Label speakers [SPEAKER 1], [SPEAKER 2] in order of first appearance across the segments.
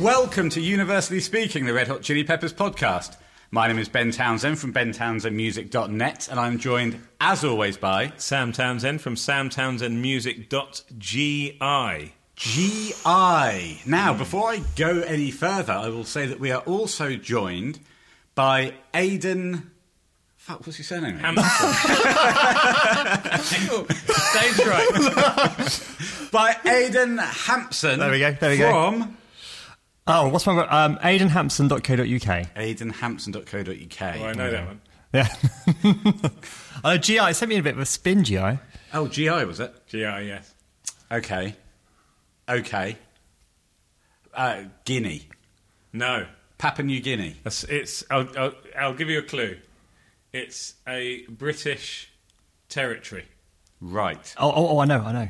[SPEAKER 1] Welcome to Universally Speaking, the Red Hot Chili Peppers podcast. My name is Ben Townsend from bentownsendmusic.net, and I'm joined, as always, by
[SPEAKER 2] Sam Townsend from samtownsendmusic.gi.
[SPEAKER 1] GI. Now, before I go any further, I will say that we are also joined by Aidan. Fuck, what's his surname?
[SPEAKER 2] Dave's right.
[SPEAKER 1] by Aidan Hampson.
[SPEAKER 3] There we go, there we go.
[SPEAKER 1] from
[SPEAKER 3] Oh, what's my um, aidenhampson.co.uk.
[SPEAKER 1] aidanhampson.co.uk.
[SPEAKER 2] Oh, I know that one.
[SPEAKER 3] Yeah. oh, GI, it sent me a bit of a spin, GI.
[SPEAKER 1] Oh, GI was it?
[SPEAKER 2] GI, yes.
[SPEAKER 1] Okay. Okay. Uh, Guinea.
[SPEAKER 2] No.
[SPEAKER 1] Papua New Guinea.
[SPEAKER 2] It's, it's I'll, I'll, I'll give you a clue. It's a British territory.
[SPEAKER 1] Right.
[SPEAKER 3] Oh, oh, oh, I know, I know.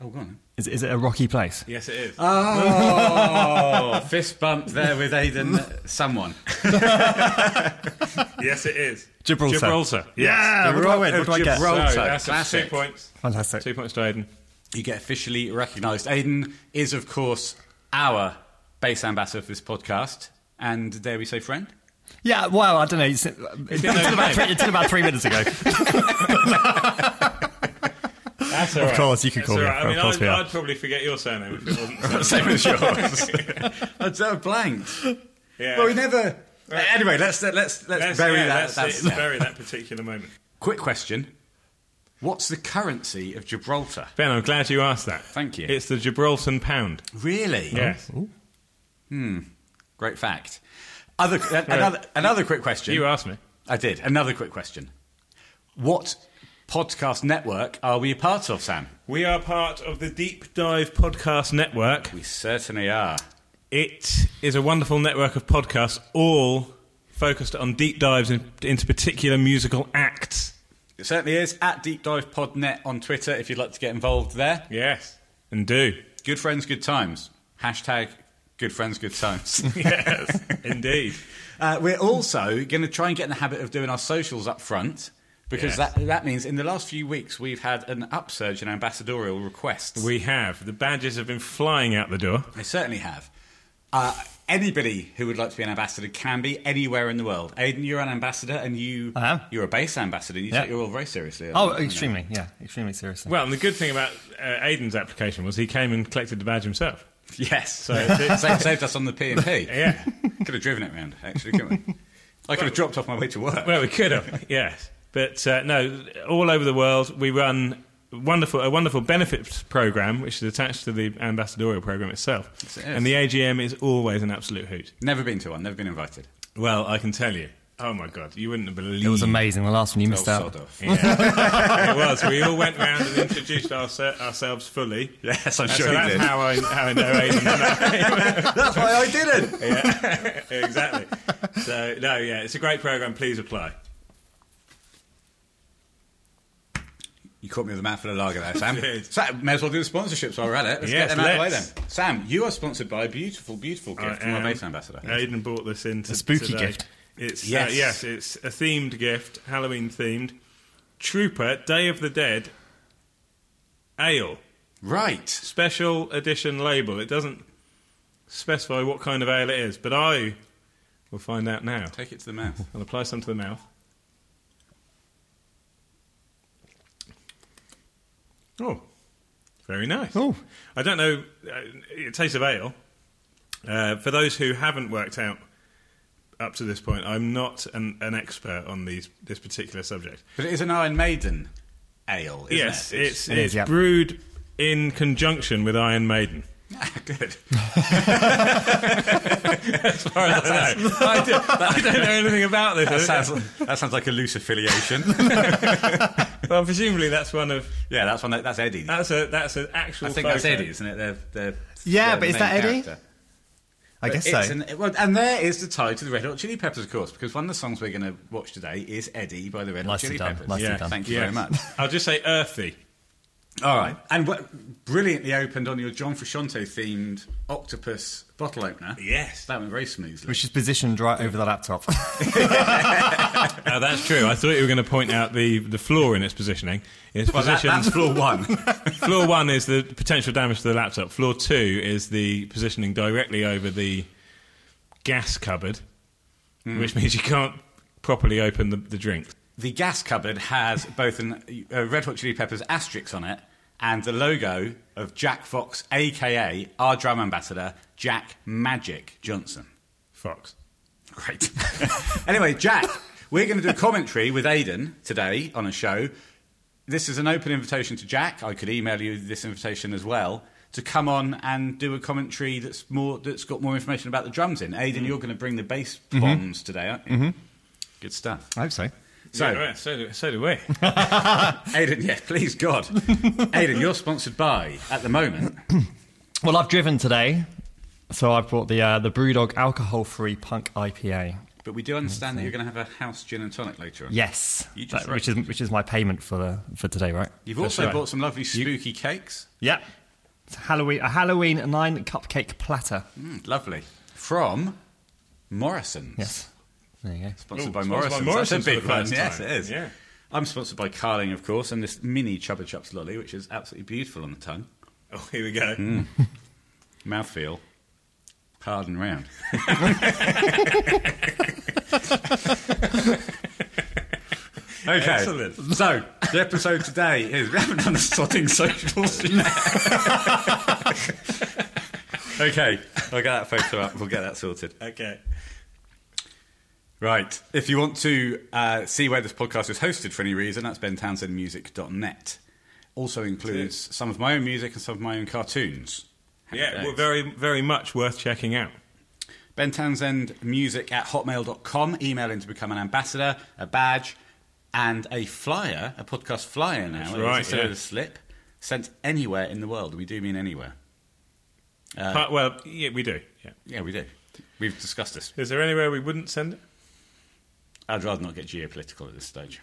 [SPEAKER 1] Oh, go on.
[SPEAKER 3] Is, is it a rocky place?
[SPEAKER 2] Yes, it is.
[SPEAKER 1] Oh, fist bump there with Aidan. Someone.
[SPEAKER 2] yes, it is.
[SPEAKER 3] Gibraltar.
[SPEAKER 2] Gibraltar.
[SPEAKER 3] Yeah,
[SPEAKER 1] The
[SPEAKER 3] what do I
[SPEAKER 1] Rock
[SPEAKER 3] win?
[SPEAKER 1] of
[SPEAKER 3] What do I get?
[SPEAKER 1] Gibraltar.
[SPEAKER 2] So that's
[SPEAKER 1] Classic.
[SPEAKER 2] two points.
[SPEAKER 3] Fantastic.
[SPEAKER 2] Two points to Aiden.
[SPEAKER 1] You get officially recognised. Aidan is, of course, our base ambassador for this podcast, and dare we say friend?
[SPEAKER 3] Yeah, well, I don't know. It's, it's,
[SPEAKER 2] been
[SPEAKER 3] until, about
[SPEAKER 2] okay.
[SPEAKER 3] three, until about three minutes ago.
[SPEAKER 2] That's all right.
[SPEAKER 3] course, you can
[SPEAKER 2] That's
[SPEAKER 3] call
[SPEAKER 2] all
[SPEAKER 3] me.
[SPEAKER 2] right. I
[SPEAKER 3] Of
[SPEAKER 2] mean,
[SPEAKER 3] course
[SPEAKER 2] I'd,
[SPEAKER 3] we are.
[SPEAKER 2] I'd probably forget your surname if it wasn't. the surname.
[SPEAKER 1] Same as yours. I'd say blank.
[SPEAKER 2] Yeah.
[SPEAKER 1] Well, we never. Anyway, let's let's let's,
[SPEAKER 2] That's-
[SPEAKER 1] bury
[SPEAKER 2] yeah,
[SPEAKER 1] that.
[SPEAKER 2] That's,
[SPEAKER 1] that's-
[SPEAKER 2] it. Let's bury that particular moment.
[SPEAKER 1] Quick question: What's the currency of Gibraltar?
[SPEAKER 2] Ben, I'm glad you asked that.
[SPEAKER 1] Thank you. Oh.
[SPEAKER 2] It's the Gibraltar pound.
[SPEAKER 1] Really?
[SPEAKER 2] Yes.
[SPEAKER 1] Great fact. Other another another quick question.
[SPEAKER 2] You asked me.
[SPEAKER 1] I did. Another quick question. What podcast network are we a part of, Sam?
[SPEAKER 2] We are part of the Deep Dive Podcast Network.
[SPEAKER 1] We certainly are.
[SPEAKER 2] It is a wonderful network of podcasts, all focused on deep dives in, into particular musical acts.
[SPEAKER 1] It certainly is at Deep Dive Podnet on Twitter if you'd like to get involved there.
[SPEAKER 2] Yes. And do.
[SPEAKER 1] Good friends, good times. Hashtag good friends, good times.
[SPEAKER 2] Yes. Indeed.
[SPEAKER 1] Uh, we're also going to try and get in the habit of doing our socials up front because
[SPEAKER 2] Yes.
[SPEAKER 1] that, that means in the last few weeks we've had an upsurge in ambassadorial requests.
[SPEAKER 2] We have. The badges have been flying out the door.
[SPEAKER 1] I certainly have. Uh, anybody who would like to be an ambassador can be anywhere in the world. Aidan, you're an ambassador and you,
[SPEAKER 3] I am.
[SPEAKER 1] you're a base ambassador. You
[SPEAKER 3] Yeah.
[SPEAKER 1] take your role very seriously. I
[SPEAKER 3] Oh,
[SPEAKER 1] think, you know.
[SPEAKER 3] extremely, yeah, extremely seriously.
[SPEAKER 2] Well, and the good thing about uh, Aiden's application was he came and collected the badge himself.
[SPEAKER 1] Yes. So
[SPEAKER 2] it's-
[SPEAKER 1] saved, saved us on the P&P.
[SPEAKER 2] Yeah.
[SPEAKER 1] Could have driven it round, actually, couldn't we? I could have dropped off my way to work.
[SPEAKER 2] Well, we could have, yes. But uh, no, all over the world, we run wonderful a wonderful benefits program, which is attached to the ambassadorial program itself.
[SPEAKER 1] Yes, it is.
[SPEAKER 2] and the AGM is always an absolute hoot.
[SPEAKER 1] Never been to one, never been invited.
[SPEAKER 2] Well, I can tell you. Oh my God, you wouldn't have believed
[SPEAKER 3] it was amazing. The last one you
[SPEAKER 1] Oh,
[SPEAKER 3] missed out.
[SPEAKER 1] sod off.
[SPEAKER 2] it was. We all went round and introduced ourse- ourselves fully.
[SPEAKER 1] Yes, I'm
[SPEAKER 2] And
[SPEAKER 1] sure
[SPEAKER 2] so
[SPEAKER 1] you
[SPEAKER 2] that's
[SPEAKER 1] did.
[SPEAKER 2] how I, how I know Aidan.
[SPEAKER 1] That's why I didn't.
[SPEAKER 2] exactly. So, no, yeah, it's a great program. Please apply.
[SPEAKER 1] You caught me with a mouthful of lager there, Sam.
[SPEAKER 2] Did.
[SPEAKER 1] so, may as well do the sponsorships while we're at it. Let's
[SPEAKER 2] Yes,
[SPEAKER 1] get them out of the way
[SPEAKER 2] let's.
[SPEAKER 1] then. Sam, you are sponsored by a beautiful, beautiful
[SPEAKER 2] I
[SPEAKER 1] gift from our
[SPEAKER 2] am. Uh,
[SPEAKER 1] base ambassador.
[SPEAKER 2] Aidan brought this in to
[SPEAKER 3] A spooky
[SPEAKER 2] today.
[SPEAKER 3] gift.
[SPEAKER 2] It's yes.
[SPEAKER 1] Yes.
[SPEAKER 2] yes, it's a themed gift, Halloween themed. Trooper Day of the Dead Ale
[SPEAKER 1] Right.
[SPEAKER 2] special edition label. It doesn't specify what kind of ale it is, but I will find out now.
[SPEAKER 1] Take it to the mouth.
[SPEAKER 2] I'll apply some to the mouth. Oh, very nice.
[SPEAKER 3] Oh.
[SPEAKER 2] I don't know. Uh, it tastes of ale. Uh, for those who haven't worked out up to this point, I'm not an, an expert on these this particular subject.
[SPEAKER 1] But it is an Iron Maiden ale, isn't
[SPEAKER 2] yes,
[SPEAKER 1] it?
[SPEAKER 2] it's it's,
[SPEAKER 3] It is, yeah.
[SPEAKER 2] brewed in conjunction with Iron Maiden.
[SPEAKER 1] good.
[SPEAKER 2] As far as I know, I, do, not know anything about this.
[SPEAKER 1] That sounds, that sounds like a loose affiliation.
[SPEAKER 2] well, presumably that's one of
[SPEAKER 1] yeah, that's one. That, that's Eddie.
[SPEAKER 2] that's a that's an actual.
[SPEAKER 1] I think
[SPEAKER 2] photo.
[SPEAKER 1] that's Eddie, isn't it? They're, they're,
[SPEAKER 3] Yeah,
[SPEAKER 1] they're
[SPEAKER 3] but
[SPEAKER 1] the
[SPEAKER 3] is
[SPEAKER 1] main
[SPEAKER 3] that Eddie?
[SPEAKER 1] character.
[SPEAKER 3] I guess so.
[SPEAKER 1] It's an- well, and there is the tie to the Red Hot Chili Peppers, of course, because one of the songs we're going to watch today is Eddie by the Red Hot
[SPEAKER 3] Nicely
[SPEAKER 1] Chili
[SPEAKER 3] done,
[SPEAKER 1] Peppers.
[SPEAKER 3] nicely
[SPEAKER 2] Yeah,
[SPEAKER 3] done.
[SPEAKER 1] Thank you
[SPEAKER 2] Yes.
[SPEAKER 1] very much.
[SPEAKER 2] I'll just say earthy.
[SPEAKER 1] All right. And what brilliantly opened on your John Frusciante themed octopus bottle opener.
[SPEAKER 2] Yes.
[SPEAKER 1] That went very smoothly.
[SPEAKER 3] Which is positioned right over the laptop.
[SPEAKER 2] Oh, that's true. I thought you were going to point out the, the floor in its positioning. Its
[SPEAKER 1] Well, that,
[SPEAKER 2] position.
[SPEAKER 1] that's floor one.
[SPEAKER 2] floor one is the potential damage to the laptop. Floor two is the positioning directly over the gas cupboard,
[SPEAKER 1] Hmm.
[SPEAKER 2] which means you can't properly open the, the drink.
[SPEAKER 1] The gas cupboard has both an, uh, Red Hot Chili Peppers asterisk on it and the logo of Jack Fox, aka our drum ambassador, Jack Magic Johnson.
[SPEAKER 2] Fox.
[SPEAKER 1] Great. anyway, Jack, we're going to do a commentary with Aidan today on a show. This is an open invitation to Jack. I could email you this invitation as well to come on and do a commentary that's more that's got more information about the drums in.
[SPEAKER 2] Mm.
[SPEAKER 1] Aidan, you're going to bring the bass
[SPEAKER 2] Mm-hmm.
[SPEAKER 1] bombs today, aren't you? Good stuff.
[SPEAKER 4] I hope so.
[SPEAKER 1] So,
[SPEAKER 2] yeah, right, so, do, so do we.
[SPEAKER 1] Aidan, yeah, please God, Aidan, you're sponsored by at the moment.
[SPEAKER 4] Well, I've driven today, so I've brought the uh, the BrewDog alcohol-free punk IPA.
[SPEAKER 1] But we do understand that you're going to have a house gin and tonic later on.
[SPEAKER 4] Yes,
[SPEAKER 1] You just
[SPEAKER 4] that- which is which is my payment for the for today, right?
[SPEAKER 1] You've also
[SPEAKER 2] right.
[SPEAKER 1] bought some lovely spooky cakes.
[SPEAKER 4] Yeah. It's a Halloween a Halloween nine cupcake platter.
[SPEAKER 1] Mm, lovely. From Morrison's.
[SPEAKER 4] Yes. There you go.
[SPEAKER 1] Sponsored
[SPEAKER 2] Ooh,
[SPEAKER 1] by
[SPEAKER 2] sponsored by
[SPEAKER 1] Morrison's.
[SPEAKER 2] Morrison's
[SPEAKER 1] That's a big
[SPEAKER 2] for the
[SPEAKER 1] one.
[SPEAKER 2] first
[SPEAKER 1] Yes,
[SPEAKER 2] time.
[SPEAKER 1] it is.
[SPEAKER 2] Yeah.
[SPEAKER 1] I'm sponsored by Carling, of course, and this mini Chubba Chups lolly, which is absolutely beautiful on the tongue. Hmm.
[SPEAKER 2] Oh, here we go.
[SPEAKER 1] Mouthfeel. Hard and round. okay.
[SPEAKER 2] Excellent.
[SPEAKER 1] So, the episode today is. We haven't done the sodding socials yet. okay. I'll get that photo up. We'll get that sorted.
[SPEAKER 2] Okay.
[SPEAKER 1] Right. If you want to uh, see where this podcast is hosted for any reason, that's bentownsendmusic.net. Also includes some of my own music and some of my own cartoons. Happy
[SPEAKER 2] Yeah, well,
[SPEAKER 1] days.
[SPEAKER 2] very, very much worth checking out.
[SPEAKER 1] Ben Townsend music at hotmail.com. Email in to become an ambassador, a badge, and a flyer, a podcast flyer now. It's
[SPEAKER 2] right,
[SPEAKER 1] Instead of
[SPEAKER 2] yeah.
[SPEAKER 1] a slip, sent anywhere in the world. We do mean anywhere. Uh,
[SPEAKER 2] Part- well, yeah, we do. Yeah.
[SPEAKER 1] Yeah, we do. We've discussed this.
[SPEAKER 2] Is there anywhere we wouldn't send it?
[SPEAKER 1] I'd rather not get geopolitical at this stage.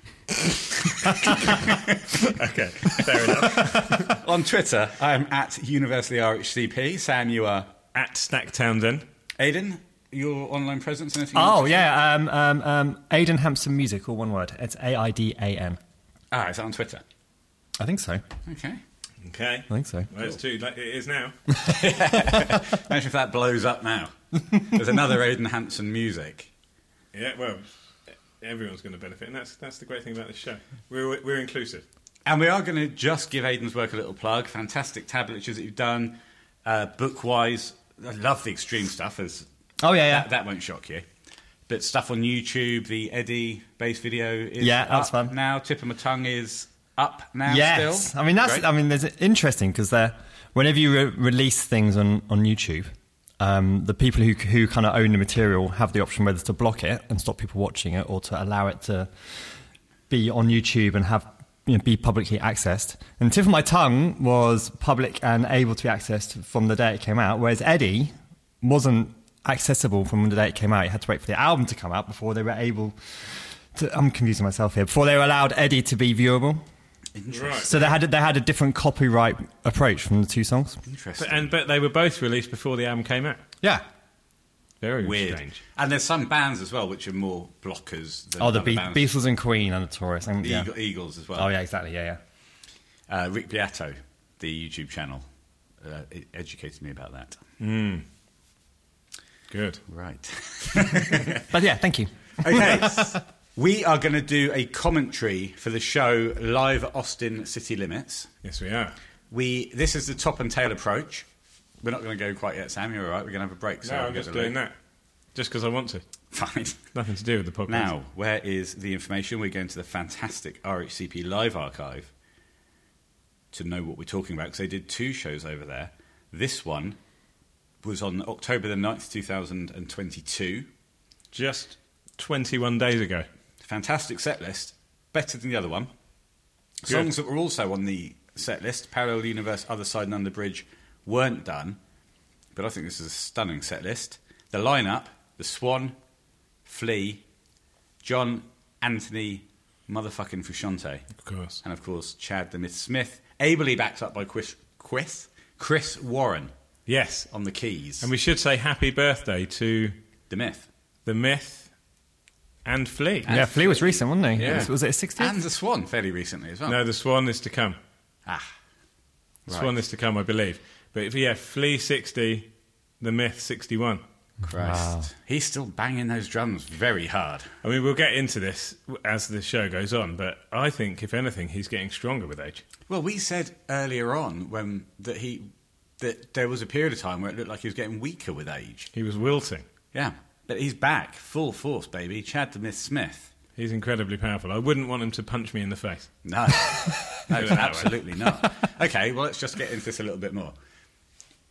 [SPEAKER 2] Okay, fair enough.
[SPEAKER 1] On Twitter, I'm at University RHCP. Sam, you are
[SPEAKER 2] At Snack Townsend.
[SPEAKER 1] Aidan, your online presence? Anything
[SPEAKER 4] Oh
[SPEAKER 1] else?
[SPEAKER 4] yeah, um, um, um, Aidan Hampson Music, all one word. It's A I D A N.
[SPEAKER 1] Ah, is that on Twitter?
[SPEAKER 4] I think so.
[SPEAKER 1] Okay.
[SPEAKER 2] Okay.
[SPEAKER 4] I think so.
[SPEAKER 2] Well, it's too late. It is now.
[SPEAKER 1] Imagine if that blows up now. There's another Aidan Hanson music.
[SPEAKER 2] Yeah, well, everyone's going to benefit, and that's that's the great thing about this show. We're we're inclusive.
[SPEAKER 1] And we are going to just give Aidan's work a little plug. Fantastic tablatures that you've done, uh, book wise. I love the extreme stuff, as
[SPEAKER 4] Oh yeah, yeah.
[SPEAKER 1] that, that won't shock you. But stuff on YouTube, the Eddie bass video is
[SPEAKER 4] Yeah, that's
[SPEAKER 1] up
[SPEAKER 4] fun.
[SPEAKER 1] now. Tip of my tongue is up now
[SPEAKER 4] yes.
[SPEAKER 1] still.
[SPEAKER 4] I mean that's
[SPEAKER 1] Great.
[SPEAKER 4] I mean there's interesting because they're whenever you re- release things on on YouTube, um, the people who who kind of own the material have the option whether to block it and stop people watching it or to allow it to be on YouTube and have you know, be publicly accessed. And Tip of My Tongue was public and able to be accessed from the day it came out, whereas Eddie wasn't accessible from the day it came out. You had to wait for the album to come out before they were able to. I'm confusing myself here. Before they were allowed Eddie to be viewable.
[SPEAKER 2] Right.
[SPEAKER 4] So they had they had a different copyright approach from the two songs.
[SPEAKER 1] Interesting.
[SPEAKER 2] But, and but they were both released before the album came out.
[SPEAKER 4] Yeah.
[SPEAKER 2] Very
[SPEAKER 1] Weird.
[SPEAKER 2] strange.
[SPEAKER 1] And there's some bands as well which are more blockers than
[SPEAKER 4] Oh, the
[SPEAKER 1] other
[SPEAKER 4] Be-
[SPEAKER 1] bands.
[SPEAKER 4] Beatles and Queen and the Taurus. And,
[SPEAKER 1] The
[SPEAKER 4] yeah.
[SPEAKER 1] Eagle- Eagles as well.
[SPEAKER 4] Oh yeah, exactly. Yeah, yeah.
[SPEAKER 1] Uh, Rick Beato, the YouTube channel, uh, e- educated me about that.
[SPEAKER 2] Good.
[SPEAKER 1] Right.
[SPEAKER 4] But yeah, thank you.
[SPEAKER 1] Okay. we are going to do a commentary for the show live at Austin City Limits.
[SPEAKER 2] Yes, we are.
[SPEAKER 1] We this is the top and tail approach. We're not going to go quite yet, Sam. You're all right. We're going to have a break. So
[SPEAKER 2] No,
[SPEAKER 1] I'll
[SPEAKER 2] I'm
[SPEAKER 1] get
[SPEAKER 2] just
[SPEAKER 1] the
[SPEAKER 2] doing
[SPEAKER 1] link.
[SPEAKER 2] that, just because I want to.
[SPEAKER 1] Fine.
[SPEAKER 2] Nothing to do with the podcast.
[SPEAKER 1] Now, where is the information? We're going to the fantastic RHCP Live Archive to know what we're talking about because they did two shows over there. This one was on October the 9th, 2022.
[SPEAKER 2] just 21 days ago.
[SPEAKER 1] Fantastic set list, better than the other one. Songs that were also on the set list, Parallel Universe, Other Side and Under Bridge, weren't done, but I think this is a stunning set list. The lineup: The Swan, Flea, John, Anthony, motherfucking Frusciante,
[SPEAKER 2] Of course.
[SPEAKER 1] and of course Chad the Myth Smith, ably backed up by Chris, Chris, Chris Warren
[SPEAKER 2] Yes,
[SPEAKER 1] on the keys.
[SPEAKER 2] and we should say happy birthday to
[SPEAKER 1] the Myth
[SPEAKER 2] the Myth and Flea.
[SPEAKER 4] yeah, Flea was recent, wasn't he?
[SPEAKER 1] Yeah.
[SPEAKER 4] It was, was it his 60th?
[SPEAKER 1] and The Swan fairly recently as well.
[SPEAKER 2] No, the Swan is to come.
[SPEAKER 1] Ah,
[SPEAKER 2] The
[SPEAKER 1] Right.
[SPEAKER 2] Swan is to come, I believe. But if- yeah, Flea 60, the Myth 61.
[SPEAKER 1] Christ.
[SPEAKER 3] Wow.
[SPEAKER 1] He's still banging those drums very hard.
[SPEAKER 2] I mean, we'll get into this as the show goes on, but I think, if anything, he's getting stronger with age.
[SPEAKER 1] Well, we said earlier on when that he that there was a period of time where it looked like he was getting weaker with age.
[SPEAKER 2] He was wilting.
[SPEAKER 1] Yeah. But he's back, full force, baby. Chad the Myth Smith.
[SPEAKER 2] He's incredibly powerful. I wouldn't want him to punch me in the face.
[SPEAKER 1] No. no, absolutely not. Okay, well, let's just get into this a little bit more.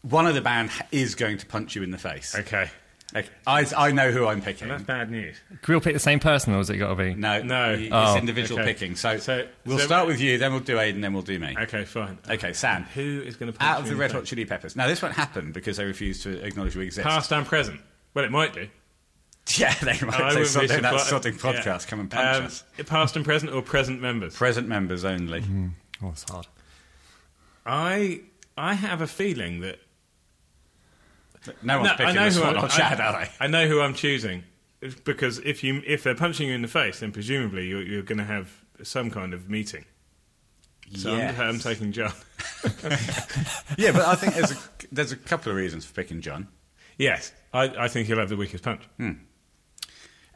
[SPEAKER 1] One of the band is going to punch you in the face.
[SPEAKER 2] Okay.
[SPEAKER 1] Okay. I, I know who I'm picking.
[SPEAKER 2] That's bad news.
[SPEAKER 3] Can we all pick the same person, or has it got to be?
[SPEAKER 1] No,
[SPEAKER 2] No.
[SPEAKER 1] It's
[SPEAKER 2] Oh,
[SPEAKER 1] individual
[SPEAKER 2] okay.
[SPEAKER 1] picking. So,
[SPEAKER 2] So-
[SPEAKER 1] we'll
[SPEAKER 2] so-
[SPEAKER 1] start with you, then we'll do Aiden, then we'll do me.
[SPEAKER 2] Okay, fine.
[SPEAKER 1] Okay, Sam.
[SPEAKER 2] Who is going to punch
[SPEAKER 1] Out of
[SPEAKER 2] me
[SPEAKER 1] the
[SPEAKER 2] in
[SPEAKER 1] Red
[SPEAKER 2] face?
[SPEAKER 1] Hot Chili Peppers. Now, this won't happen because they refuse to acknowledge we exist.
[SPEAKER 2] Past and present. Well, it might do.
[SPEAKER 1] Yeah, they might. They
[SPEAKER 2] wouldn't
[SPEAKER 1] sort
[SPEAKER 2] be
[SPEAKER 1] that
[SPEAKER 2] surprised.
[SPEAKER 1] sorting podcast.
[SPEAKER 2] Yeah.
[SPEAKER 1] Come and punch
[SPEAKER 2] Um,
[SPEAKER 1] us.
[SPEAKER 2] Past and present or present members?
[SPEAKER 1] Present members only.
[SPEAKER 2] Mm-hmm.
[SPEAKER 3] Oh, it's hard.
[SPEAKER 2] I I have a feeling that
[SPEAKER 1] No one's
[SPEAKER 2] No,
[SPEAKER 1] picking this one on Chad,
[SPEAKER 2] I,
[SPEAKER 1] are they?
[SPEAKER 2] I know who I'm choosing It's because if you if they're punching you in the face, then presumably you're, you're going to have some kind of meeting. So I'm-
[SPEAKER 1] Yes.
[SPEAKER 2] I'm, taking John.
[SPEAKER 1] um, Yeah, but I think there's a, there's a couple of reasons for picking John.
[SPEAKER 2] yes, I, I think he'll have the weakest punch.
[SPEAKER 1] Hmm.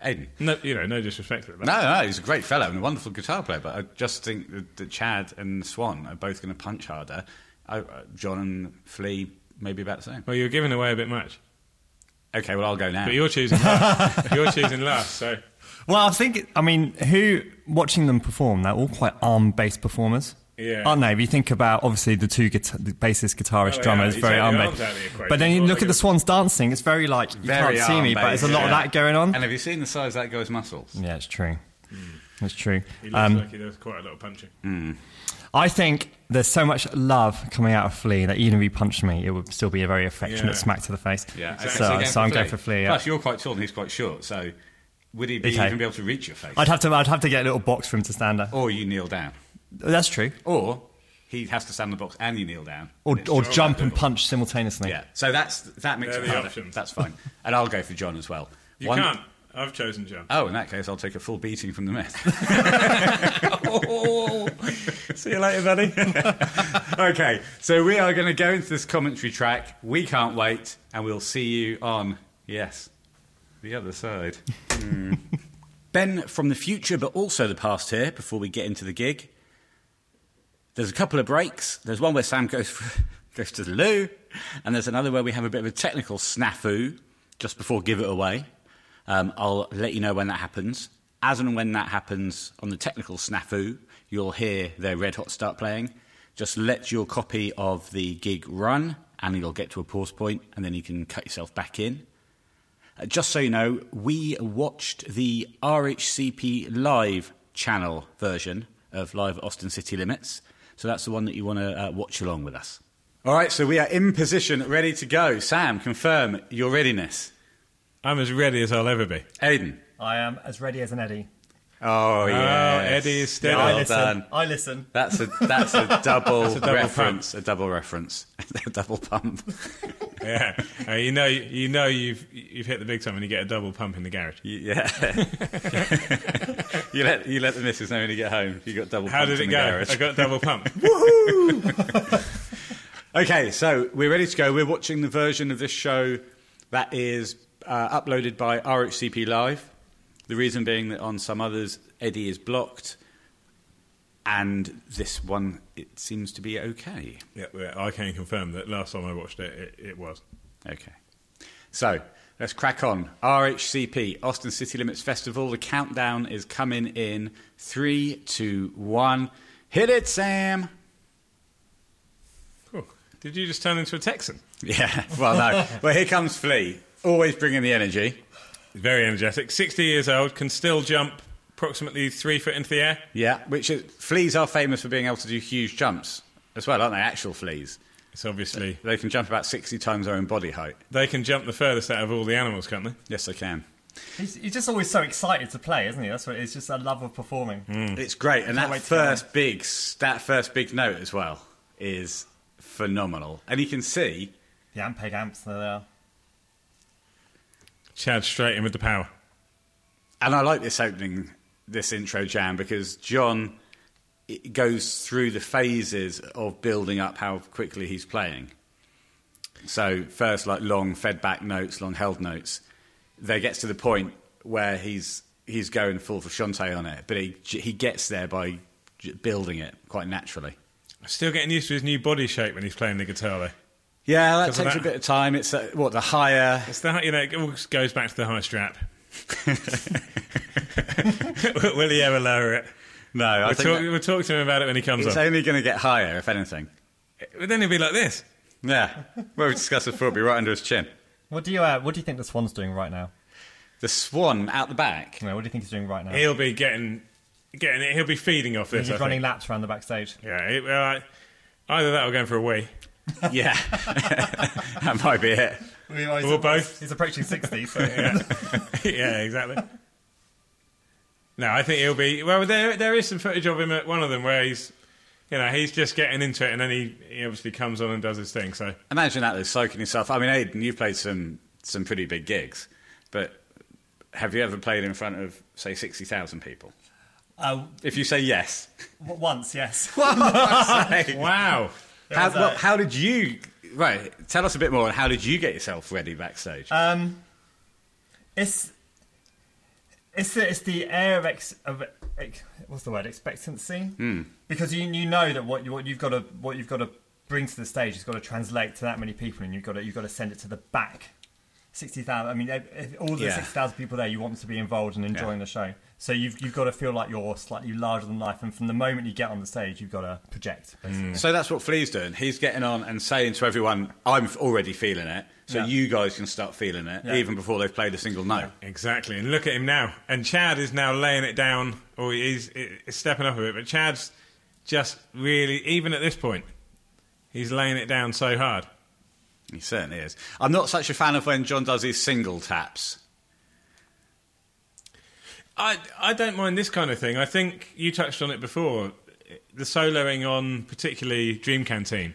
[SPEAKER 1] Aiden.
[SPEAKER 2] No, you know, no disrespect to that.
[SPEAKER 1] No, no, he's a great fellow and a wonderful guitar player, but I just think that, that Chad and Swan are both going to punch harder. I, uh, John and Flea maybe about the same.
[SPEAKER 2] Well, you're giving away a bit much,
[SPEAKER 1] Okay, well I'll go now.
[SPEAKER 2] but you're choosing last. you're choosing last, so
[SPEAKER 3] Well, I think I mean, who watching them perform? They're all quite arm-based performers,
[SPEAKER 2] Yeah.
[SPEAKER 3] aren't they? If you think about obviously the two guitar- the bassist, guitarist,
[SPEAKER 2] Oh, yeah,
[SPEAKER 3] drummers,
[SPEAKER 2] you
[SPEAKER 3] very
[SPEAKER 2] take the
[SPEAKER 3] arm-based.
[SPEAKER 2] arms out of the equation,
[SPEAKER 3] but then you
[SPEAKER 2] or
[SPEAKER 3] look
[SPEAKER 2] they
[SPEAKER 3] at the
[SPEAKER 2] go-
[SPEAKER 3] Swans dancing; it's very like you
[SPEAKER 1] Very
[SPEAKER 3] can't see me, but
[SPEAKER 1] arm-based,
[SPEAKER 3] there's a lot of
[SPEAKER 1] yeah.
[SPEAKER 3] that going on.
[SPEAKER 1] And have you seen the size of that guy's muscles?
[SPEAKER 3] yeah, it's true. It's true.
[SPEAKER 2] he looks
[SPEAKER 3] Um,
[SPEAKER 2] like he does quite a lot of punching.
[SPEAKER 3] I think there's so much love coming out of Flea that even if he punched me, it would still be a very affectionate
[SPEAKER 2] Yeah.
[SPEAKER 3] smack to the face.
[SPEAKER 1] Yeah,
[SPEAKER 2] Exactly.
[SPEAKER 3] So,
[SPEAKER 2] So
[SPEAKER 3] so I'm going for Flea. Yeah.
[SPEAKER 1] Plus, you're quite tall and he's quite short, so would he be
[SPEAKER 3] Okay.
[SPEAKER 1] even be able to reach your face?
[SPEAKER 3] I'd have to. I'd have to get a little box for him to stand at.
[SPEAKER 1] or you kneel down,
[SPEAKER 3] That's true.
[SPEAKER 1] or he has to stand in the box and you kneel down,
[SPEAKER 3] Or,
[SPEAKER 1] And it's
[SPEAKER 3] or
[SPEAKER 1] just-
[SPEAKER 3] jump and punch simultaneously.
[SPEAKER 1] Yeah, so that's that makes
[SPEAKER 2] They're
[SPEAKER 1] it
[SPEAKER 2] the
[SPEAKER 1] harder.
[SPEAKER 2] options.
[SPEAKER 1] That's fine, and I'll go for John as well.
[SPEAKER 2] You
[SPEAKER 1] One-
[SPEAKER 2] can't. I've chosen John.
[SPEAKER 1] Oh, in that case, I'll take a full beating from the myth.
[SPEAKER 2] See you later, buddy.
[SPEAKER 1] okay, so we are going to go into this commentary track. We can't wait, and we'll see you on, yes, the other side. Hmm. ben from the future, but also the past here, before we get into the gig. There's a couple of breaks. There's one where Sam goes, goes to the loo, and there's another where we have a bit of a technical snafu just before Give It Away. Um, I'll let you know when that happens. As and when that happens on the technical snafu, you'll hear their Red Hot start playing. Just let your copy of the gig run, and you'll get to a pause point, and then you can cut yourself back in. Uh, Just so you know, we watched the RHCP live channel version of Live at Austin City Limits. So that's the one that you want to uh, watch along with us. All right, so we are in position, ready to go. Sam, confirm your readiness.
[SPEAKER 2] I'm as ready as I'll ever be.
[SPEAKER 1] Aiden.
[SPEAKER 3] I am as ready as an Eddie.
[SPEAKER 1] Oh, yes.
[SPEAKER 2] Eddie is steady.
[SPEAKER 1] Well
[SPEAKER 3] I listen.
[SPEAKER 1] done.
[SPEAKER 3] I listen.
[SPEAKER 1] That's a, that's a double,
[SPEAKER 2] double
[SPEAKER 1] reference. A double reference. a double pump.
[SPEAKER 2] Yeah, Uh, you know, you know, you've you've hit the big time when you get a double pump in the garage.
[SPEAKER 1] yeah. you, let, you let the missus know when you get home. You got double
[SPEAKER 2] How
[SPEAKER 1] pumped
[SPEAKER 2] did it
[SPEAKER 1] in
[SPEAKER 2] go?
[SPEAKER 1] the garage.
[SPEAKER 2] I got double pump.
[SPEAKER 1] Okay, so we're ready to go. We're watching the version of this show that is uh, uploaded by RHCP Live. The reason being that on some others, Eddie is blocked, and this one, it seems to be okay.
[SPEAKER 2] yeah, well, I can confirm that last time I watched it, it, it was.
[SPEAKER 1] Okay. So let's crack on. RHCP, Austin City Limits Festival. The countdown is coming in three, two, one. Hit it, Sam!
[SPEAKER 2] Cool. Did you just turn into a Texan?
[SPEAKER 1] Yeah, well, no. well, here comes Flea, always bringing the energy.
[SPEAKER 2] Very energetic. Sixty years old, can still jump approximately three foot into the air.
[SPEAKER 1] Yeah, which is, fleas are famous for being able to do huge jumps as well, aren't they? Actual fleas.
[SPEAKER 2] It's obviously
[SPEAKER 1] They can jump about 60 times their own body height.
[SPEAKER 2] they can jump the furthest out of all the animals, can't they?
[SPEAKER 1] Yes, they can.
[SPEAKER 3] He's, he's just always so excited to play, isn't he? That's what it's just a love of performing.
[SPEAKER 1] Mm. It's great. And that
[SPEAKER 3] wait to get
[SPEAKER 1] first, big, s- that first big note as well is phenomenal. And you can see,
[SPEAKER 3] The Ampeg amps, they're there.
[SPEAKER 2] Chad straight in with the power.
[SPEAKER 1] and I like this opening, this intro jam, because John it goes through the phases of building up how quickly he's playing. So first, like long fed back notes, long held notes. There gets to the point where he's he's going full for Shantae on it, but he he gets there by j- building it quite naturally.
[SPEAKER 2] Still getting used to his new body shape when he's playing the guitar, though.
[SPEAKER 1] Yeah, that
[SPEAKER 2] Because of
[SPEAKER 1] takes a
[SPEAKER 2] that.
[SPEAKER 1] bit of time. It's uh, what the higher.
[SPEAKER 2] It's the high- you know it all goes back to the high strap. Will he ever lower it?
[SPEAKER 1] No, I
[SPEAKER 2] We'll
[SPEAKER 1] think
[SPEAKER 2] talk,
[SPEAKER 1] that-
[SPEAKER 2] we'll talk to him about it when he comes
[SPEAKER 1] it's
[SPEAKER 2] on.
[SPEAKER 1] only going to get higher if anything.
[SPEAKER 2] But then he'll be like this.
[SPEAKER 1] Yeah, well, we discussed before. It'll be right under his chin.
[SPEAKER 4] What do you uh, What do you think the swan's doing right now?
[SPEAKER 1] The swan out the back.
[SPEAKER 4] No, what do you think he's doing right now?
[SPEAKER 2] He'll be getting, getting it. He'll be feeding off this.
[SPEAKER 4] he's
[SPEAKER 2] I
[SPEAKER 4] running
[SPEAKER 2] think.
[SPEAKER 4] laps around the backstage.
[SPEAKER 2] Yeah. It, well, I- either that or going for a wee.
[SPEAKER 1] Yeah, that might be it.
[SPEAKER 2] Or both.
[SPEAKER 4] He's approaching sixty. So
[SPEAKER 2] yeah, exactly. No, I think he'll be. Well, there there is some footage of him at one of them where he's, you know, he's just getting into it, and then he, he obviously comes on and does his thing. So
[SPEAKER 1] Imagine that, though, soaking yourself. I mean, Aidan, you've played some some pretty big gigs, but have you ever played in front of say sixty thousand people?
[SPEAKER 4] uh,
[SPEAKER 1] If you say yes,
[SPEAKER 4] w- once, yes.
[SPEAKER 2] wow,
[SPEAKER 1] how,
[SPEAKER 4] was a-
[SPEAKER 1] well, how did you? Right, tell us a bit more. on How did you get yourself ready backstage?
[SPEAKER 4] Um, it's it's the, it's the air of, ex, of ex, what's the word expectancy because you you know that what you what you've got to what you've got to bring to the stage has got to translate to that many people and you've got to you've got to send it to the back. Sixty thousand. I mean, if- if all the
[SPEAKER 1] Yeah.
[SPEAKER 4] sixty thousand people there, you want them to be involved and enjoying the show. So you've you've got to feel like you're slightly larger than life, and from the moment you get on the stage, you've got to project. Basically.
[SPEAKER 1] so that's what Flea's doing. He's getting on and saying to everyone, "I'm already feeling it." So
[SPEAKER 4] Yeah.
[SPEAKER 1] you guys can start feeling it
[SPEAKER 4] Yeah.
[SPEAKER 1] even before they've played a single note.
[SPEAKER 2] exactly. And look at him now. And Chad is now laying it down, or he's, he's stepping up a bit. But Chad's just really, even at this point, he's laying it down so hard.
[SPEAKER 1] He certainly is. I'm not such a fan of when John does his single taps.
[SPEAKER 2] I I don't mind this kind of thing. I think you touched on it before, the soloing on particularly Dream Canteen,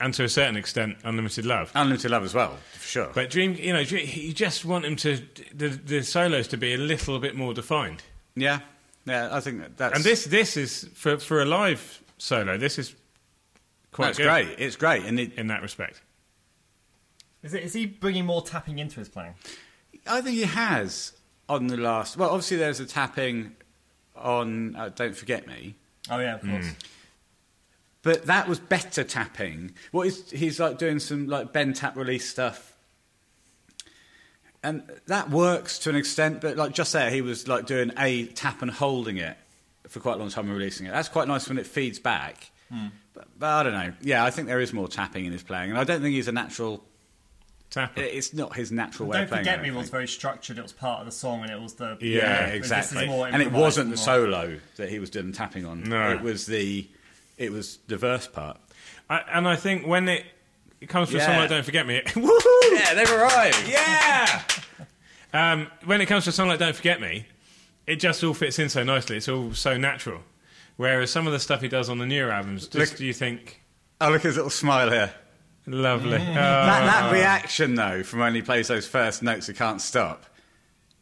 [SPEAKER 2] and to a certain extent Unlimited Love.
[SPEAKER 1] Unlimited love as well, for sure.
[SPEAKER 2] But Dream, you know, Dream- you just want them to the the solos to be a little bit more defined.
[SPEAKER 1] Yeah, yeah, I think that that's
[SPEAKER 2] And this this is for for a live solo. This is quite
[SPEAKER 1] that's
[SPEAKER 2] good
[SPEAKER 1] great. It's great, and it,
[SPEAKER 2] in that respect.
[SPEAKER 4] Is it is he bringing more tapping into his playing?
[SPEAKER 1] I think he has on the last. Well, obviously there's a tapping on uh, "Don't Forget Me,"
[SPEAKER 4] Oh yeah, of course.
[SPEAKER 1] but that was better tapping. What is he's like doing some like bend tap release stuff, and that works to an extent. But like just there, he was like doing a tap and holding it for quite a long time and releasing it. That's quite nice when it feeds back.
[SPEAKER 4] Hmm.
[SPEAKER 1] But, but I don't know. Yeah, I think there is more tapping in his playing, and I don't think he's a natural.
[SPEAKER 2] Tap.
[SPEAKER 1] it- It's not his natural way
[SPEAKER 4] Don't
[SPEAKER 1] of playing. I
[SPEAKER 4] forget me
[SPEAKER 1] think.
[SPEAKER 4] was very structured. It was part of the song, and it was the
[SPEAKER 2] Yeah,
[SPEAKER 1] Yeah,
[SPEAKER 4] But This
[SPEAKER 1] exactly.
[SPEAKER 4] is more
[SPEAKER 1] And it
[SPEAKER 4] improvised
[SPEAKER 1] wasn't the
[SPEAKER 4] more-
[SPEAKER 1] solo that he was doing tapping on.
[SPEAKER 2] No.
[SPEAKER 1] It was the it was the verse part.
[SPEAKER 2] I, and I think when it, it comes from
[SPEAKER 1] Yeah.
[SPEAKER 2] someone like Don't Forget Me,
[SPEAKER 1] Yeah, they were right.
[SPEAKER 2] Yeah. um, when it comes to a song like "Don't Forget Me," it just all fits in so nicely. It's all so natural. Whereas some of the stuff he does on the newer albums, just
[SPEAKER 1] Look-
[SPEAKER 2] do you think
[SPEAKER 1] Oh look at his little smile here. Uh-huh.
[SPEAKER 2] lovely?
[SPEAKER 1] Mm.
[SPEAKER 2] Oh,
[SPEAKER 1] That that reaction though, from when he plays those first notes he can't stop.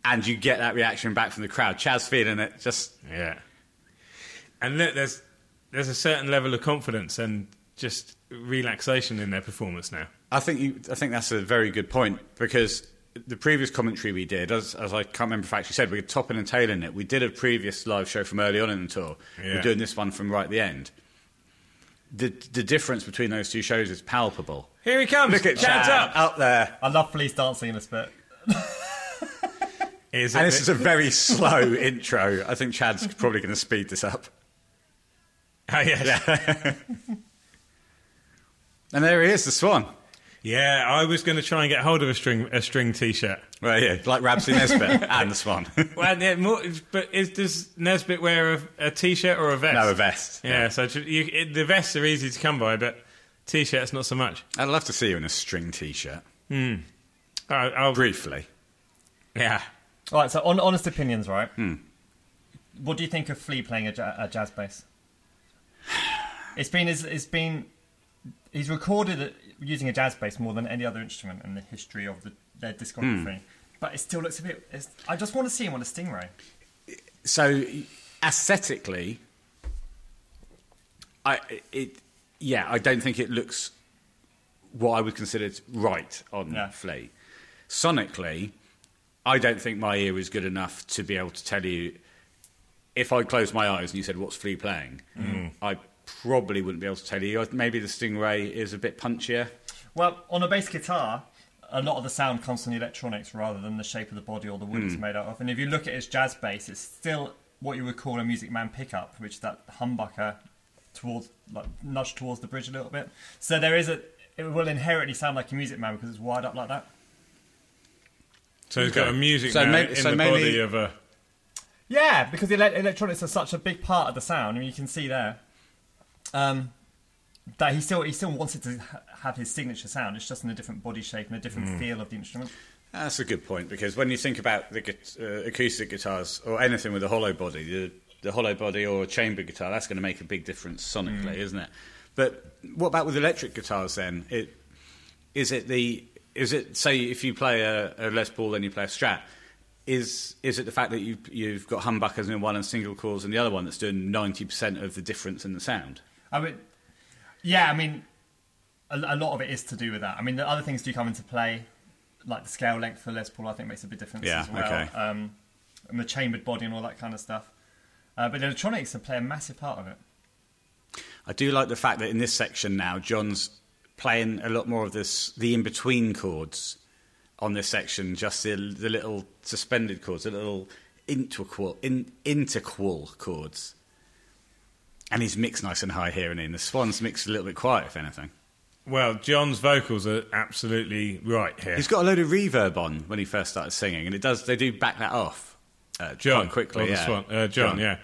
[SPEAKER 1] And you get that reaction back from the crowd. Chaz feeling it just
[SPEAKER 2] Oh, yeah. And look, there's there's a certain level of confidence and just relaxation in their performance now.
[SPEAKER 1] I think you, I think that's a very good point because the previous commentary we did, as, as I can't remember if I actually said, we were topping and tailing it. We did a previous live show from early on in the tour. We're
[SPEAKER 2] Yeah.
[SPEAKER 1] doing this one from right at the end. The, the difference between those two shows is palpable.
[SPEAKER 2] Here he comes.
[SPEAKER 1] Look at
[SPEAKER 2] Chad's
[SPEAKER 1] Chad
[SPEAKER 2] up.
[SPEAKER 1] up there,
[SPEAKER 4] I love police dancing in this bit.
[SPEAKER 2] Is
[SPEAKER 1] and
[SPEAKER 2] it-
[SPEAKER 1] this is a very slow intro. I think Chad's probably going to speed this up.
[SPEAKER 2] oh, yes. yeah.
[SPEAKER 1] And there he is, the Swan.
[SPEAKER 2] I was going to try and get hold of a string a string T-shirt.
[SPEAKER 1] Right here, like Ramsey Nesbitt and the Swan.
[SPEAKER 2] Well, yeah, more, but is, does Nesbit wear a, a t-shirt or a vest?
[SPEAKER 1] no, a vest.
[SPEAKER 2] Yeah, so tr- you, it, the vests are easy to come by, but t-shirts not so much.
[SPEAKER 1] I'd love to see you in a string T-shirt
[SPEAKER 2] I, I'll,
[SPEAKER 1] briefly.
[SPEAKER 2] yeah,
[SPEAKER 4] All right, so on honest opinions, right?
[SPEAKER 1] Hmm.
[SPEAKER 4] What do you think of Flea playing a, ja- a jazz bass? It's been his, it's been he's recorded it using a jazz bass more than any other instrument in the history of the, their discography.
[SPEAKER 1] Hmm.
[SPEAKER 4] But it still looks a bit. It's, I just want to see him on a stingray.
[SPEAKER 1] so aesthetically, I it yeah, I don't think it looks what I would consider right on
[SPEAKER 4] Yeah.
[SPEAKER 1] Flea. Sonically, I don't think my ear is good enough to be able to tell you if I closed my eyes and you said, "What's Flea playing?" I probably wouldn't be able to tell you. Maybe the Stingray is a bit punchier.
[SPEAKER 4] Well, on a bass guitar, a lot of the sound comes from the electronics rather than the shape of the body or the wood it's made out of. And if you look at its jazz bass, it's still what you would call a Music Man pickup, which is that humbucker towards, like, nudged towards the bridge a little bit. So there is a, it will inherently sound like a Music Man because it's wired up like that.
[SPEAKER 2] So he's got a
[SPEAKER 1] Okay.
[SPEAKER 2] music
[SPEAKER 1] So
[SPEAKER 2] man
[SPEAKER 1] ma-
[SPEAKER 2] in
[SPEAKER 1] so
[SPEAKER 2] the
[SPEAKER 1] mainly-
[SPEAKER 2] body of a.
[SPEAKER 4] Yeah, because the ele- electronics are such a big part of the sound. I mean, you can see there um, that he still he still wanted to ha- have his signature sound. It's just in a different body shape and a different feel of the instrument.
[SPEAKER 1] That's a good point because when you think about the gu- uh, acoustic guitars or anything with a hollow body, the, the hollow body or a chamber guitar, that's going to make a big difference sonically, isn't it? But what about with electric guitars then? It, is it the is it say if you play a, a Les Paul then you play a Strat? Is is it the fact that you you've got humbuckers in one and single cores in the other one that's doing ninety percent of the difference in the sound?
[SPEAKER 4] I mean, yeah, I mean, a, a lot of it is to do with that. I mean, the other things do come into play, like the scale length for Les Paul. I think makes a big difference
[SPEAKER 1] Yeah,
[SPEAKER 4] as well.
[SPEAKER 1] okay.
[SPEAKER 4] Um, and the chambered body and all that kind of stuff. Uh, but the electronics play a massive part of it.
[SPEAKER 1] I do like the fact that in this section now, John's playing a lot more of this the in between chords on this section, just the the little suspended chords, the little interqual in, interqual chords. And he's mixed nice and high here and in. The Swans mixed a little bit quiet, if anything.
[SPEAKER 2] Well, John's vocals are absolutely right here.
[SPEAKER 1] He's got a load of reverb on when he first started singing, and it does they do back that off uh,
[SPEAKER 2] John
[SPEAKER 1] quite quickly.
[SPEAKER 2] or the
[SPEAKER 1] yeah.
[SPEAKER 2] Swan- uh, John, yeah.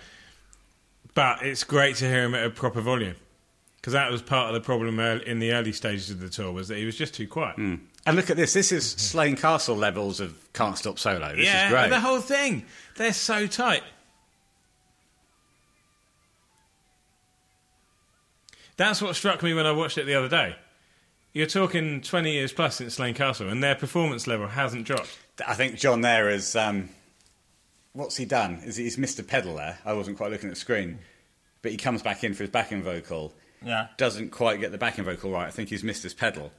[SPEAKER 2] But it's great to hear him at a proper volume because that was part of the problem ear- in the early stages of the tour was that he was just too quiet.
[SPEAKER 1] And look at this. This is Slane Castle levels of Can't Stop Solo. This
[SPEAKER 2] yeah,
[SPEAKER 1] is great.
[SPEAKER 2] the whole thing. They're so tight. That's what struck me when I watched it the other day. You're talking 20 years plus since Slane Castle, and their performance level hasn't dropped.
[SPEAKER 1] I think John there is. Um, what's he done? Is he's Mr. Pedal there? I wasn't quite looking at the screen, but he comes back in for his backing vocal.
[SPEAKER 4] Yeah,
[SPEAKER 1] Doesn't quite get the backing vocal right. I think he's missed his pedal.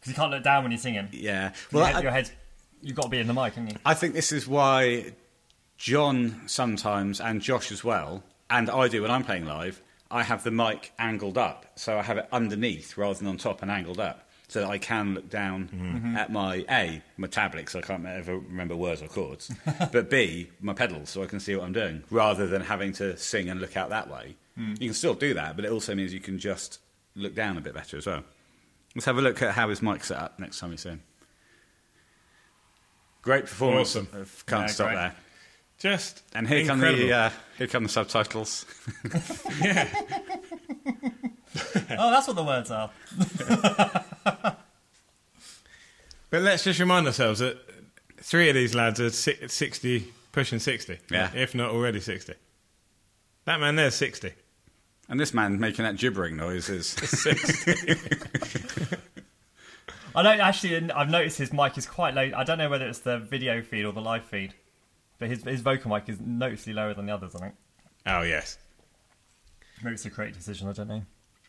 [SPEAKER 4] because you can't look down when you're singing.
[SPEAKER 1] Yeah.
[SPEAKER 4] Well,
[SPEAKER 1] Well,
[SPEAKER 4] your,
[SPEAKER 1] I,
[SPEAKER 4] head, your head's you've got to be in the mic, haven't you?
[SPEAKER 1] I think this is why John sometimes and Josh as well, and I do when I'm playing live. I have the mic angled up, so I have it underneath rather than on top and angled up, so that I can look down
[SPEAKER 4] Mm-hmm.
[SPEAKER 1] at my A, my tablet, so I can't ever remember words or chords, but B, my pedals, so I can see what I'm doing, rather than having to sing and look out that way.
[SPEAKER 4] Mm.
[SPEAKER 1] You can still do that, but it also means you can just look down a bit better as well. Let's have a look at how his mic's set up next time we see him. Great performance.
[SPEAKER 2] Awesome.
[SPEAKER 1] Of Can't
[SPEAKER 4] Yeah,
[SPEAKER 1] stop
[SPEAKER 4] great.
[SPEAKER 1] there.
[SPEAKER 2] Just
[SPEAKER 1] And here
[SPEAKER 2] incredible.
[SPEAKER 1] come the uh, here come the subtitles.
[SPEAKER 4] Oh, that's what the words are.
[SPEAKER 2] But let's just remind ourselves that three of these lads are si- 60, pushing 60.
[SPEAKER 1] Yeah.
[SPEAKER 2] If not already 60. That man there's 60.
[SPEAKER 1] And this man making that gibbering noise is
[SPEAKER 4] I know. Actually, I've noticed his mic is quite low. I don't know whether it's the video feed or the live feed, but his his vocal mic is noticeably lower than the others. I think
[SPEAKER 2] Oh, yes.
[SPEAKER 4] maybe it's a creative decision. I don't know.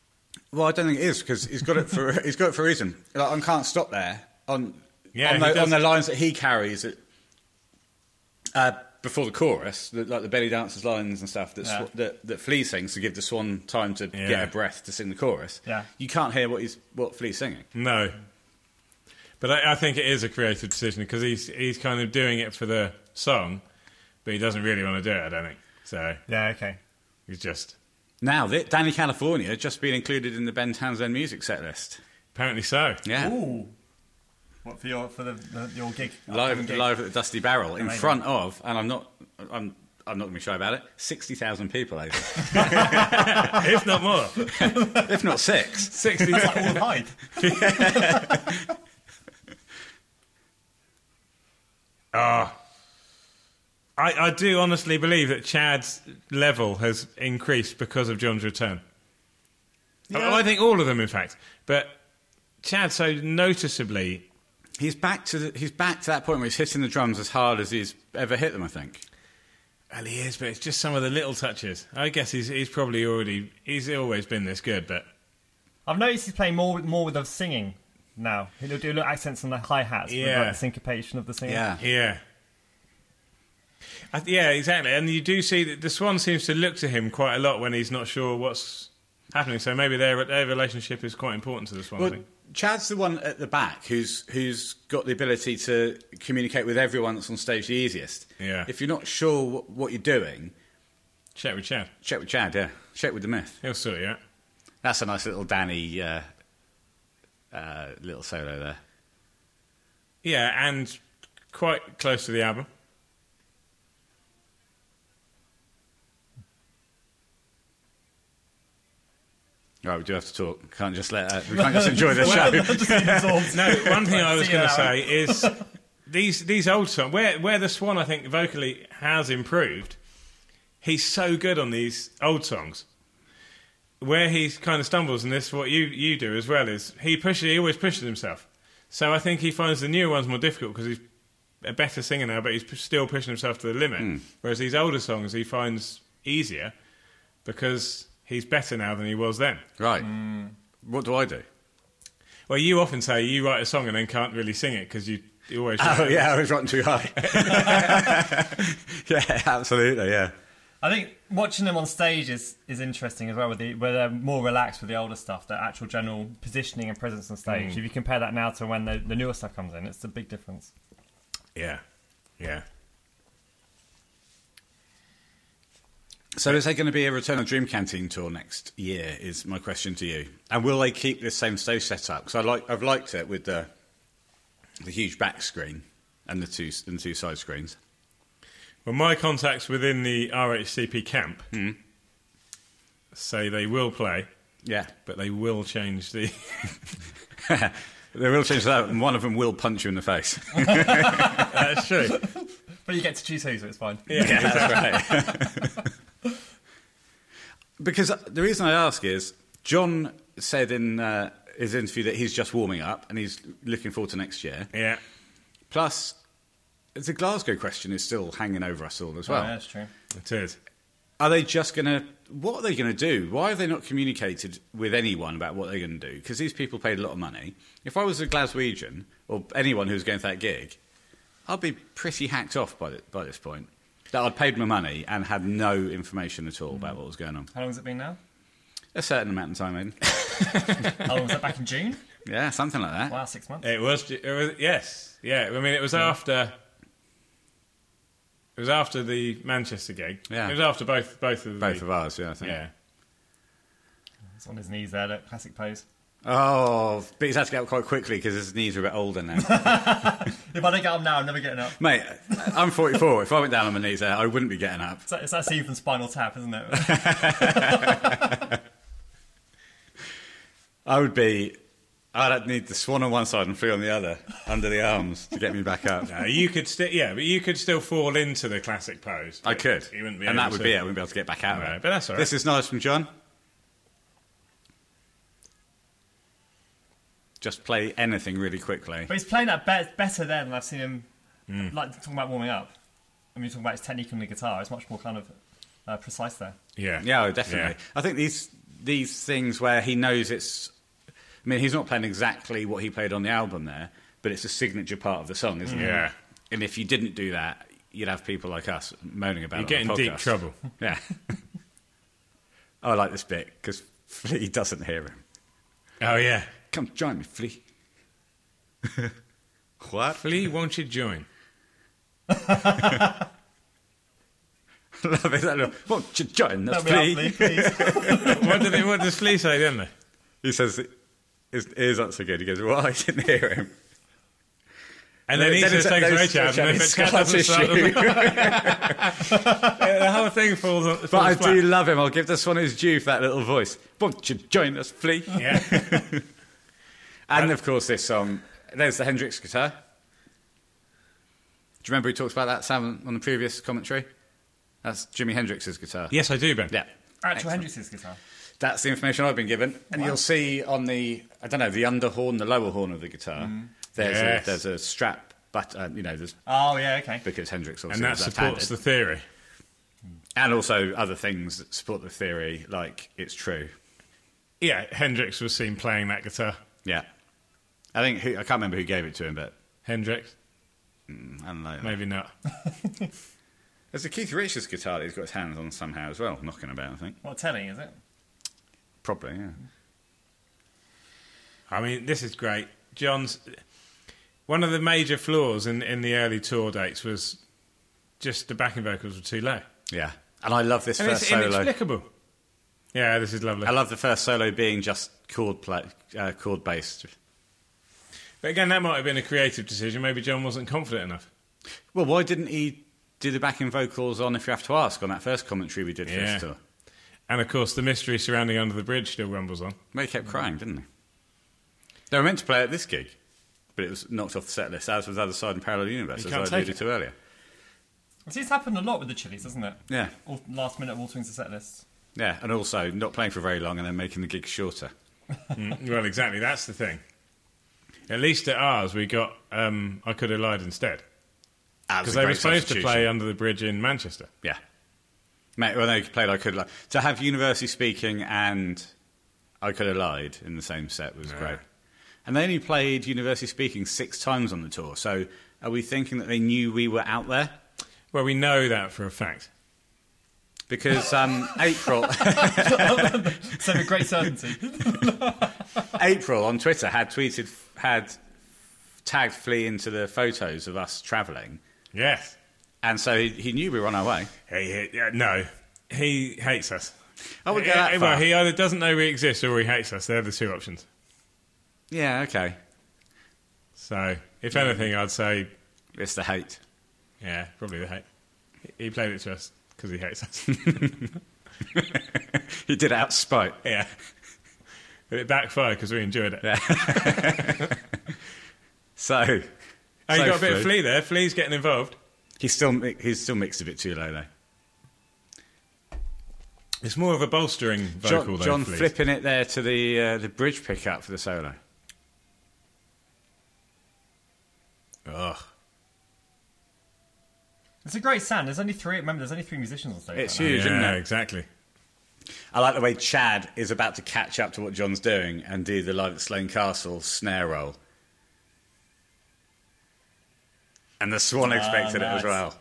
[SPEAKER 1] well, I don't think it is because he's got it for he's got it for a reason. Like, on can't stop there on
[SPEAKER 2] Yeah,
[SPEAKER 1] on,
[SPEAKER 2] he
[SPEAKER 1] the,
[SPEAKER 2] does.
[SPEAKER 1] on the lines that he carries at, uh, before the chorus, the, like the belly dancers lines and stuff that,
[SPEAKER 4] Yeah.
[SPEAKER 1] sw- that that Flea sings to give the swan time to
[SPEAKER 2] Yeah.
[SPEAKER 1] get a breath to sing the chorus.
[SPEAKER 4] Yeah.
[SPEAKER 1] you can't hear what he's what Flea's singing.
[SPEAKER 2] No. But I, I think it is a creative decision because he's, he's kind of doing it for the song, but he doesn't really want to do it, I don't think. So
[SPEAKER 4] Yeah. Okay.
[SPEAKER 2] he's just.
[SPEAKER 1] Now, that Danny California just been included in the Ben Townsend music set list.
[SPEAKER 2] Apparently so.
[SPEAKER 1] Yeah.
[SPEAKER 4] Ooh. What for your for the, the your gig?
[SPEAKER 1] live,
[SPEAKER 4] Gig.
[SPEAKER 1] live at the Dusty Barrel in
[SPEAKER 4] Amazing.
[SPEAKER 1] front of, and I'm not, I'm, I'm not going to be shy about it. Sixty thousand people, over,
[SPEAKER 2] if not more.
[SPEAKER 1] if not six.
[SPEAKER 2] 60.
[SPEAKER 4] That's like all the hype.
[SPEAKER 2] I, I do honestly believe that Chad's level has increased because of John's return. I- I, think all of them, in fact. But Chad so noticeably.
[SPEAKER 1] He's back to the, he's back to that point where he's hitting the drums as hard as he's ever hit them. I think.
[SPEAKER 2] Well, he is, but it's just some of the little touches. I guess he's he's probably already he's always been this good, but
[SPEAKER 3] I've noticed he's playing more with more with the singing now. He'll do little accents on the hi hats,
[SPEAKER 2] Yeah.
[SPEAKER 3] like the syncopation of the singing.
[SPEAKER 1] Yeah.
[SPEAKER 2] Yeah. I, th- yeah, exactly. And you do see that the swan seems to look to him quite a lot when he's not sure what's happening. So maybe their their relationship is quite important to the swan. I
[SPEAKER 1] Well,
[SPEAKER 2] think.
[SPEAKER 1] Chad's the one at the back who's who's got the ability to communicate with everyone that's on stage the easiest.
[SPEAKER 2] Yeah.
[SPEAKER 1] If you're not sure what, what you're doing,
[SPEAKER 2] Check with Chad.
[SPEAKER 1] check with Chad. Yeah. Check with the myth.
[SPEAKER 2] He'll sort you out.
[SPEAKER 1] That's a nice little Danny uh, uh, little solo there.
[SPEAKER 2] Yeah, and quite close to the album.
[SPEAKER 1] Right, we do have to talk. Can't just let uh, we can't just enjoy the show.
[SPEAKER 2] No, one thing I was
[SPEAKER 3] See
[SPEAKER 2] going
[SPEAKER 3] that
[SPEAKER 2] to say is these these old songs where where the Swan I think vocally has improved. He's so good on these old songs. Where he kind of stumbles, and this what you you do as well is he pushes. He always pushes himself. So I think he finds the newer ones more difficult because he's a better singer now, but he's p- still pushing himself to the limit. Whereas these older songs he finds easier because he's better now than he was then.
[SPEAKER 1] right. What do I do?
[SPEAKER 2] Well, you often say you write a song and then can't really sing it because you, you always.
[SPEAKER 1] Oh yeah, I was rotten too high. yeah, absolutely. Yeah.
[SPEAKER 3] I think watching them on stage is, is interesting as well, with the, where they're more relaxed with the older stuff, the actual general positioning and presence on stage.
[SPEAKER 1] Mm.
[SPEAKER 3] If you compare that now to when the, the newer stuff comes in, it's a big difference.
[SPEAKER 2] Yeah, yeah.
[SPEAKER 1] So is there going to be a Return of Dream Canteen tour next year? Is my question to you. And will they keep this same stage setup? Because I like I've liked it with the the huge back screen and the two and the two side screens.
[SPEAKER 2] Well, my contacts within the RHCP camp
[SPEAKER 1] Hmm.
[SPEAKER 2] say they will play,
[SPEAKER 1] Yeah,
[SPEAKER 2] but they will change the.
[SPEAKER 1] they will change that, and one of them will punch you in the face.
[SPEAKER 2] That's true.
[SPEAKER 3] But you get to choose who, so it's fine.
[SPEAKER 1] Yeah, that's right. because the reason I ask is John said in uh, his interview that he's just warming up and he's looking forward to next year.
[SPEAKER 2] Yeah,
[SPEAKER 1] Plus, the Glasgow question is still hanging over us all as well.
[SPEAKER 3] yeah, that's true.
[SPEAKER 2] it is.
[SPEAKER 1] Are they just going to? What are they going to do? Why have they not communicated with anyone about what they're going to do? Because these people paid a lot of money. If I was a Glaswegian or anyone who was going to that gig, I'd be pretty hacked off by, the, by this point. That I'd paid my money and had no information at all about what was going on.
[SPEAKER 3] How long has it been now?
[SPEAKER 1] A certain amount of time in,
[SPEAKER 3] How long was that back in June?
[SPEAKER 1] yeah, something like that.
[SPEAKER 3] Wow, six months.
[SPEAKER 2] It was. It was. Yes. Yeah. I mean, it was after. It was after the Manchester gig.
[SPEAKER 1] Yeah.
[SPEAKER 2] It was after both both of the
[SPEAKER 1] Both of ours, yeah, I think.
[SPEAKER 2] Yeah.
[SPEAKER 3] It's on his knees there, look, classic pose.
[SPEAKER 1] Oh, but he's had to get up quite quickly because his knees are a bit older now.
[SPEAKER 3] If I don't get up now, I'm never getting up.
[SPEAKER 1] Mate, I'm 44. If I went down on my knees there, I wouldn't be getting up.
[SPEAKER 3] It's that, it's that scene from Spinal Tap, isn't it?
[SPEAKER 1] I would be. I'd need the swan on one side and three on the other, under the arms, to get me back up.
[SPEAKER 2] Uh, you could still. Yeah, but you could still fall into the classic pose.
[SPEAKER 1] I could,
[SPEAKER 2] You wouldn't be
[SPEAKER 1] and
[SPEAKER 2] able
[SPEAKER 1] that would
[SPEAKER 2] to-
[SPEAKER 1] be it. I wouldn't be able to get back out. of
[SPEAKER 2] No,
[SPEAKER 1] it.
[SPEAKER 2] but that's all right.
[SPEAKER 1] This is nice from John. Just play anything really quickly.
[SPEAKER 3] but he's playing that be- better then than I've seen him,
[SPEAKER 1] Hmm.
[SPEAKER 3] like talking about warming up. I mean, talking about his technique on the guitar, it's much more kind of uh, precise there.
[SPEAKER 2] Yeah.
[SPEAKER 1] Yeah, oh, definitely.
[SPEAKER 2] Yeah.
[SPEAKER 1] I think these these things where he knows it's. I mean, he's not playing exactly what he played on the album there, but it's a signature part of the song, isn't it?
[SPEAKER 2] Yeah.
[SPEAKER 1] And if you didn't do that, you'd have people like us moaning about.
[SPEAKER 2] You
[SPEAKER 1] it
[SPEAKER 2] get
[SPEAKER 1] on
[SPEAKER 2] in
[SPEAKER 1] the
[SPEAKER 2] deep
[SPEAKER 1] podcast.
[SPEAKER 2] trouble.
[SPEAKER 1] Yeah. I like this bit because Flea doesn't hear him.
[SPEAKER 2] Oh yeah.
[SPEAKER 1] Come join me, Flea. what?
[SPEAKER 2] Flea, won't you join?
[SPEAKER 1] Love it. that little, Won't you join us,
[SPEAKER 3] Help me out, Lee,
[SPEAKER 1] Flea?
[SPEAKER 3] please.
[SPEAKER 2] what did they, what does Flea say then? Though?
[SPEAKER 1] He says his ears aren't so good. He goes, "Well, I didn't hear him."
[SPEAKER 2] And then he
[SPEAKER 1] it's-
[SPEAKER 2] just takes
[SPEAKER 1] then
[SPEAKER 2] away
[SPEAKER 1] it's-
[SPEAKER 2] Chad, and
[SPEAKER 1] it's
[SPEAKER 2] if it Chad
[SPEAKER 1] Scar
[SPEAKER 2] doesn't start,
[SPEAKER 1] tissue.
[SPEAKER 2] the whole thing falls. On, falls
[SPEAKER 1] But I
[SPEAKER 2] flat.
[SPEAKER 1] do love him. I'll give this one his due for that little voice. Won't you join us, Flea?
[SPEAKER 2] Yeah,
[SPEAKER 1] And of course, this song. There's the Hendrix guitar. Do you remember we talked about that, Sam, on the previous commentary? That's Jimi Hendrix's guitar.
[SPEAKER 2] yes, I do, Ben.
[SPEAKER 1] Yeah.
[SPEAKER 3] Actual Hendrix's guitar.
[SPEAKER 1] That's the information I've been given. And you'll see on the, I don't know, the under horn, the lower horn of the guitar, there's,
[SPEAKER 2] Mm-hmm. Yes.
[SPEAKER 1] a, there's a strap, but, uh, you know, there's,
[SPEAKER 3] Oh, yeah, okay.
[SPEAKER 1] because Hendrix
[SPEAKER 2] and
[SPEAKER 1] obviously
[SPEAKER 2] that
[SPEAKER 1] was
[SPEAKER 2] supports the
[SPEAKER 1] left-handed.
[SPEAKER 2] theory.
[SPEAKER 1] And also other things that support the theory, like it's true.
[SPEAKER 2] yeah, Hendrix was seen playing that guitar.
[SPEAKER 1] Yeah. I think who, I can't remember who gave it to him, but
[SPEAKER 2] Hendrix,
[SPEAKER 1] I don't know.
[SPEAKER 2] maybe not.
[SPEAKER 1] There's a Keith Richards guitar that he's got his hands on somehow as well, knocking about. I think
[SPEAKER 4] What telly is it?
[SPEAKER 1] probably. Yeah.
[SPEAKER 2] I mean, this is great. John's one of the major flaws in, in the early tour dates was just the backing vocals were too low,
[SPEAKER 1] Yeah. And I love this
[SPEAKER 2] and
[SPEAKER 1] first
[SPEAKER 2] it's
[SPEAKER 1] solo.
[SPEAKER 2] inexplicable. Yeah, this is lovely.
[SPEAKER 1] I love the first solo being just chord play, uh, chord based.
[SPEAKER 2] But again, that might have been a creative decision. Maybe John wasn't confident enough.
[SPEAKER 1] Well, why didn't he do the backing vocals on "If You Have to Ask" on that first commentary we did for
[SPEAKER 2] Yeah.
[SPEAKER 1] this tour?
[SPEAKER 2] And of course, the mystery surrounding Under the Bridge still rumbles on.
[SPEAKER 1] They kept crying, didn't they? They were meant to play at this gig, but it was knocked off the set list, as was Other Side and Parallel Universe,
[SPEAKER 2] You
[SPEAKER 1] as I
[SPEAKER 2] can't take
[SPEAKER 1] alluded
[SPEAKER 2] it.
[SPEAKER 1] to earlier.
[SPEAKER 4] This has happened a lot with the Chili's, hasn't it?
[SPEAKER 1] Yeah,
[SPEAKER 4] All, last minute altering the set list.
[SPEAKER 1] yeah, and also not playing for very long and then making the gig shorter.
[SPEAKER 2] Well, exactly. That's the thing. At least at ours, we got um, I Could Have Lied Instead.
[SPEAKER 1] That was a
[SPEAKER 2] Because they were
[SPEAKER 1] great
[SPEAKER 2] supposed to
[SPEAKER 1] substitution.
[SPEAKER 2] play Under the Bridge in Manchester.
[SPEAKER 1] Yeah. Mate, well, they played I Could Lie. To have University Speaking and I Could Have Lied in the same set was great. And they only played University Speaking six times on the tour, so are we thinking that they knew we were out there?
[SPEAKER 2] Well, we know that for a fact.
[SPEAKER 1] Because um, April,
[SPEAKER 4] So with great certainty.
[SPEAKER 1] April on Twitter had tweeted, had tagged Flea into the photos of us travelling,
[SPEAKER 2] Yes.
[SPEAKER 1] and so he, he knew we were on our way.
[SPEAKER 2] He, he- yeah, no, he hates us.
[SPEAKER 1] I would Oh, go that
[SPEAKER 2] Yeah,
[SPEAKER 1] far.
[SPEAKER 2] Well, he either doesn't know we exist or he hates us. They're the two options.
[SPEAKER 1] Yeah, okay.
[SPEAKER 2] So, if anything, I'd say,
[SPEAKER 1] It's the hate.
[SPEAKER 2] yeah, probably the hate. He played it to us because he hates us.
[SPEAKER 1] He did it out of spite.
[SPEAKER 2] yeah. But it backfired because we enjoyed it.
[SPEAKER 1] So
[SPEAKER 2] Oh,
[SPEAKER 1] So
[SPEAKER 2] you got a bit of
[SPEAKER 1] Flea.
[SPEAKER 2] Flea there. Flea's getting involved.
[SPEAKER 1] he's still, mi- he's still mixed a bit too low, though.
[SPEAKER 2] It's more of a bolstering
[SPEAKER 1] John,
[SPEAKER 2] vocal, though.
[SPEAKER 1] John
[SPEAKER 2] Flea's.
[SPEAKER 1] flipping it there to the uh, the bridge pickup for the solo. Ugh.
[SPEAKER 4] It's a great sound. There's only three. Remember, there's only three musicians on stage.
[SPEAKER 1] It's
[SPEAKER 4] right
[SPEAKER 1] huge, isn't
[SPEAKER 2] Yeah,
[SPEAKER 1] it?
[SPEAKER 2] exactly.
[SPEAKER 1] I like the way Chad is about to catch up to what John's doing and do the Live at Slane Castle snare roll. And the Swan expected it as
[SPEAKER 4] nice.
[SPEAKER 1] well.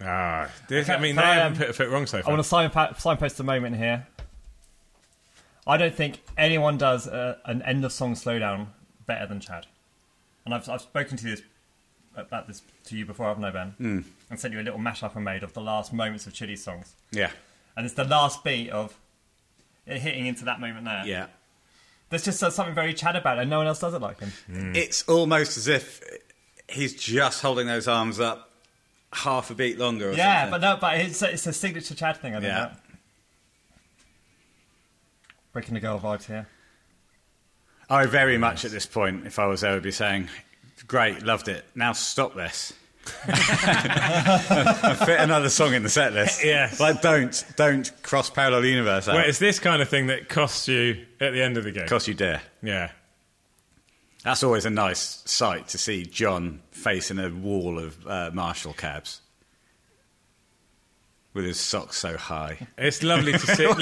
[SPEAKER 2] Ah, this, I
[SPEAKER 4] Okay,
[SPEAKER 2] mean, they
[SPEAKER 4] can I,
[SPEAKER 2] haven't
[SPEAKER 4] um,
[SPEAKER 2] put a foot wrong so
[SPEAKER 4] now. I
[SPEAKER 2] far.
[SPEAKER 4] want to signpo- signpost a moment here. I don't think anyone does uh an end of song slowdown better than Chad. And I've, I've spoken to this about this to you before, haven't I, Ben? Mm. And sent you a little mashup I made of the last moments of Chili's songs.
[SPEAKER 1] Yeah,
[SPEAKER 4] And it's the last beat of it hitting into that moment there.
[SPEAKER 1] yeah.
[SPEAKER 4] There's just uh, something very Chad about it, and no one else does it like him.
[SPEAKER 1] It's almost as if he's just holding those arms up half a beat longer. Or
[SPEAKER 4] Yeah, but
[SPEAKER 1] something.
[SPEAKER 4] no, but it's, it's a signature Chad thing, I think.
[SPEAKER 1] Yeah.
[SPEAKER 4] that. Breaking the girl vibes here.
[SPEAKER 1] I very much at this point, if I was there, would be saying, "Great, loved it. Now stop this." And fit another song in the set list.
[SPEAKER 2] Yes.
[SPEAKER 1] like don't don't cross parallel universe. Out.
[SPEAKER 2] Well, it's this kind of thing that costs you at the end of the game.
[SPEAKER 1] Cost you dare.
[SPEAKER 2] yeah.
[SPEAKER 1] That's always a nice sight to see John facing a wall of uh, Marshall cabs with his socks so high.
[SPEAKER 2] It's lovely to see. no,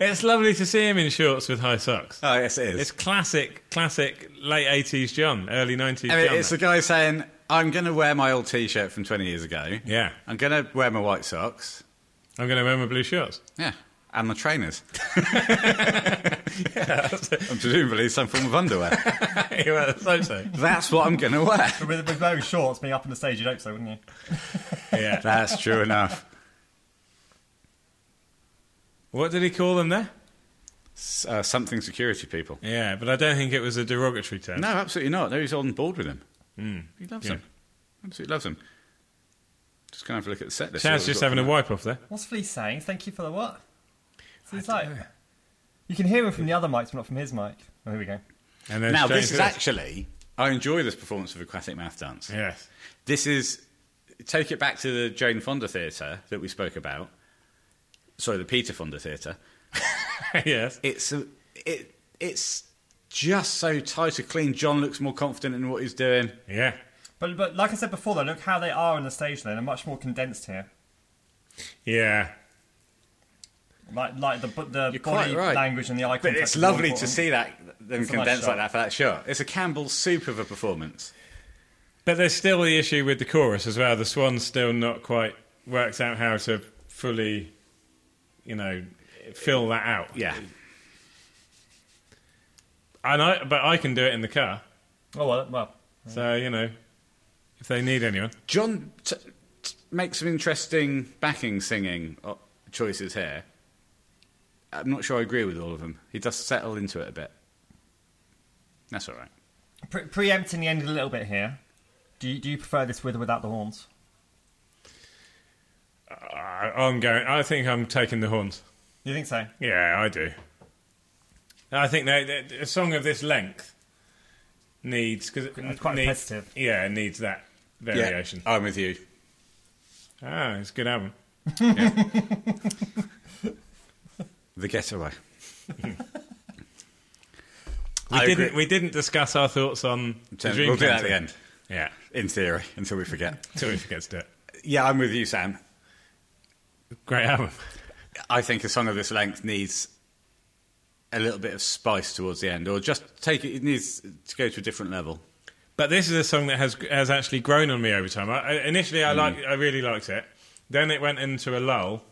[SPEAKER 2] it's lovely to see him in shorts with high socks.
[SPEAKER 1] Oh yes, it is.
[SPEAKER 2] It's classic, classic late eighties John, early nineties
[SPEAKER 1] I mean,
[SPEAKER 2] John.
[SPEAKER 1] it's the guy saying, "I'm going to wear my old T-shirt from 20 years ago.
[SPEAKER 2] Yeah.
[SPEAKER 1] I'm going to wear my white socks.
[SPEAKER 2] I'm going to wear my blue shorts.
[SPEAKER 1] Yeah. And my trainers. and presumably some form of underwear.
[SPEAKER 2] well, that's so so.
[SPEAKER 1] That's what I'm going to wear.
[SPEAKER 4] But with, with those shorts being up on the stage, you'd hope so, wouldn't you?
[SPEAKER 2] Yeah.
[SPEAKER 1] That's true enough.
[SPEAKER 2] What did he call them there?
[SPEAKER 1] S- Uh, something security people.
[SPEAKER 2] Yeah, but I don't think it was a derogatory term.
[SPEAKER 1] No, absolutely not. No, he's on board with him.
[SPEAKER 2] Hmm.
[SPEAKER 1] He loves him. Absolutely loves him. Just going to have a look at the set list.
[SPEAKER 2] Chad's
[SPEAKER 1] See what
[SPEAKER 2] just
[SPEAKER 1] we've
[SPEAKER 2] having
[SPEAKER 1] got
[SPEAKER 2] a wipe off there.
[SPEAKER 4] What's Flea saying? Thank you for the what? So it's like, you can hear him from the other mics, but not from his mic. Oh, here we go.
[SPEAKER 2] And then
[SPEAKER 1] Now,
[SPEAKER 2] straight
[SPEAKER 1] this
[SPEAKER 2] into
[SPEAKER 1] is actually. I enjoy this performance of Aquatic Math Dance.
[SPEAKER 2] Yes.
[SPEAKER 1] This is take it back to the Jane Fonda Theatre that we spoke about. Sorry, the Peter Fonda Theatre.
[SPEAKER 2] yes.
[SPEAKER 1] It's a, it it's just so tight and clean. John looks more confident in what he's doing.
[SPEAKER 2] Yeah.
[SPEAKER 4] But, but like I said before, though, look how they are on the stage, though. They're much more condensed here.
[SPEAKER 2] Yeah.
[SPEAKER 4] Like, like the the
[SPEAKER 1] You're quite
[SPEAKER 4] body
[SPEAKER 1] right.
[SPEAKER 4] language and the eye
[SPEAKER 1] But
[SPEAKER 4] contact.
[SPEAKER 1] it's
[SPEAKER 4] is more
[SPEAKER 1] lovely to
[SPEAKER 4] important.
[SPEAKER 1] see that them
[SPEAKER 4] It's a nice
[SPEAKER 1] condensed
[SPEAKER 4] shot.
[SPEAKER 1] like that for that shot. It's a Campbell soup of a performance.
[SPEAKER 2] But there's still the issue with the chorus as well. The swan's still not quite worked out how to fully, you know, fill that out.
[SPEAKER 1] Yeah.
[SPEAKER 2] And I, but I can do it in the car.
[SPEAKER 4] Oh well, well.
[SPEAKER 2] So you know, if they need anyone,
[SPEAKER 1] John t- t- makes some interesting backing singing uh, choices here. I'm not sure I agree with all of them. He does settle into it a bit. That's all right.
[SPEAKER 4] Pre- preempting the end a little bit here. Do you, do you prefer this with or without the horns?
[SPEAKER 2] I, I'm going. I think I'm taking the horns.
[SPEAKER 4] You think so?
[SPEAKER 2] Yeah, I do. I think that, that a song of this length needs because
[SPEAKER 4] It's quite repetitive.
[SPEAKER 2] Yeah, it needs that variation.
[SPEAKER 1] I'm with you.
[SPEAKER 2] Ah, it's a good album.
[SPEAKER 1] The Getaway.
[SPEAKER 2] We
[SPEAKER 1] I
[SPEAKER 2] didn't.
[SPEAKER 1] agree.
[SPEAKER 2] We didn't discuss our thoughts on the dream.
[SPEAKER 1] we'll do that at
[SPEAKER 2] Counter.
[SPEAKER 1] the end,
[SPEAKER 2] Yeah,
[SPEAKER 1] in theory, until we forget.
[SPEAKER 2] until we forget to do it.
[SPEAKER 1] yeah, I'm with you, Sam.
[SPEAKER 2] Great album.
[SPEAKER 1] I think a song of this length needs a little bit of spice towards the end, or just take it. It needs to go to a different level.
[SPEAKER 2] But this is a song that has has actually grown on me over time. I, I, initially,
[SPEAKER 1] Mm.
[SPEAKER 2] I like I really liked it. Then it went into a lull,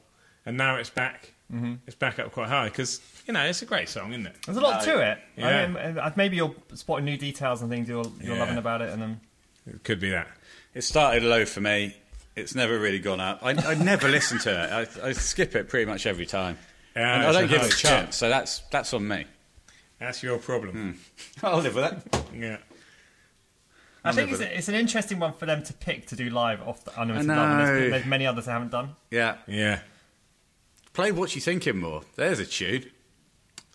[SPEAKER 2] and now it's back.
[SPEAKER 1] Mm-hmm.
[SPEAKER 2] It's back up quite high because you know it's a great song, isn't it?
[SPEAKER 4] There's a lot to it.
[SPEAKER 2] Yeah.
[SPEAKER 4] I mean, uh, maybe you'll spot new details and things you're, you're
[SPEAKER 2] Yeah.
[SPEAKER 4] loving about it, and then
[SPEAKER 2] It could be that.
[SPEAKER 1] It started low for me. It's never really gone up. I, I never listen to it. I, I skip it pretty much every time.
[SPEAKER 2] Yeah,
[SPEAKER 1] And I
[SPEAKER 2] it's
[SPEAKER 1] don't
[SPEAKER 2] a
[SPEAKER 1] give it a
[SPEAKER 2] hard
[SPEAKER 1] chance, so that's that's on me.
[SPEAKER 2] That's your
[SPEAKER 1] Hmm.
[SPEAKER 2] problem.
[SPEAKER 1] I'll live with that.
[SPEAKER 2] Yeah.
[SPEAKER 4] I think it's,
[SPEAKER 1] never-
[SPEAKER 4] it's an interesting one for them to pick to do live off the unlimited
[SPEAKER 1] I
[SPEAKER 4] album.
[SPEAKER 1] know.
[SPEAKER 4] There's, there's many others they haven't done.
[SPEAKER 1] Yeah.
[SPEAKER 2] Yeah.
[SPEAKER 1] Play What You Thinking More. There's a tune.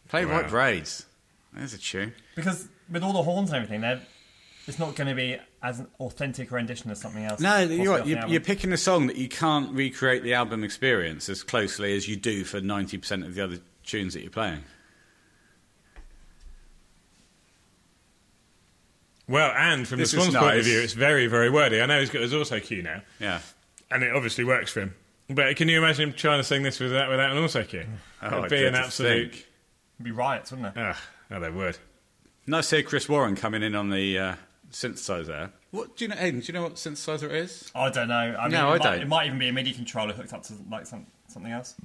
[SPEAKER 1] Play
[SPEAKER 2] Wow.
[SPEAKER 1] White Braids. There's a tune.
[SPEAKER 4] Because with all the horns and everything, they're- it's not going to be as an authentic rendition of something else.
[SPEAKER 1] No,
[SPEAKER 4] possibly
[SPEAKER 1] you're
[SPEAKER 4] off
[SPEAKER 1] right.
[SPEAKER 4] the
[SPEAKER 1] You're,
[SPEAKER 4] album.
[SPEAKER 1] you're picking a song that you can't recreate the album experience as closely as you do for 90% of the other tunes that you're playing.
[SPEAKER 2] Well, and from
[SPEAKER 1] This
[SPEAKER 2] the
[SPEAKER 1] is
[SPEAKER 2] Swans' point
[SPEAKER 1] nice.
[SPEAKER 2] of view, it's very, very wordy. I know he's got his auto cue now,
[SPEAKER 1] Yeah.
[SPEAKER 2] and it obviously works for him. But can you imagine him trying to sing this without, without an auto cue?
[SPEAKER 1] Oh,
[SPEAKER 2] It'd be
[SPEAKER 1] I
[SPEAKER 2] an
[SPEAKER 1] did
[SPEAKER 2] absolute.
[SPEAKER 1] think.
[SPEAKER 4] It'd be riots, wouldn't it?
[SPEAKER 2] Ah, oh, they would.
[SPEAKER 1] Nice to hear Chris Warren coming in on the uh, synthesizer. What do you know, Aiden? Do you know what synthesizer it is?
[SPEAKER 4] I don't know. I mean,
[SPEAKER 1] No, I
[SPEAKER 4] it might,
[SPEAKER 1] don't.
[SPEAKER 4] It might even be a MIDI controller hooked up to like some, something else.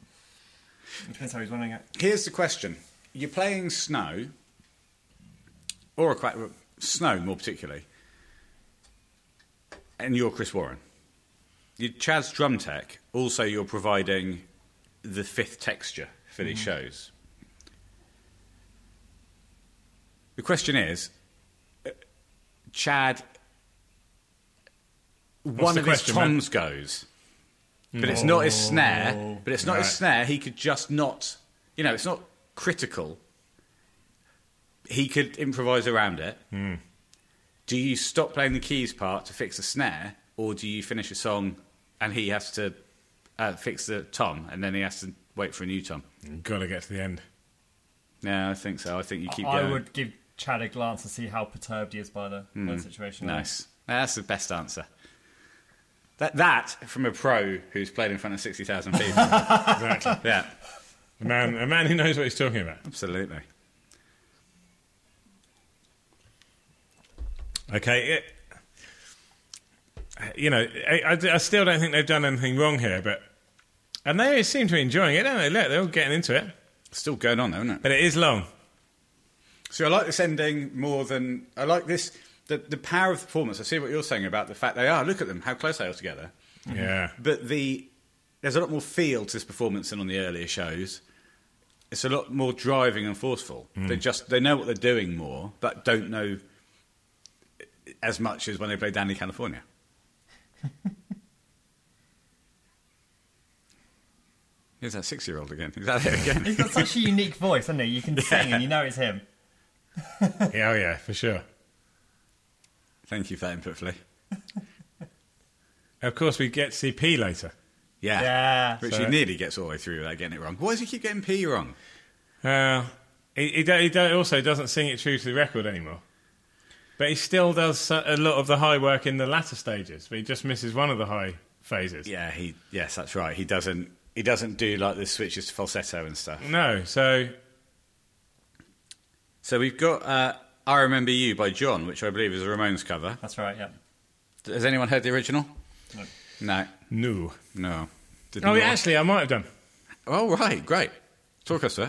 [SPEAKER 4] It depends how he's running it.
[SPEAKER 1] Here's the question: You're playing Snow, or a quite Snow more particularly, and you're Chris Warren. You Chad's drum tech. Also, you're providing the fifth texture for these
[SPEAKER 2] Mm-hmm.
[SPEAKER 1] shows. The question is, uh, Chad. one
[SPEAKER 2] the
[SPEAKER 1] of
[SPEAKER 2] question,
[SPEAKER 1] his
[SPEAKER 2] man?
[SPEAKER 1] toms goes, but it's not his snare. But it's not his
[SPEAKER 2] Oh. Right.
[SPEAKER 1] snare. He could just not. You know, it's not critical. He could improvise around it. Do you stop playing the keys part to fix the snare, or do you finish a song and he has to uh, fix the tom, and then he has to wait for a new tom?
[SPEAKER 2] Got to get to the end.
[SPEAKER 1] No, I think so. I think you keep
[SPEAKER 4] I
[SPEAKER 1] going.
[SPEAKER 4] would give Chad a glance and see how perturbed he is by the, by the situation.
[SPEAKER 1] Hmm. Nice. Now, that's the best answer. That, that from a pro who's played in front of 60,000 people.
[SPEAKER 2] Exactly.
[SPEAKER 1] yeah,
[SPEAKER 2] a, man, a man who knows what he's talking about.
[SPEAKER 1] absolutely.
[SPEAKER 2] Okay. It, you know, I, I- I still don't think they've done anything wrong here, but. And they seem to be enjoying it, don't they? Look, they're all getting into it.
[SPEAKER 1] Still going on, though, isn't it?
[SPEAKER 2] But it is long.
[SPEAKER 1] So I like this ending more than I like this. The, the power of the performance. I see what you're saying about the fact they are. Look at them, how close they are together.
[SPEAKER 2] Yeah.
[SPEAKER 1] But the there's a lot more feel to this performance than on the earlier shows. It's a lot more driving and forceful. They just they know what they're doing more, but don't know as much as when they played Danny California. Here's that six-year-old again. Is that it again?
[SPEAKER 4] He's got such a unique voice, hasn't he? You can sing and you know it's him.
[SPEAKER 2] yeah. Oh, yeah, for sure.
[SPEAKER 1] Thank you for that input, Flea.
[SPEAKER 2] Of course, we get to see P later.
[SPEAKER 1] Yeah.
[SPEAKER 4] Yeah.
[SPEAKER 1] Which
[SPEAKER 2] So-
[SPEAKER 1] he nearly gets all the way through without getting it wrong. Why does he keep getting P wrong?
[SPEAKER 2] Uh, he, he, do, he do, also doesn't sing it true to the record anymore. But he still does so- a lot of the high work in the latter stages, but he just misses one of the high phases.
[SPEAKER 1] Yeah, he. Yes, that's right. He doesn't he doesn't do like the switches to falsetto and stuff.
[SPEAKER 2] No, so
[SPEAKER 1] So we've got uh, I Remember You by John, which I believe is a Ramones cover.
[SPEAKER 4] That's right, yeah.
[SPEAKER 1] Has anyone heard the original?
[SPEAKER 4] No.
[SPEAKER 1] No.
[SPEAKER 2] no.
[SPEAKER 1] No. Didn't
[SPEAKER 2] Oh, yeah,
[SPEAKER 1] know.
[SPEAKER 2] actually, I might have done.
[SPEAKER 1] Oh, right, great. Talk us, sir.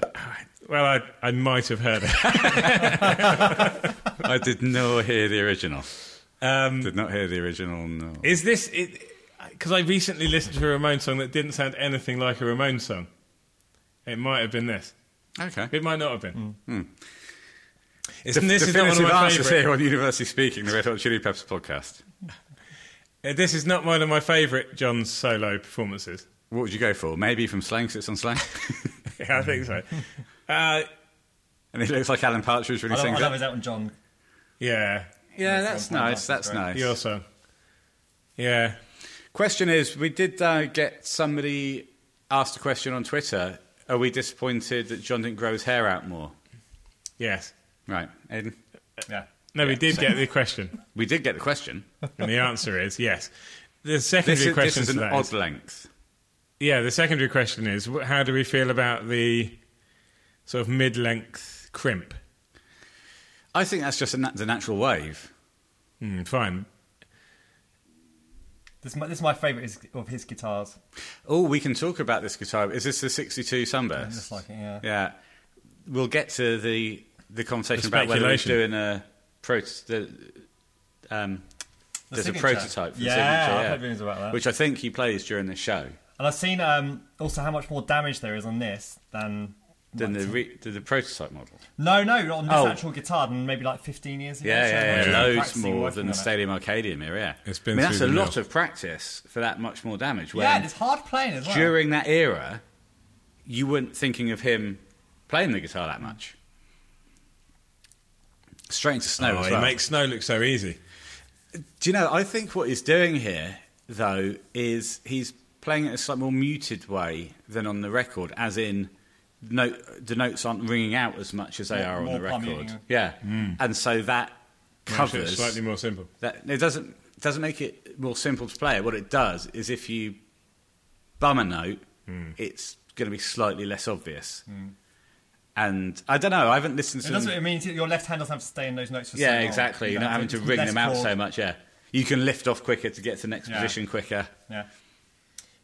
[SPEAKER 2] Well, I, I might have heard it.
[SPEAKER 1] I did not hear the original.
[SPEAKER 2] Um,
[SPEAKER 1] Did not hear the original, no.
[SPEAKER 2] is this because I recently listened to a Ramon song that didn't sound anything like a Ramon song? It might have been this.
[SPEAKER 1] Okay.
[SPEAKER 2] It might not have been.
[SPEAKER 1] The
[SPEAKER 2] Isn't this is not one of
[SPEAKER 1] Mm. definitive
[SPEAKER 2] my
[SPEAKER 1] answers
[SPEAKER 2] favorite.
[SPEAKER 1] here on University Speaking, the Red Hot Chili Peppers podcast.
[SPEAKER 2] This is not one of my favorite John's solo performances.
[SPEAKER 1] What would you go for? Maybe from Slang Sits on Slang?
[SPEAKER 2] Yeah, I think so.
[SPEAKER 1] Mm-hmm.
[SPEAKER 2] Uh,
[SPEAKER 1] and he looks like Alan Partridge when
[SPEAKER 4] I
[SPEAKER 1] he
[SPEAKER 4] love,
[SPEAKER 1] sings
[SPEAKER 4] I
[SPEAKER 1] that.
[SPEAKER 4] love his Elton John.
[SPEAKER 2] yeah,
[SPEAKER 1] Yeah, that's
[SPEAKER 4] One
[SPEAKER 1] nice.
[SPEAKER 4] point license,
[SPEAKER 1] That's
[SPEAKER 4] right?
[SPEAKER 1] nice.
[SPEAKER 2] your song. Yeah,
[SPEAKER 1] Question is, we did uh, get somebody asked a question on Twitter. Are we disappointed that John didn't grow his hair out more?
[SPEAKER 2] yes.
[SPEAKER 1] Right, Aidan.
[SPEAKER 4] Yeah.
[SPEAKER 2] No, we did get the question,
[SPEAKER 1] We did get the question.
[SPEAKER 2] and the answer is yes. The
[SPEAKER 1] This
[SPEAKER 2] secondary
[SPEAKER 1] is, this
[SPEAKER 2] question
[SPEAKER 1] is
[SPEAKER 2] to
[SPEAKER 1] an
[SPEAKER 2] that
[SPEAKER 1] odd
[SPEAKER 2] is-
[SPEAKER 1] length.
[SPEAKER 2] Yeah, the secondary question is wh- how do we feel about the sort of mid length crimp?
[SPEAKER 1] I think that's just a, nat- the natural wave.
[SPEAKER 2] Hmm, fine.
[SPEAKER 4] This, is my- this is my favourite is- of his guitars.
[SPEAKER 1] Oh, we can talk about this guitar. Is this the 62 Sunburst?
[SPEAKER 4] Looks like it, yeah.
[SPEAKER 1] Yeah. We'll get to the, the conversation
[SPEAKER 2] The
[SPEAKER 1] about whether we're
[SPEAKER 2] speculation.
[SPEAKER 1] doing a prot- the, um,
[SPEAKER 4] The
[SPEAKER 1] there's a
[SPEAKER 4] signature.
[SPEAKER 1] prototype for the
[SPEAKER 4] yeah,
[SPEAKER 1] signature,
[SPEAKER 4] I've
[SPEAKER 1] yeah.
[SPEAKER 4] heard rumors about that.
[SPEAKER 1] which I think he plays during the show.
[SPEAKER 4] and I've seen um, also how much more damage there is on this than.
[SPEAKER 1] Than the, re- the, the prototype model.
[SPEAKER 4] No, no, on this
[SPEAKER 1] Oh.
[SPEAKER 4] actual guitar than maybe like 15 years ago.
[SPEAKER 1] Yeah,
[SPEAKER 4] so
[SPEAKER 1] yeah,
[SPEAKER 4] much
[SPEAKER 1] yeah,
[SPEAKER 4] more
[SPEAKER 1] loads
[SPEAKER 4] practicing
[SPEAKER 1] more
[SPEAKER 4] working
[SPEAKER 1] than
[SPEAKER 4] on
[SPEAKER 1] the
[SPEAKER 4] it.
[SPEAKER 1] Stadium Arcadium here, yeah.
[SPEAKER 2] It's been
[SPEAKER 1] I mean, that's a
[SPEAKER 2] through the
[SPEAKER 1] lot
[SPEAKER 2] mill.
[SPEAKER 1] of practice for that much more damage.
[SPEAKER 4] Yeah,
[SPEAKER 1] when
[SPEAKER 4] and it's hard playing as well.
[SPEAKER 1] during that era, you weren't thinking of him playing the guitar that much. Straight into snow
[SPEAKER 2] Oh,
[SPEAKER 1] as
[SPEAKER 2] it
[SPEAKER 1] well.
[SPEAKER 2] makes snow look so easy.
[SPEAKER 1] Do you know? I think what he's doing here, though, is he's playing it in a slightly more muted way than on the record, as in no, the notes aren't ringing out as much as they
[SPEAKER 4] More-
[SPEAKER 1] are on
[SPEAKER 4] more
[SPEAKER 1] the
[SPEAKER 4] plumbing,
[SPEAKER 1] record. Yeah,
[SPEAKER 4] yeah.
[SPEAKER 1] and so that
[SPEAKER 2] Makes it
[SPEAKER 1] covers
[SPEAKER 2] slightly more simple.
[SPEAKER 1] that it doesn't doesn't make it more simple to play. What it does is if you bum a note,
[SPEAKER 4] Mm.
[SPEAKER 1] it's going to be slightly less obvious. And I don't know. I haven't listened
[SPEAKER 4] It
[SPEAKER 1] to.
[SPEAKER 4] doesn't.
[SPEAKER 1] them-
[SPEAKER 4] It means your left hand doesn't have to stay in those notes for so
[SPEAKER 1] yeah,
[SPEAKER 4] long.
[SPEAKER 1] exactly.
[SPEAKER 4] You
[SPEAKER 1] You're
[SPEAKER 4] know,
[SPEAKER 1] not having to
[SPEAKER 4] it's
[SPEAKER 1] ring
[SPEAKER 4] less
[SPEAKER 1] them out
[SPEAKER 4] chord.
[SPEAKER 1] so much. Yeah, you can lift off quicker to get to the next
[SPEAKER 4] Yeah.
[SPEAKER 1] position quicker.
[SPEAKER 4] Yeah.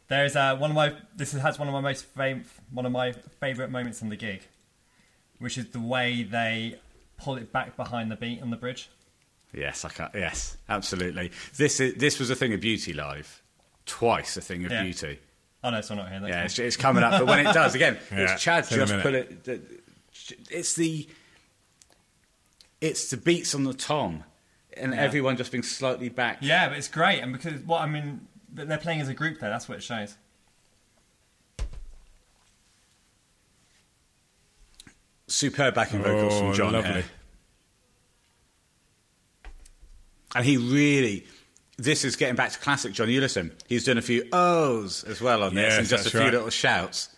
[SPEAKER 4] There is uh, one of my. This has one of my most fam- one of my favorite moments in the gig, which is the way they pull it back behind the beat on the bridge.
[SPEAKER 1] Yes, I can. Yes, absolutely. This is, this was a thing of beauty live, twice a thing of
[SPEAKER 4] Yeah.
[SPEAKER 1] beauty.
[SPEAKER 4] Oh no, it's still not here. That's
[SPEAKER 1] Yeah,
[SPEAKER 4] fine.
[SPEAKER 1] it's, it's coming up. But when it does, again,
[SPEAKER 2] Yeah,
[SPEAKER 1] it's Chad
[SPEAKER 2] it's in a
[SPEAKER 1] just
[SPEAKER 2] minute.
[SPEAKER 1] pull it. the- It's the it's the beats on the tom, and everyone just being slightly back.
[SPEAKER 4] Yeah, but it's great, and because what I mean, but they're playing as a group there. That's what it shows.
[SPEAKER 1] Superb backing vocals
[SPEAKER 2] Oh,
[SPEAKER 1] from John.
[SPEAKER 2] lovely.
[SPEAKER 1] here. And he really. This is getting back to classic John Ulison. He's done a few ohs as well on this
[SPEAKER 2] Yes,
[SPEAKER 1] and just a
[SPEAKER 2] that's
[SPEAKER 1] few
[SPEAKER 2] right.
[SPEAKER 1] little shouts.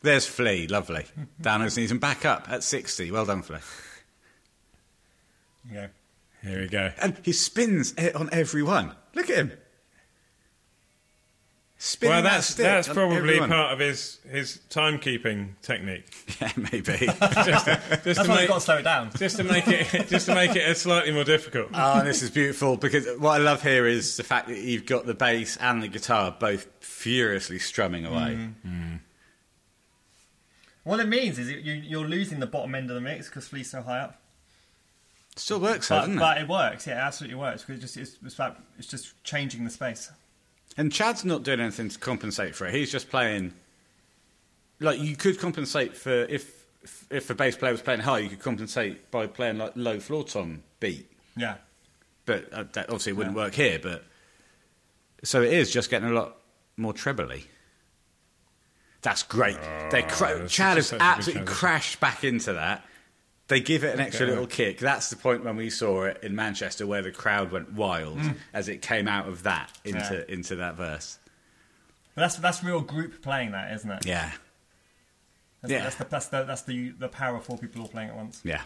[SPEAKER 1] There's Flea, lovely. Down on his knees and back up at 60. Well done, Flea.
[SPEAKER 4] You know.
[SPEAKER 2] Here we go.
[SPEAKER 1] And he spins it on every one. Look at him. Spinning
[SPEAKER 2] Well, that's
[SPEAKER 1] that stick
[SPEAKER 2] that's
[SPEAKER 1] on
[SPEAKER 2] probably
[SPEAKER 1] everyone.
[SPEAKER 2] part of his his timekeeping technique.
[SPEAKER 1] Yeah, maybe.
[SPEAKER 2] Just
[SPEAKER 4] That's
[SPEAKER 2] to
[SPEAKER 4] why
[SPEAKER 2] make
[SPEAKER 4] we've got to slow it down.
[SPEAKER 2] just to make it just to make it slightly more difficult.
[SPEAKER 1] oh, this is beautiful because what I love here is the fact that you've got the bass and the guitar both furiously strumming away.
[SPEAKER 2] Mm.
[SPEAKER 4] What it means is you, you- you're losing the bottom end of the mix because Flea's so high up.
[SPEAKER 1] Still works, though,
[SPEAKER 4] But,
[SPEAKER 1] doesn't it?
[SPEAKER 4] but it works. Yeah, it absolutely works. 'cause it just, it's, it's, about, it's just changing the space.
[SPEAKER 1] And Chad's not doing anything to compensate for it. He's just playing. Like you could compensate for if if a bass player was playing high, you could compensate by playing like low floor tom beat.
[SPEAKER 4] Yeah.
[SPEAKER 1] But uh, that obviously wouldn't work here. But so it is just getting a lot more trebly. That's great. They cra-
[SPEAKER 2] Oh, that's
[SPEAKER 1] Chad
[SPEAKER 2] such
[SPEAKER 1] has
[SPEAKER 2] a- such a good
[SPEAKER 1] absolutely
[SPEAKER 2] transition.
[SPEAKER 1] crashed back into that. They give it an extra
[SPEAKER 2] Okay.
[SPEAKER 1] little kick. That's the point when we saw it in Manchester where the crowd went wild
[SPEAKER 2] Mm.
[SPEAKER 1] as it came out of that into into that verse.
[SPEAKER 4] But that's, that's real group playing that, isn't it?
[SPEAKER 1] Yeah.
[SPEAKER 4] That's,
[SPEAKER 1] Yeah.
[SPEAKER 4] That's, the, that's, the, that's the, the power of four people all playing at once.
[SPEAKER 1] Yeah.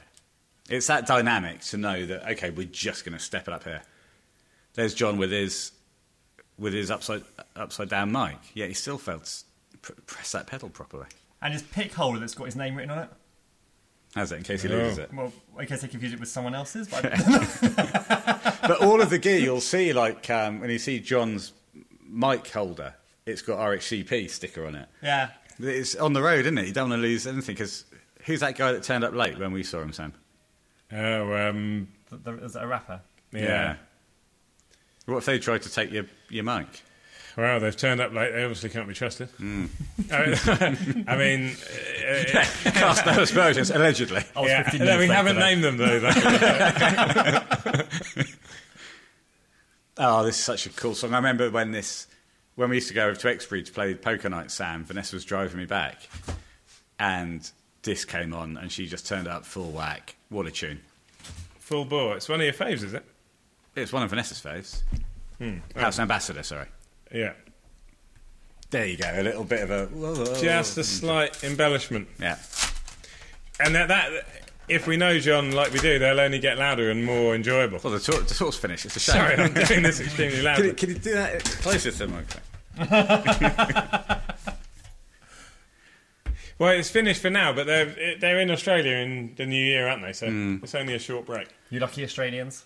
[SPEAKER 1] It's that dynamic to know that okay, we're just going to step it up here. There's John with his with his upside upside down mic. Yeah, he still felt s- pr- press that pedal properly.
[SPEAKER 4] And his pick holder that's got his name written on it.
[SPEAKER 1] How's it in case he loses
[SPEAKER 2] Oh.
[SPEAKER 1] it?
[SPEAKER 4] Well, I guess I confused it with someone else's. But I don't-
[SPEAKER 1] But all of the gear you'll see, like um, when you see John's mic holder, it's got RHCP sticker on it.
[SPEAKER 4] yeah.
[SPEAKER 1] It's on the road, isn't it? You don't want to lose anything because who's that guy that turned up late when we saw him, Sam?
[SPEAKER 2] Oh, um,
[SPEAKER 4] Th- there- Is it a rapper?
[SPEAKER 2] yeah.
[SPEAKER 1] What if they tried to take your, your mic?
[SPEAKER 2] Well, they've turned up late. They obviously can't be trusted.
[SPEAKER 1] Hmm.
[SPEAKER 2] I mean, I mean, uh,
[SPEAKER 1] Cast no aspersions, allegedly.
[SPEAKER 4] I was
[SPEAKER 2] yeah.
[SPEAKER 4] 15
[SPEAKER 2] No,
[SPEAKER 4] minutes
[SPEAKER 2] we
[SPEAKER 4] late
[SPEAKER 2] haven't
[SPEAKER 4] today.
[SPEAKER 2] named them though. though.
[SPEAKER 1] Oh, this is such a cool song. I remember when this, when we used to go over to Exbury to play poker night, Sam, Vanessa was driving me back and this came on and she just turned up full whack. What a tune.
[SPEAKER 2] Full bore. It's one of your faves, is it?
[SPEAKER 1] It's one of Vanessa's faves. House Ambassador, sorry.
[SPEAKER 2] Yeah.
[SPEAKER 1] There you go, a little bit of a. Mm. whoa, whoa.
[SPEAKER 2] Just a slight embellishment.
[SPEAKER 1] Yeah.
[SPEAKER 2] And that, that, if we know John like we do, they'll only get louder and more enjoyable.
[SPEAKER 1] Well, the, tour, the tour's finished. It's a shame.
[SPEAKER 2] Sorry, I'm doing this extremely
[SPEAKER 1] Can you,
[SPEAKER 2] loud.
[SPEAKER 1] can you do that closer to the microphone?
[SPEAKER 2] Well, it's finished for now, but they're they're in Australia in the new year, aren't they? So
[SPEAKER 1] Hmm.
[SPEAKER 2] it's only a short break.
[SPEAKER 4] You lucky Australians.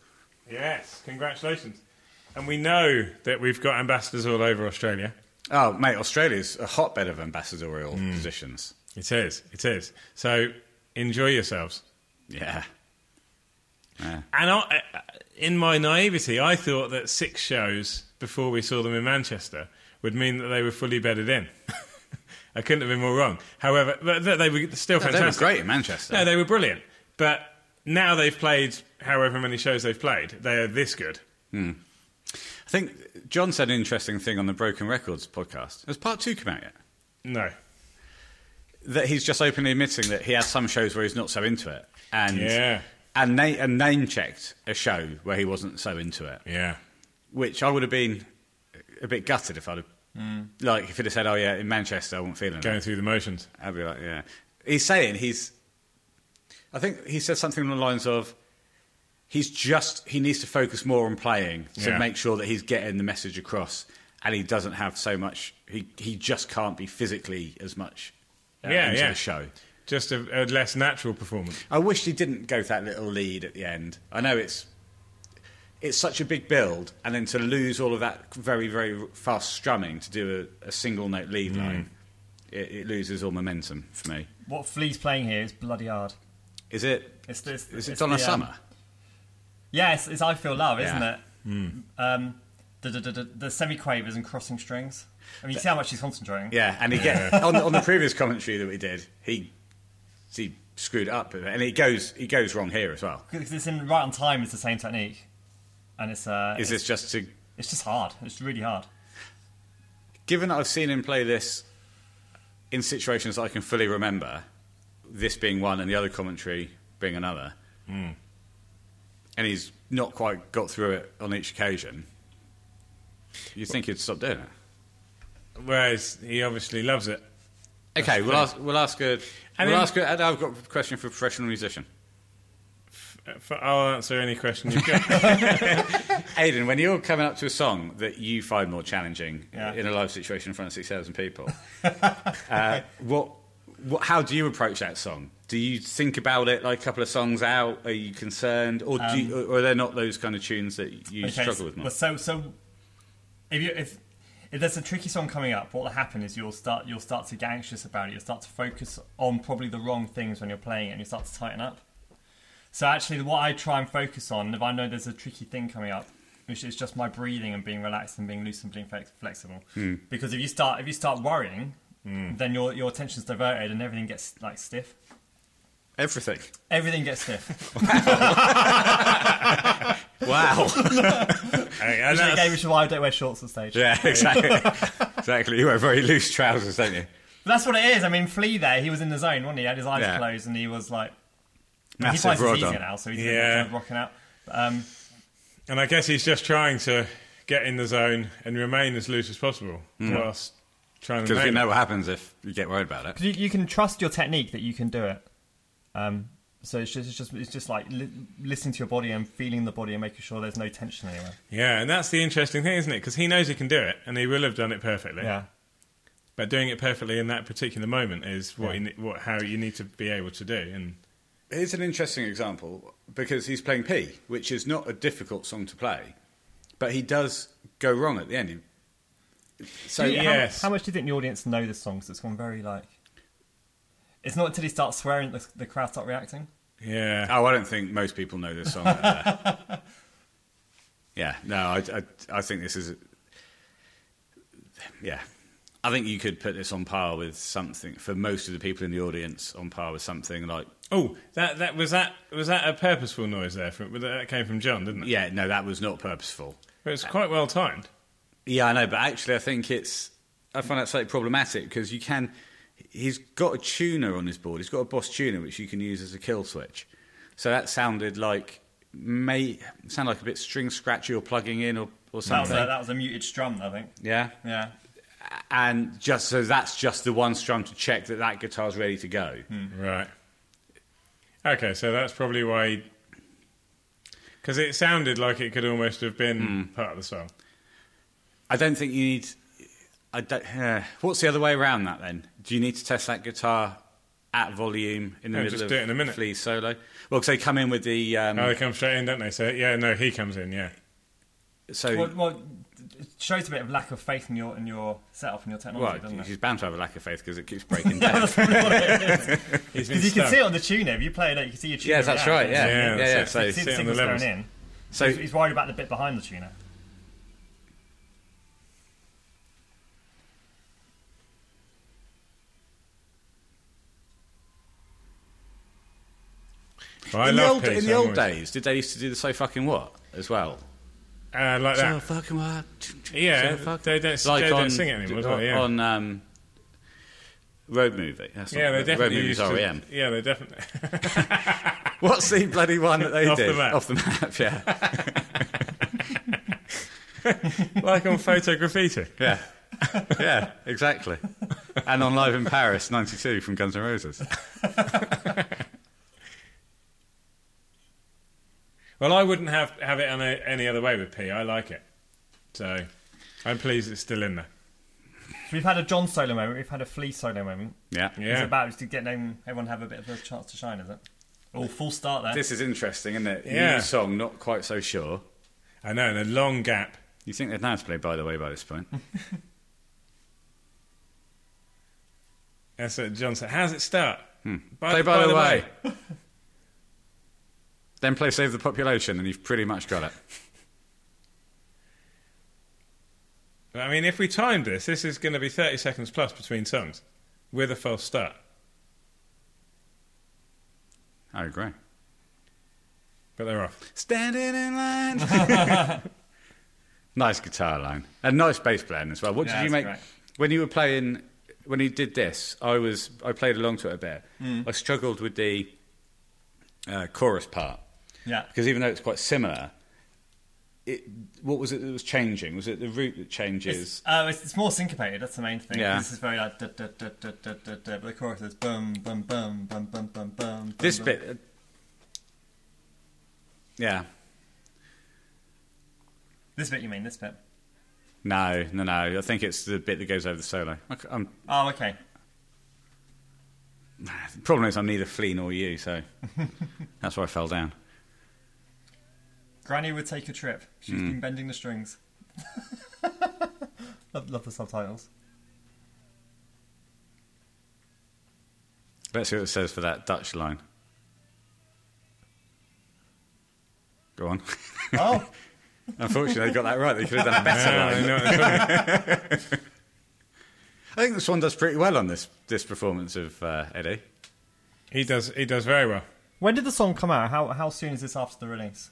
[SPEAKER 2] Yes, congratulations. And we know that we've got ambassadors all over Australia.
[SPEAKER 1] Oh, mate, Australia's a hotbed of ambassadorial positions.
[SPEAKER 2] It is, it is. So enjoy yourselves.
[SPEAKER 1] Yeah.
[SPEAKER 2] And I, uh, in my naivety, I thought that six shows before we saw them in Manchester would mean that they were fully bedded in. I couldn't have been more wrong. However, but they were still
[SPEAKER 1] No, they were
[SPEAKER 2] fantastic.
[SPEAKER 1] great in Manchester.
[SPEAKER 2] No, they were brilliant. But now they've played however many shows they've played, they are this good.
[SPEAKER 1] I think John said an interesting thing on the Broken Records podcast. Has part two come out yet?
[SPEAKER 2] No.
[SPEAKER 1] That he's just openly admitting that he has some shows where he's not so into it. And,
[SPEAKER 2] Yeah.
[SPEAKER 1] and, na- and name checked a show where he wasn't so into it.
[SPEAKER 2] Yeah.
[SPEAKER 1] which I would have been a bit gutted if I'd have, like, if he'd have said, "Oh yeah, in Manchester, I wasn't feeling
[SPEAKER 2] Mm. Going
[SPEAKER 1] it."
[SPEAKER 2] through the motions.
[SPEAKER 1] I'd be like, "Yeah." He's saying he's, I think he said something along the lines of, "He's just he needs to focus more on playing to
[SPEAKER 2] Yeah.
[SPEAKER 1] make sure that he's getting the message across, and he doesn't have so much. He he just can't be physically as much uh,
[SPEAKER 2] Yeah,
[SPEAKER 1] into
[SPEAKER 2] yeah.
[SPEAKER 1] the show."
[SPEAKER 2] Just a, a less natural performance.
[SPEAKER 1] I wish he didn't go that little lead at the end. I know it's it's such a big build, and then to lose all of that very very fast strumming to do a, a single note
[SPEAKER 2] Mm.
[SPEAKER 1] lead line, it, it loses all momentum for me.
[SPEAKER 4] What Flea's playing here is bloody hard.
[SPEAKER 1] Is it?
[SPEAKER 4] It's, it's,
[SPEAKER 1] Is it
[SPEAKER 4] it's
[SPEAKER 1] Donna
[SPEAKER 4] the, um,
[SPEAKER 1] Summer?
[SPEAKER 4] Yeah, it's, it's I Feel Love, isn't
[SPEAKER 1] Yeah. Hmm.
[SPEAKER 4] it? Um, the, the, the, the semiquavers and crossing strings. I mean, you see how much he's concentrating.
[SPEAKER 1] Yeah, and he get on on the previous commentary that we did, he he screwed up, and he goes he goes wrong here as well.
[SPEAKER 4] Because it's in right on time. It's the same technique, and it's uh,
[SPEAKER 1] Is
[SPEAKER 4] it's,
[SPEAKER 1] this just to
[SPEAKER 4] it's just hard. It's really hard.
[SPEAKER 1] given that I've seen him play this in situations that I can fully remember, this being one and the other commentary being another, and he's not quite got through it on each occasion, you think he'd stop doing it?
[SPEAKER 2] Whereas he obviously loves it.
[SPEAKER 1] Okay, we'll ask. We'll ask a.
[SPEAKER 2] And
[SPEAKER 1] we'll
[SPEAKER 2] then-
[SPEAKER 1] ask a, and I've got a question for a professional musician.
[SPEAKER 2] F- I'll answer any question you've got.
[SPEAKER 1] Aidan, when you're coming up to a song that you find more challenging
[SPEAKER 4] Yeah.
[SPEAKER 1] in a live situation in front of 6,000 people, uh, what, what, how do you approach that song? Do you think about it like a couple of songs out? Are you concerned? Or, do you, or are there not those kind of tunes that you
[SPEAKER 4] Um, Okay,
[SPEAKER 1] struggle with more?
[SPEAKER 4] Well, so so if you if if there's a tricky song coming up, what will happen is you'll start you'll start to get anxious about it. You'll start to focus on probably the wrong things when you're playing it, and you start to tighten up. So actually, what I try and focus on, if I know there's a tricky thing coming up, which is just my breathing and being relaxed and being loose and being flex- flexible.
[SPEAKER 1] Hmm.
[SPEAKER 4] Because if you start if you start worrying, then your your attention's diverted and everything gets like stiff.
[SPEAKER 1] Everything.
[SPEAKER 4] Everything gets stiff.
[SPEAKER 1] Wow.
[SPEAKER 2] Hey, and
[SPEAKER 4] Which is
[SPEAKER 2] that's-
[SPEAKER 4] again, which is why I don't wear shorts on stage.
[SPEAKER 1] yeah, exactly. exactly. You wear very loose trousers, don't you?
[SPEAKER 4] But that's what it is. I mean, Flea there, he was in the zone, wasn't he? He had his eyes
[SPEAKER 1] Yeah.
[SPEAKER 4] closed and he was like. he
[SPEAKER 1] Massive
[SPEAKER 4] finds it
[SPEAKER 1] rod
[SPEAKER 4] easier
[SPEAKER 1] on.
[SPEAKER 4] now, so he's
[SPEAKER 2] Yeah.
[SPEAKER 4] kind of rocking out. But, um,
[SPEAKER 2] and I guess he's just trying to get in the zone and remain as loose as possible whilst trying to
[SPEAKER 1] Because we
[SPEAKER 2] nail it.
[SPEAKER 1] know what happens if you get worried about it.
[SPEAKER 4] you, you can trust your technique that you can do it. Um, so it's just, it's just, it's just like li- listening to your body and feeling the body and making sure there's no tension anywhere.
[SPEAKER 2] Yeah, and that's the interesting thing, isn't it? Because he knows he can do it, and he will have done it perfectly.
[SPEAKER 4] Yeah.
[SPEAKER 2] But doing it perfectly in that particular moment is what, you, ne- what how you need to be able to do. And
[SPEAKER 1] Here's an interesting example because he's playing P, which is not a difficult song to play, but he does go wrong at the end. He- So
[SPEAKER 4] Do you- how-
[SPEAKER 2] Oh, yes.
[SPEAKER 4] How, much do you think the audience know this song? Because it's gone very like. It's not until he starts swearing that the, the crowd start reacting.
[SPEAKER 2] yeah,
[SPEAKER 1] Oh, I don't think most people know this song. Uh, yeah, no, I, I, I think this is. Yeah. I think you could put this on par with something, for most of the people in the audience, on par with something like.
[SPEAKER 2] oh, that that was that was that a purposeful noise there? From, that came from John, didn't it?
[SPEAKER 1] Yeah, no, that was not purposeful.
[SPEAKER 2] But it's quite well timed.
[SPEAKER 1] Yeah, I know, but actually, I think it's. I find that slightly problematic because you can. He's got a tuner on his board. He's got a Boss tuner which you can use as a kill switch. So that sounded like may sound like a bit string scratchy or plugging in or, or
[SPEAKER 4] That was,
[SPEAKER 1] something.
[SPEAKER 4] a, that was a muted strum, I think.
[SPEAKER 1] yeah,
[SPEAKER 4] Yeah.
[SPEAKER 1] and just so that's just the one strum to check that that guitar's ready to go.
[SPEAKER 2] Hmm. Right. Okay, so that's probably why. Because it sounded like it could almost have been
[SPEAKER 1] Hmm.
[SPEAKER 2] part of the song.
[SPEAKER 1] I don't think you need. I don't, uh, what's the other way around that then? Do you need to test that guitar at volume in the
[SPEAKER 2] No,
[SPEAKER 1] middle
[SPEAKER 2] just
[SPEAKER 1] of
[SPEAKER 2] do it in a minute.
[SPEAKER 1] Flea's solo? Well, because they come in with the um,
[SPEAKER 2] Oh, they come straight in, don't they? So yeah, no, he comes in. Yeah,
[SPEAKER 1] so.
[SPEAKER 4] Well, well, it shows a bit of lack of faith in your in your setup and your technology,
[SPEAKER 1] Well,
[SPEAKER 4] doesn't it?
[SPEAKER 1] she's bound to have a lack of faith because it keeps breaking down.
[SPEAKER 2] he's been
[SPEAKER 4] Because you can
[SPEAKER 2] stung.
[SPEAKER 4] see it on the tuner. If you play it, out, you can see your tuner.
[SPEAKER 1] yes, that's
[SPEAKER 4] react.
[SPEAKER 1] right. Yeah,
[SPEAKER 2] Yeah,
[SPEAKER 1] yeah, yeah.
[SPEAKER 2] that's
[SPEAKER 1] So,
[SPEAKER 4] You can see
[SPEAKER 2] Sit
[SPEAKER 4] the
[SPEAKER 2] on the
[SPEAKER 4] signals going
[SPEAKER 2] levels.
[SPEAKER 4] in.
[SPEAKER 1] so
[SPEAKER 4] He's- He's worried about the bit behind the tuner.
[SPEAKER 2] Well, I
[SPEAKER 1] in the
[SPEAKER 2] love
[SPEAKER 1] old,
[SPEAKER 2] Pete
[SPEAKER 1] in the
[SPEAKER 2] so
[SPEAKER 1] old
[SPEAKER 2] much.
[SPEAKER 1] days, did they used to do the so fucking what as well?
[SPEAKER 2] uh, like
[SPEAKER 1] So
[SPEAKER 2] that.
[SPEAKER 1] fucking what? So
[SPEAKER 2] Yeah,
[SPEAKER 1] fucking-
[SPEAKER 2] they don't,
[SPEAKER 1] like
[SPEAKER 2] they
[SPEAKER 1] on,
[SPEAKER 2] don't sing it anymore. do they? Yeah,
[SPEAKER 1] on um, road movie. That's
[SPEAKER 2] yeah,
[SPEAKER 1] not,
[SPEAKER 2] they definitely
[SPEAKER 1] road movies E
[SPEAKER 2] used to-
[SPEAKER 1] REM.
[SPEAKER 2] Yeah, they definitely.
[SPEAKER 1] What's the bloody one that they
[SPEAKER 2] Off the
[SPEAKER 1] did
[SPEAKER 2] map.
[SPEAKER 1] off the map? Yeah,
[SPEAKER 2] like on photo graffiti.
[SPEAKER 1] yeah, yeah, exactly. And on Live in Paris '92 from Guns N' Roses.
[SPEAKER 2] Well, I wouldn't have have it on a, any other way with P. I like it, so I'm pleased it's still in there.
[SPEAKER 4] So we've had a John solo moment. We've had a Flea solo moment.
[SPEAKER 1] Yeah.
[SPEAKER 2] Yeah.
[SPEAKER 4] It's about to get them, everyone have a bit of a chance to shine, is it? Oh, full start there.
[SPEAKER 1] This is interesting, isn't it?
[SPEAKER 2] Yeah.
[SPEAKER 1] New song, not quite so sure.
[SPEAKER 2] I know, and a long gap.
[SPEAKER 1] You think they'd know how to play By the Way by this point?
[SPEAKER 2] That's what John said. How's it start? By,
[SPEAKER 1] Hmm. play By, the, Way. then play Save the Population, and you've pretty much got it.
[SPEAKER 2] I mean, if we timed this, this is going to be 30 seconds plus between songs with a false start.
[SPEAKER 1] I agree.
[SPEAKER 2] But they're off.
[SPEAKER 1] Standing in line. nice guitar line. And nice bass playing as well. What did
[SPEAKER 4] Yeah,
[SPEAKER 1] you
[SPEAKER 4] that's
[SPEAKER 1] make
[SPEAKER 4] great.
[SPEAKER 1] when you were playing when you did this, I was I played along to it a bit. I struggled with the uh, chorus part.
[SPEAKER 4] Yeah.
[SPEAKER 1] Because even though it's quite similar, it, what was it that was changing? Was it the root that changes?
[SPEAKER 4] It's, uh, it's, it's more syncopated. That's the main thing.
[SPEAKER 1] Yeah.
[SPEAKER 4] This is very like da da da da da da da. But the chorus is boom boom boom boom boom boom boom.
[SPEAKER 1] this
[SPEAKER 4] boom,
[SPEAKER 1] bit. uh, yeah.
[SPEAKER 4] This bit you mean? This bit.
[SPEAKER 1] No, no, no. I think it's the bit that goes over the solo. I c- I'm,
[SPEAKER 4] Oh, okay.
[SPEAKER 1] the problem is, I'm neither Flea nor you, so that's why I fell down.
[SPEAKER 4] Granny would take a trip. She's
[SPEAKER 1] Hmm.
[SPEAKER 4] been bending the strings. love, love the subtitles.
[SPEAKER 1] Let's see what it says for that Dutch line. Go on.
[SPEAKER 4] Oh,
[SPEAKER 1] Unfortunately, they got that right. They could have done a better
[SPEAKER 2] Yeah, I
[SPEAKER 1] line.
[SPEAKER 2] know what I'm talking-
[SPEAKER 1] I think this one does pretty well on this this performance of uh, Eddie.
[SPEAKER 2] he does. He does very well.
[SPEAKER 4] when did the song come out? How how soon is this after the release?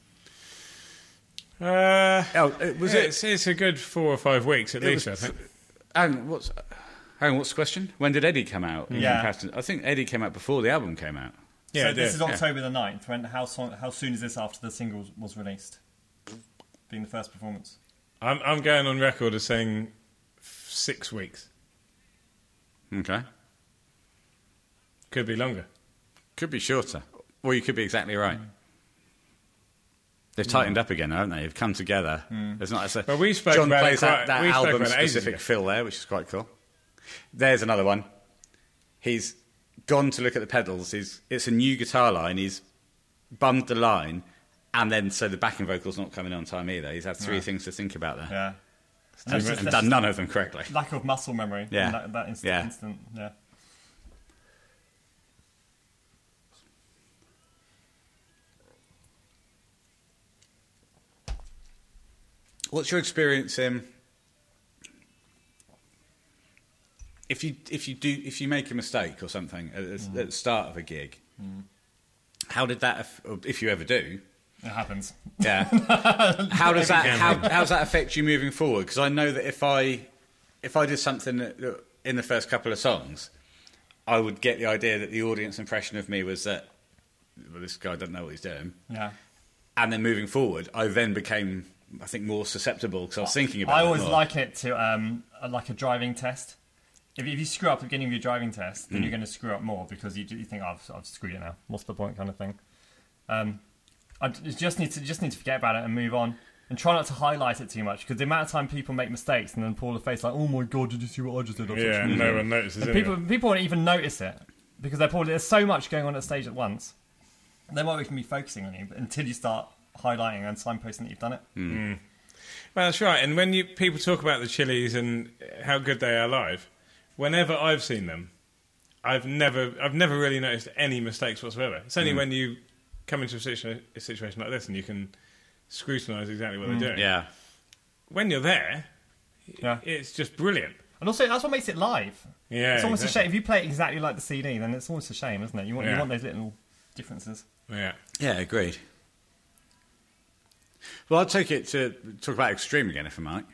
[SPEAKER 2] Uh,
[SPEAKER 1] Oh, it- was
[SPEAKER 2] yeah,
[SPEAKER 1] it?
[SPEAKER 2] It's, it's a good four or five weeks at
[SPEAKER 1] It
[SPEAKER 2] least.
[SPEAKER 1] was-
[SPEAKER 2] I think.
[SPEAKER 1] Hang, what's hang? What's the question? When did Eddie come out? in
[SPEAKER 4] Yeah.
[SPEAKER 1] comparison? I think Eddie came out before the album came out.
[SPEAKER 2] Yeah,
[SPEAKER 4] so
[SPEAKER 2] it
[SPEAKER 4] this
[SPEAKER 2] did.
[SPEAKER 4] is October the 9th. When how song, how soon is this after the single was released? Being the first performance.
[SPEAKER 2] I'm, I'm going on record as saying six weeks.
[SPEAKER 1] Okay,
[SPEAKER 2] Could be longer.
[SPEAKER 1] could be shorter, or you could be exactly
[SPEAKER 2] Hmm.
[SPEAKER 1] right. They've tightened up again, haven't they? They've come together. There's not. It's a,
[SPEAKER 2] Hmm. Well, we spoke
[SPEAKER 1] John
[SPEAKER 2] about it
[SPEAKER 1] plays
[SPEAKER 2] quite-
[SPEAKER 1] that, that
[SPEAKER 2] we spoke
[SPEAKER 1] album
[SPEAKER 2] about it ages
[SPEAKER 1] specific
[SPEAKER 2] ago.
[SPEAKER 1] fill there, which is quite cool. There's another one. He's gone to look at the pedals. He's, it's a new guitar line. He's bummed the line, and then so the backing vocal's not coming on time either. He's had three things to think about there,
[SPEAKER 4] Yeah.
[SPEAKER 1] and,
[SPEAKER 4] That's just- that's
[SPEAKER 1] done
[SPEAKER 4] just
[SPEAKER 1] none of them correctly.
[SPEAKER 4] Lack of muscle memory. in
[SPEAKER 1] Yeah.
[SPEAKER 4] That, that inst-
[SPEAKER 1] Yeah.
[SPEAKER 4] instant. Yeah.
[SPEAKER 1] What's your experience um, in if you if you do if you make a mistake or something at, the- at the start of a gig? How did that aff- or if you ever do?
[SPEAKER 4] It happens.
[SPEAKER 1] Yeah. how does that how, how does that affect you moving forward? Because I know that if I if I did something that- in the first couple of songs, I would get the idea that the audience impression of me was that well, this guy doesn't know what he's doing.
[SPEAKER 4] Yeah.
[SPEAKER 1] And then moving forward, I then became I think more susceptible because I was thinking about.
[SPEAKER 4] I
[SPEAKER 1] it
[SPEAKER 4] always
[SPEAKER 1] more.
[SPEAKER 4] like it to um, uh, like a driving test. If, if you screw up at the beginning of your driving test,
[SPEAKER 2] Mm.
[SPEAKER 4] then you're going to screw up more because you, you think, oh, I've, I've screwed it now. What's the point, kind of thing. Um, I d- just need to just need to forget about it and move on, and try not to highlight it too much because the amount of time people make mistakes and then pull the face like, oh my god, did you see what I just did? I've
[SPEAKER 2] Yeah,
[SPEAKER 4] just-
[SPEAKER 2] no one notices
[SPEAKER 4] And
[SPEAKER 2] it.
[SPEAKER 4] people people won't even notice it because they're probably there's so much going on at stage at once. They might even be focusing on you but until you start highlighting and signposting that you've done it.
[SPEAKER 2] Mm. Well, that's right. And when you, people talk about the chilies and how good they are live, whenever I've seen them, I've never, I've never really noticed any mistakes whatsoever. It's only when you come into a situation, a situation like this and you can scrutinise exactly what they're doing.
[SPEAKER 1] Yeah.
[SPEAKER 2] When you're there,
[SPEAKER 4] Yeah.
[SPEAKER 2] it's just brilliant.
[SPEAKER 4] And also, that's what makes it live.
[SPEAKER 2] Yeah,
[SPEAKER 4] it's almost
[SPEAKER 2] exactly.
[SPEAKER 4] a shame if you play it exactly like the CD. Then it's almost a shame, isn't it? You want
[SPEAKER 2] Yeah.
[SPEAKER 4] you want those little differences.
[SPEAKER 2] Yeah.
[SPEAKER 1] Yeah, agreed. Well, I'll take it to talk about Extreme again, if I might.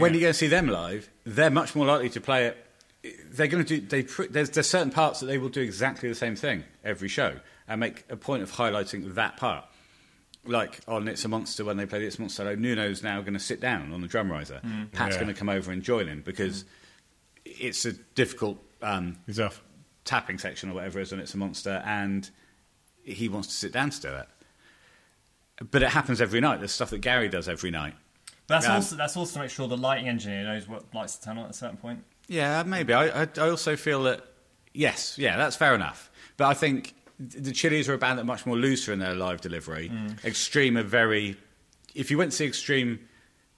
[SPEAKER 1] When you go and see them live, they're much more likely to play it. They're going to do. They pr- there's there's certain parts that they will do exactly the same thing every show and make a point of highlighting that part. Like on It's a Monster when they played It's a Monster solo, Nuno's now going to sit down on the drum riser. Pat's
[SPEAKER 2] Yeah.
[SPEAKER 1] going to come over and join him because it's a difficult um,
[SPEAKER 2] He's off.
[SPEAKER 1] tapping section or whatever is on It's a Monster, and he wants to sit down to do it. But it happens every night. There's stuff that Gary does every night.
[SPEAKER 4] But that's
[SPEAKER 1] Yeah.
[SPEAKER 4] also that's also to make sure the lighting engineer knows what lights to turn on at a certain point.
[SPEAKER 1] Yeah, maybe. I, I, I also feel that, yes, yeah, that's fair enough. But I think th- the Chili's are a band that are much more looser in their live delivery. Extreme are very. If you went to see Extreme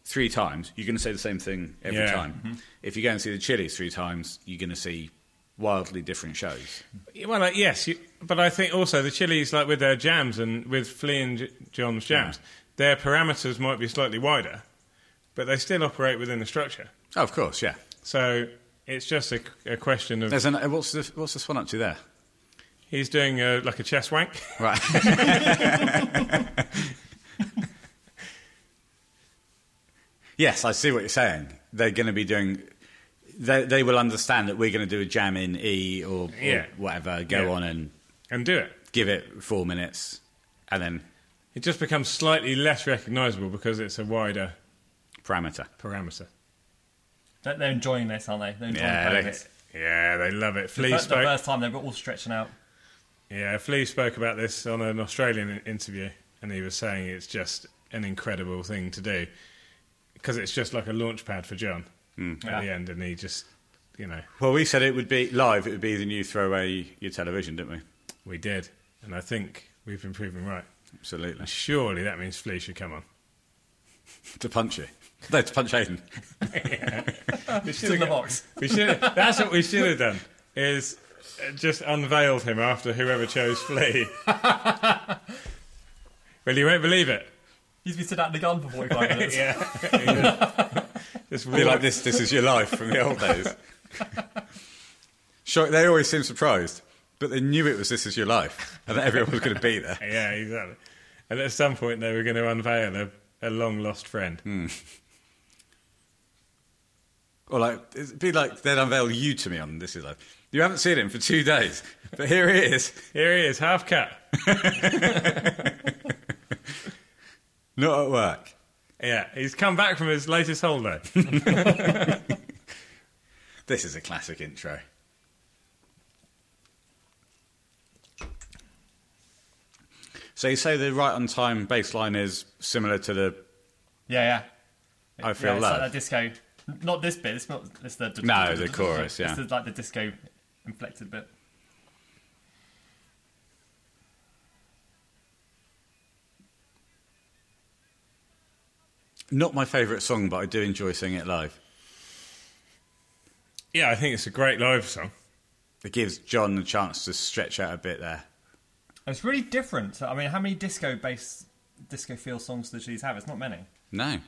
[SPEAKER 1] three times, you're going to say the same thing every
[SPEAKER 2] Yeah.
[SPEAKER 1] time. If you go and see the Chili's three times, you're going to see wildly different shows.
[SPEAKER 2] Well, like, yes, you, but I think also the Chili's, like with their jams and with Flea and J- John's jams, their parameters might be slightly wider, but they still operate within the structure.
[SPEAKER 1] Oh, of course, yeah.
[SPEAKER 2] So it's just a, a question of
[SPEAKER 1] There's an, uh, what's, the, what's this one up to there?
[SPEAKER 2] he's doing a, like a chess wank.
[SPEAKER 1] Right. yes, I see what you're saying. They're going to be doing. They, they will understand that we're going to do a jam in E or, or
[SPEAKER 2] Yeah.
[SPEAKER 1] whatever. Go
[SPEAKER 2] Yeah.
[SPEAKER 1] on and
[SPEAKER 2] and do it.
[SPEAKER 1] give it four minutes, and then
[SPEAKER 2] It just becomes slightly less recognisable because it's a wider
[SPEAKER 1] parameter.
[SPEAKER 2] parameter.
[SPEAKER 4] They're, they're enjoying this, aren't they? They're enjoying
[SPEAKER 1] Yeah,
[SPEAKER 4] playing
[SPEAKER 1] they,
[SPEAKER 4] this.
[SPEAKER 2] Yeah, they love it. Flea
[SPEAKER 4] But the
[SPEAKER 2] spoke.
[SPEAKER 4] first time they were all stretching out.
[SPEAKER 2] Yeah, Flea spoke about this on an Australian in- interview, and he was saying it's just an incredible thing to do because it's just like a launch pad for John at the
[SPEAKER 4] Yeah.
[SPEAKER 2] end, and he just, you know,
[SPEAKER 1] well, we said it would be live. It would be the new throwaway your television, didn't we?
[SPEAKER 2] we did, and I think we've been proven right.
[SPEAKER 1] Absolutely.
[SPEAKER 2] Surely that means Flea should come on.
[SPEAKER 1] to punch you. No, to punch Aiden.
[SPEAKER 2] We should
[SPEAKER 4] It's in the
[SPEAKER 2] have-
[SPEAKER 4] box.
[SPEAKER 2] We should. That's what we should have done. Is uh, just unveiled him after whoever chose Flea. well, you won't believe it.
[SPEAKER 4] He's been sitting out in the garden for 45 minutes.
[SPEAKER 2] Yeah. just
[SPEAKER 1] Be
[SPEAKER 2] walk,
[SPEAKER 1] like this. This is your life from the old days. Sure, they always seem surprised, but they knew it was this is your life, and that everyone was going to be there.
[SPEAKER 2] Yeah, exactly. And at some point, they were going to unveil a, a long lost friend.
[SPEAKER 1] Or like, it'd be like they'd unveil you to me on this is life. You haven't seen him for two days, but here he is.
[SPEAKER 2] Here he is, half cut.
[SPEAKER 1] Not at work.
[SPEAKER 2] Yeah, he's come back from his latest holiday.
[SPEAKER 1] This is a classic intro. So you say the right on time bass line is similar to the
[SPEAKER 4] yeah, yeah.
[SPEAKER 1] I feel
[SPEAKER 4] yeah, it's
[SPEAKER 1] love.
[SPEAKER 4] like that disco. Not this bit. It's not. It's the
[SPEAKER 1] No, the chorus, yeah.
[SPEAKER 4] It's the, like the disco inflected bit.
[SPEAKER 1] Not my favourite song, but I do enjoy singing it live.
[SPEAKER 2] Yeah, I think it's a great live song.
[SPEAKER 1] It gives John a chance to stretch out a bit there.
[SPEAKER 4] It's really different. I mean, how many disco-based, disco-feel songs does these have? It's not many.
[SPEAKER 1] No.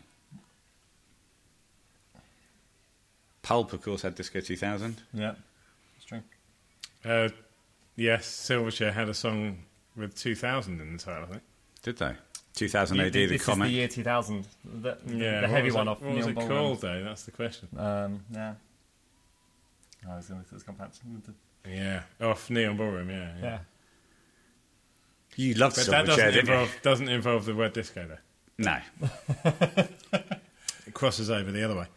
[SPEAKER 1] Pulp, of course, had Disco 2000.
[SPEAKER 4] Yeah, that's true.
[SPEAKER 2] Uh, yes, Silverchair had a song with 2000 in the title, I think.
[SPEAKER 1] Did they? 2000 AD, the
[SPEAKER 4] this is
[SPEAKER 1] comment.
[SPEAKER 4] the year 2000. The, the-
[SPEAKER 2] Yeah,
[SPEAKER 4] Mm, the
[SPEAKER 2] what
[SPEAKER 4] heavy
[SPEAKER 2] was
[SPEAKER 4] one
[SPEAKER 2] it,
[SPEAKER 4] off.
[SPEAKER 2] What was
[SPEAKER 4] Neon
[SPEAKER 2] it
[SPEAKER 4] Ballroom.
[SPEAKER 2] called, though? That's the question.
[SPEAKER 4] Um, yeah. I was going to it's gone past.
[SPEAKER 2] Yeah, off Neon Ballroom, yeah. yeah.
[SPEAKER 4] Yeah.
[SPEAKER 1] You loved
[SPEAKER 2] But that
[SPEAKER 1] Silverchair,
[SPEAKER 2] doesn't
[SPEAKER 1] didn't you?
[SPEAKER 2] involve, doesn't involve the word disco, though.
[SPEAKER 1] No.
[SPEAKER 2] It crosses over the other way.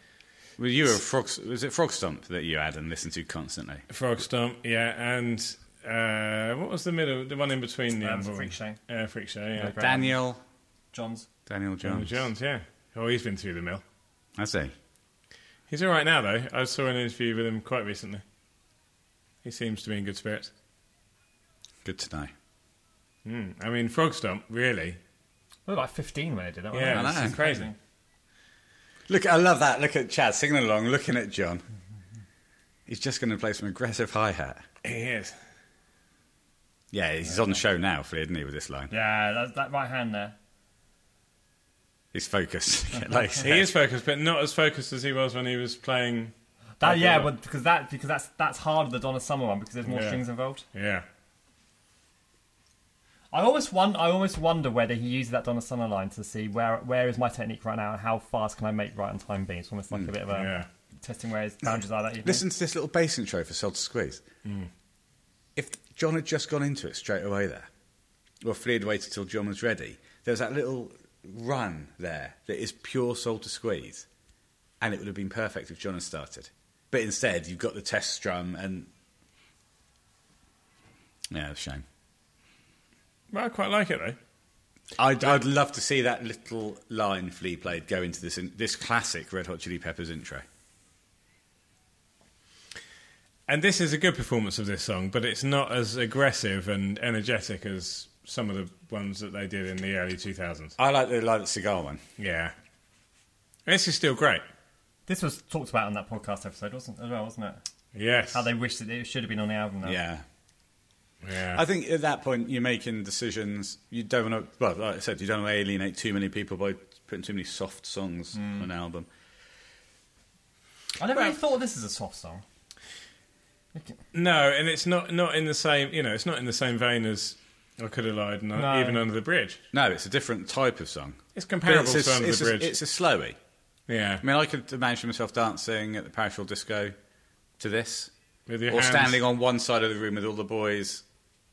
[SPEAKER 1] Well, you were a frog, was it Frog Stomp that you had and listened to constantly?
[SPEAKER 2] Frog Stomp, yeah, and uh, what was the middle, the one in between Neon
[SPEAKER 4] Um,
[SPEAKER 2] Ballroom?
[SPEAKER 4] Freak Show.
[SPEAKER 2] Yeah, Freak Show, yeah.
[SPEAKER 4] Right.
[SPEAKER 1] Daniel.
[SPEAKER 4] John's.
[SPEAKER 1] Daniel
[SPEAKER 2] Daniel
[SPEAKER 1] Jones.
[SPEAKER 2] Jones, yeah. Oh, he's been through the mill.
[SPEAKER 1] I see.
[SPEAKER 2] He's all right now, though. I saw an interview with him quite recently. He seems to be in good spirits.
[SPEAKER 1] Good to know.
[SPEAKER 2] Mm. I mean, Frog Stomp, really?
[SPEAKER 4] We were like 15 when Oh, I did that. weren't
[SPEAKER 2] Yeah,
[SPEAKER 1] I know.
[SPEAKER 2] it's crazy.
[SPEAKER 1] Look, I love that. Look at Chad singing along, looking at John. He's just going to play some aggressive hi hat.
[SPEAKER 2] He is.
[SPEAKER 1] Yeah, he's on the show now, Flea, isn't he, with this line?
[SPEAKER 4] we? Yeah, that, that right hand there.
[SPEAKER 1] He's focused. like he
[SPEAKER 2] He
[SPEAKER 1] said.
[SPEAKER 2] is focused, but not as focused as he was when he was playing.
[SPEAKER 4] That,
[SPEAKER 2] Okay,
[SPEAKER 4] yeah,
[SPEAKER 2] well.
[SPEAKER 4] but because that because that's that's harder than Donna Summer one because there's more
[SPEAKER 2] Yeah.
[SPEAKER 4] strings involved.
[SPEAKER 2] Yeah.
[SPEAKER 4] I almost won. I almost wonder whether he uses that Donna Summer line to see where where is my technique right now and how fast can I make right on time being. It's almost like a bit of a
[SPEAKER 2] Yeah.
[SPEAKER 4] testing where his boundaries are. That evening.
[SPEAKER 1] Hmm. Listen to this little bass intro for Sod to Squeeze. If John had just gone into it straight away there, or Flea had waited till John was ready, there's that little run there that is pure Soul to Squeeze, and it would have been perfect if John had started. But instead, you've got the test strum and. Yeah, it's a shame.
[SPEAKER 2] Well, I quite like it, though.
[SPEAKER 1] I'd, I'd love to see that little line Flea played go into this, in, this classic Red Hot Chili Peppers intro.
[SPEAKER 2] And this is a good performance of this song, but it's not as aggressive and energetic as some of the ones that they did in the early 2000s.
[SPEAKER 1] I like the like the cigar one.
[SPEAKER 2] Yeah. This is still great.
[SPEAKER 4] This was talked about on that podcast episode, wasn't as well, wasn't it?
[SPEAKER 2] Yes.
[SPEAKER 4] How Oh, they wished that it should have been on the album. Now.
[SPEAKER 1] Yeah.
[SPEAKER 2] yeah.
[SPEAKER 1] I think at that point you're making decisions. You don't want to, well, like I said, you don't want to alienate too many people by putting too many soft songs on an album.
[SPEAKER 4] I never really thought of this as a soft song.
[SPEAKER 2] No, and it's not not in the same. You know, it's not in the same vein as I could have lied. Not,
[SPEAKER 4] No.
[SPEAKER 2] Even under the bridge,
[SPEAKER 1] No, it's a different type of song.
[SPEAKER 2] it's
[SPEAKER 1] But
[SPEAKER 2] comparable
[SPEAKER 1] it's a,
[SPEAKER 2] to under
[SPEAKER 1] it's
[SPEAKER 2] the
[SPEAKER 1] a-
[SPEAKER 2] bridge.
[SPEAKER 1] it's a slowy.
[SPEAKER 2] yeah,
[SPEAKER 1] I mean, I could imagine myself dancing at the Pastoral Disco to this,
[SPEAKER 2] with your
[SPEAKER 1] or
[SPEAKER 2] hands.
[SPEAKER 1] standing on one side of the room with all the boys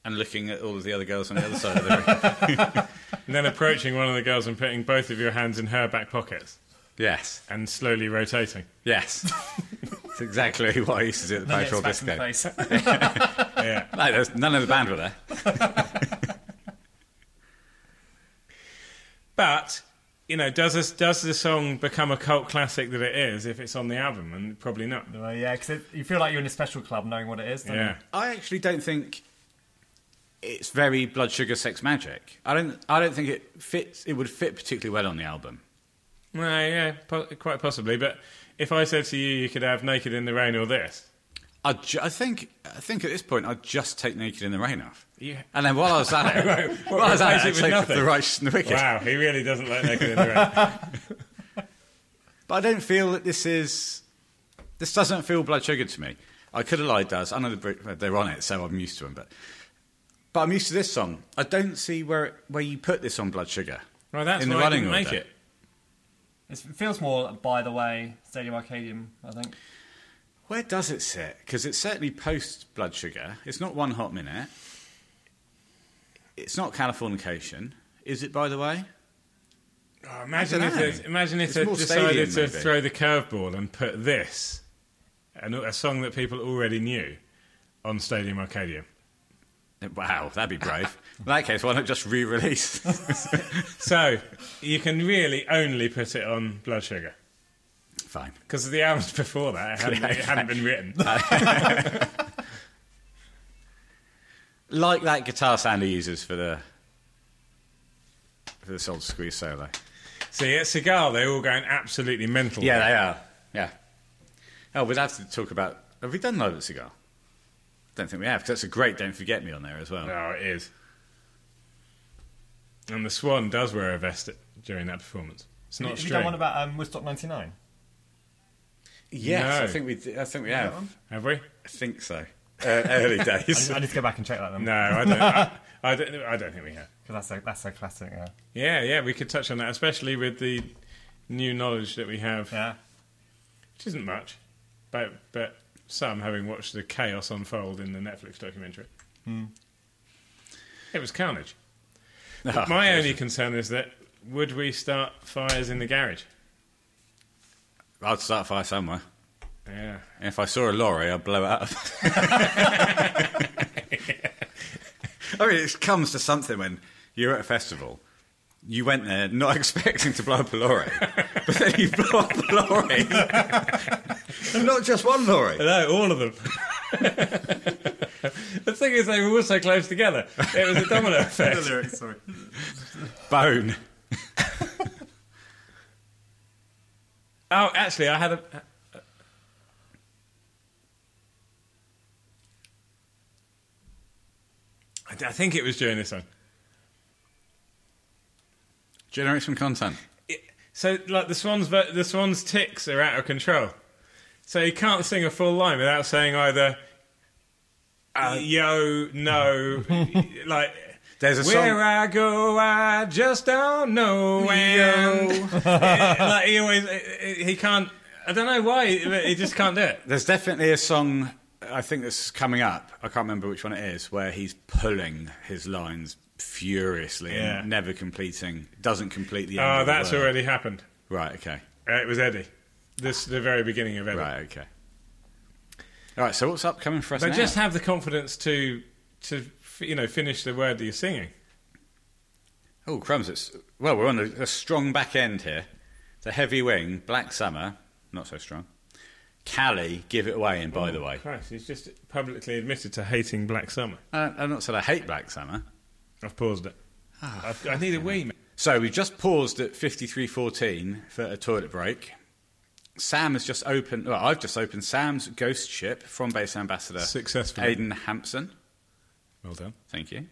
[SPEAKER 1] and looking at all of the other girls on the other side of the room.
[SPEAKER 2] and then approaching one of the girls and putting both of your hands in her back pockets
[SPEAKER 1] Yes,
[SPEAKER 2] and slowly rotating.
[SPEAKER 1] yes. That's exactly what I used to do at the
[SPEAKER 4] Then it's
[SPEAKER 1] Pastoral
[SPEAKER 4] back in the
[SPEAKER 1] Disco.
[SPEAKER 4] face.
[SPEAKER 2] Yeah,
[SPEAKER 1] No, there's- none of the band were there.
[SPEAKER 2] but you know, does this does the song become a cult classic that it is if it's on the album? And probably not.
[SPEAKER 4] Well, yeah, because you feel like you're in a special club knowing what it is. Don't
[SPEAKER 2] Yeah,
[SPEAKER 1] I actually don't think it's very blood sugar sex magic. I don't. I don't think it fits. It would fit particularly well on the album.
[SPEAKER 2] well, yeah, po- quite possibly. But if I said to you, you could have "Naked in the Rain" or this,
[SPEAKER 1] I, ju- I think. I think at this point, I'd just take "Naked in the Rain" off.
[SPEAKER 2] Yeah.
[SPEAKER 1] And then while I was at it, while I was
[SPEAKER 2] replace
[SPEAKER 1] at
[SPEAKER 2] it
[SPEAKER 1] it, I'd
[SPEAKER 2] with
[SPEAKER 1] take up
[SPEAKER 2] nothing.
[SPEAKER 1] the righteous and the wicked.
[SPEAKER 2] wow, he really doesn't like "Naked in the Rain."
[SPEAKER 1] But I don't feel that this is. This doesn't feel blood sugar to me. I could have lied, does. I know the, Brit- they're on it, so I'm used to them. But, but I'm used to this song. I don't see where it, where you put this on blood sugar.
[SPEAKER 2] Well, that's
[SPEAKER 1] in the
[SPEAKER 2] why I
[SPEAKER 1] running
[SPEAKER 2] didn't make
[SPEAKER 1] order.
[SPEAKER 2] it.
[SPEAKER 4] It's, it feels more, by the way, Stadium Arcadium, I think.
[SPEAKER 1] Where does it sit? Because it's certainly post blood sugar. It's not one hot minute. It's not Californication, is it? By the way,
[SPEAKER 2] Oh, imagine
[SPEAKER 1] I
[SPEAKER 2] if
[SPEAKER 1] dunno.
[SPEAKER 2] they, imagine if
[SPEAKER 1] It's
[SPEAKER 2] they
[SPEAKER 1] more
[SPEAKER 2] decided
[SPEAKER 1] stadium,
[SPEAKER 2] to
[SPEAKER 1] maybe.
[SPEAKER 2] throw the curveball and put this, an, a song that people already knew, on Stadium Arcadium.
[SPEAKER 1] wow, that'd be brave. In that case, why not just re-release?
[SPEAKER 2] So you can really only put it on Blood Sugar.
[SPEAKER 1] Fine.
[SPEAKER 2] Because the albums before that it hadn't, it hadn't been written.
[SPEAKER 1] Like that guitar sound he uses for the for the Soul Squeeze solo.
[SPEAKER 2] See, at Cigar, they're all going absolutely mental.
[SPEAKER 1] Yeah, they are. Yeah. Oh, we'd have to talk about. Have we done Live at Cigar? Don't think we have because that's a great "Don't Forget Me" on there as well.
[SPEAKER 2] No, it is. And the Swan does wear a vest during that performance. It's not
[SPEAKER 4] Have you
[SPEAKER 2] string.
[SPEAKER 4] done one about um, Woodstock 99?
[SPEAKER 1] Yes,
[SPEAKER 2] No.
[SPEAKER 1] I think we. d- I think we have.
[SPEAKER 2] Have we?
[SPEAKER 1] I think so. Uh, early days.
[SPEAKER 4] I need to go back and check that then.
[SPEAKER 2] No, I don't. I, I don't. I don't think we have.
[SPEAKER 4] 'cause That's a, that's a classic. Yeah.
[SPEAKER 2] Yeah, yeah, we could touch on that, especially with the new knowledge that we have,
[SPEAKER 4] yeah.
[SPEAKER 2] which isn't much, but but some having watched the chaos unfold in the Netflix documentary. It was carnage.
[SPEAKER 1] Oh,
[SPEAKER 2] My only concern is that would we start fires in the garage?
[SPEAKER 1] I'd start a fire somewhere.
[SPEAKER 2] Yeah.
[SPEAKER 1] And if I saw a lorry, I'd blow it up. I mean, it comes to something when you're at a festival. You went there not expecting to blow up a lorry, but then you blow up a lorry. and not just one lorry.
[SPEAKER 2] No, all of them. the thing is, they were all so close together. It was a domino
[SPEAKER 4] The
[SPEAKER 2] effect.
[SPEAKER 4] lyrics, sorry.
[SPEAKER 1] Bone.
[SPEAKER 2] Oh, actually, I had a. I I think it was during this one.
[SPEAKER 1] Generate some content.
[SPEAKER 2] It- So, like the swans, ver- the swans' ticks are out of control. So you can't sing a full line without saying either "yo," "no," like.
[SPEAKER 1] There's a
[SPEAKER 2] Where
[SPEAKER 1] song-
[SPEAKER 2] I go, I just don't know. And, like he always, he can't. I don't know why, but he just can't do it.
[SPEAKER 1] There's definitely a song I think that's coming up. I can't remember which one it is, where he's pulling his lines furiously
[SPEAKER 2] Yeah.
[SPEAKER 1] and never completing, doesn't complete the. end
[SPEAKER 2] Oh,
[SPEAKER 1] of the
[SPEAKER 2] that's
[SPEAKER 1] word.
[SPEAKER 2] already happened.
[SPEAKER 1] Right. Okay.
[SPEAKER 2] Uh, it was Eddie. This the very beginning of Eddie.
[SPEAKER 1] Right. Okay. All right. So what's upcoming for us
[SPEAKER 2] But
[SPEAKER 1] now?
[SPEAKER 2] just have the confidence to to f- you know finish the word that you're singing.
[SPEAKER 1] oh crumbs! It's well, we're on a, a strong back end here. The heavy wing, Black Summer, not so strong. Cali, give it away. And
[SPEAKER 2] Oh,
[SPEAKER 1] by the way,
[SPEAKER 2] Christ, he's just publicly admitted to hating Black Summer.
[SPEAKER 1] I, I've Uh, not said I hate Black Summer.
[SPEAKER 2] I've paused it. I've, I need a wee. Man.
[SPEAKER 1] So we've just paused at 53.14 for a toilet break. Sam has just opened, well, I've just opened Sam's ghost ship from Base Ambassador.
[SPEAKER 2] Successfully.
[SPEAKER 1] Aidan Hampson.
[SPEAKER 2] Well done.
[SPEAKER 1] Thank you.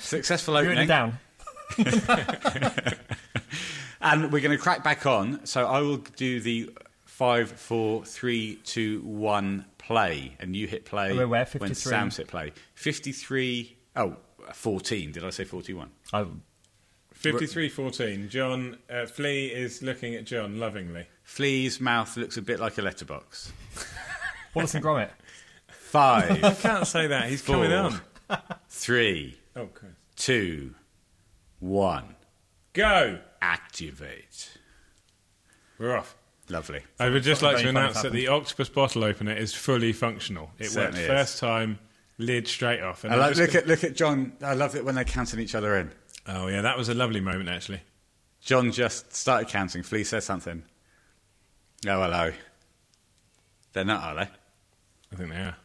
[SPEAKER 1] Successful
[SPEAKER 4] You're in
[SPEAKER 1] opening.
[SPEAKER 4] down.
[SPEAKER 1] And we're going to crack back on. So I will do the five, four, three, two, one play. And you hit play
[SPEAKER 4] We're where?
[SPEAKER 1] when
[SPEAKER 4] 53?
[SPEAKER 1] Sam's hit play. 53, oh, 14. Did I say 41?
[SPEAKER 4] I,
[SPEAKER 2] Fifty-three fourteen. John uh, Flea is looking at John lovingly.
[SPEAKER 1] Flea's mouth looks a bit like a letterbox.
[SPEAKER 4] Wallace and Gromit.
[SPEAKER 2] I
[SPEAKER 1] Five,
[SPEAKER 2] can't say that. He's
[SPEAKER 1] Four.
[SPEAKER 2] coming on.
[SPEAKER 1] three,
[SPEAKER 2] Oh, Christ.
[SPEAKER 1] two, one.
[SPEAKER 2] Go.
[SPEAKER 1] Activate.
[SPEAKER 2] We're off.
[SPEAKER 1] Lovely.
[SPEAKER 2] I would just like to
[SPEAKER 4] very funny
[SPEAKER 2] announce that the octopus bottle opener is fully functional. It
[SPEAKER 1] Certainly
[SPEAKER 2] worked
[SPEAKER 1] is.
[SPEAKER 2] first time, lid straight off. And
[SPEAKER 1] I
[SPEAKER 2] I'm
[SPEAKER 1] like,
[SPEAKER 2] just
[SPEAKER 1] look
[SPEAKER 2] gonna-
[SPEAKER 1] at look at John. I love it when they counting each other in.
[SPEAKER 2] oh yeah, that was a lovely moment actually.
[SPEAKER 1] John just started counting. Flea says something. Oh hello. They're not, are they?
[SPEAKER 2] I think they are.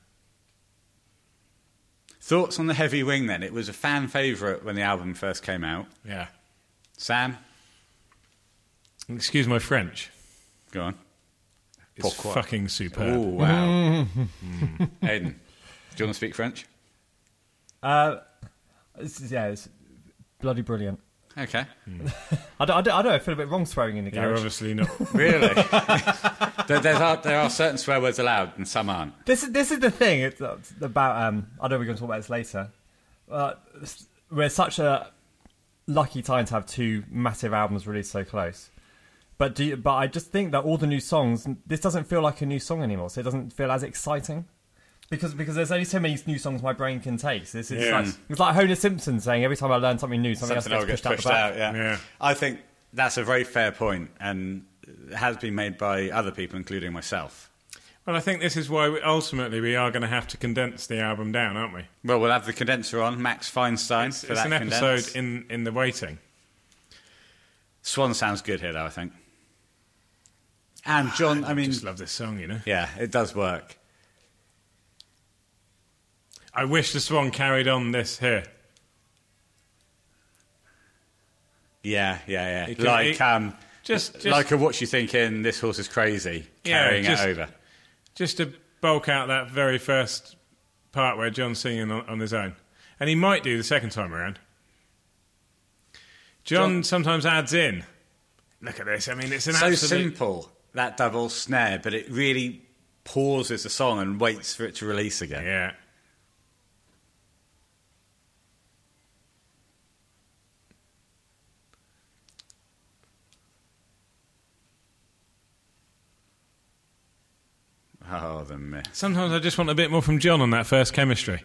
[SPEAKER 1] Thoughts on the heavy wing? Then it was a fan favourite when the album first came out.
[SPEAKER 2] Yeah.
[SPEAKER 1] Sam,
[SPEAKER 2] Excuse my French.
[SPEAKER 1] go on.
[SPEAKER 2] It's
[SPEAKER 1] Pourquoi?
[SPEAKER 2] fucking superb.
[SPEAKER 1] Oh wow. mm. Aiden, do you want to speak French?
[SPEAKER 4] Uh, this is, yeah, it's bloody brilliant.
[SPEAKER 1] Okay.
[SPEAKER 4] I don't, I, don't, I don't know, I feel a bit wrong throwing in the
[SPEAKER 2] You're
[SPEAKER 4] garage.
[SPEAKER 2] obviously not.
[SPEAKER 1] Really? there, there's are, there are certain swear words allowed and some aren't.
[SPEAKER 4] This is this is the thing it's uh, about. Um, I know we're going to talk about this later. Uh, s- we're such a lucky time to have two massive albums released so close. But do you, but I just think that all the new songs, this doesn't feel like a new song anymore. So it doesn't feel as exciting because because there's only so many new songs my brain can take. So this is
[SPEAKER 2] Yeah.
[SPEAKER 4] like, it's like Homer Simpson saying every time I learn something new, something,
[SPEAKER 1] something
[SPEAKER 4] else
[SPEAKER 1] else
[SPEAKER 4] gets
[SPEAKER 1] gets
[SPEAKER 4] pushed,
[SPEAKER 1] pushed
[SPEAKER 4] out.
[SPEAKER 1] out.
[SPEAKER 4] The back.
[SPEAKER 1] Yeah.
[SPEAKER 2] Yeah.
[SPEAKER 1] I think that's a very fair point, and has been made by other people, including myself.
[SPEAKER 2] well, I think this is why we, ultimately we are going to have to condense the album down, aren't we?
[SPEAKER 1] Well, we'll have the condenser on Max Feinstein
[SPEAKER 2] It's,
[SPEAKER 1] for
[SPEAKER 2] it's
[SPEAKER 1] that
[SPEAKER 2] an
[SPEAKER 1] condense.
[SPEAKER 2] episode in, in the waiting.
[SPEAKER 1] Swan sounds good here, though. I think And John, I mean,
[SPEAKER 2] just love this song, you know.
[SPEAKER 1] yeah, it does work.
[SPEAKER 2] I wish the swan carried on this here.
[SPEAKER 1] Yeah, yeah, yeah.
[SPEAKER 2] It can-
[SPEAKER 1] like
[SPEAKER 2] it-
[SPEAKER 1] um,
[SPEAKER 2] Just, just,
[SPEAKER 1] like a what you thinking? This horse is crazy.
[SPEAKER 2] Yeah,
[SPEAKER 1] Carrying
[SPEAKER 2] just-
[SPEAKER 1] it over.
[SPEAKER 2] just to bulk out that very first part where John's singing on, on his own, and he might do the second time around. John,
[SPEAKER 1] John-
[SPEAKER 2] sometimes adds in. Look at this. I mean, it's an
[SPEAKER 1] so
[SPEAKER 2] absolute.
[SPEAKER 1] simple that double snare, but it really pauses the song and waits for it to release again.
[SPEAKER 2] Yeah.
[SPEAKER 1] Oh, the mess.
[SPEAKER 2] Sometimes I just want a bit more from John on that first chemistry.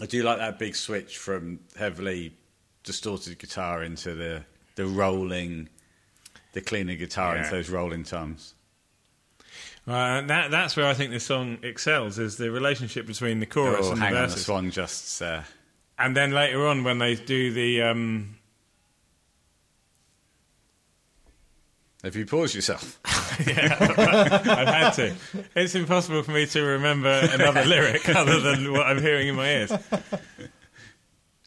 [SPEAKER 1] I do like that big switch from heavily distorted guitar into the the rolling, the cleaner guitar
[SPEAKER 2] Yeah.
[SPEAKER 1] into those rolling toms.
[SPEAKER 2] Uh, that, that's where I think this song excels is the relationship between the chorus
[SPEAKER 1] Oh,
[SPEAKER 2] and
[SPEAKER 1] hang
[SPEAKER 2] the
[SPEAKER 1] on, the
[SPEAKER 2] verses.
[SPEAKER 1] swan just. Uh,
[SPEAKER 2] And then later on, when they do the um,
[SPEAKER 1] have you paused yourself?
[SPEAKER 2] I've had to. It's impossible for me to remember another lyric other than what I'm hearing in my ears.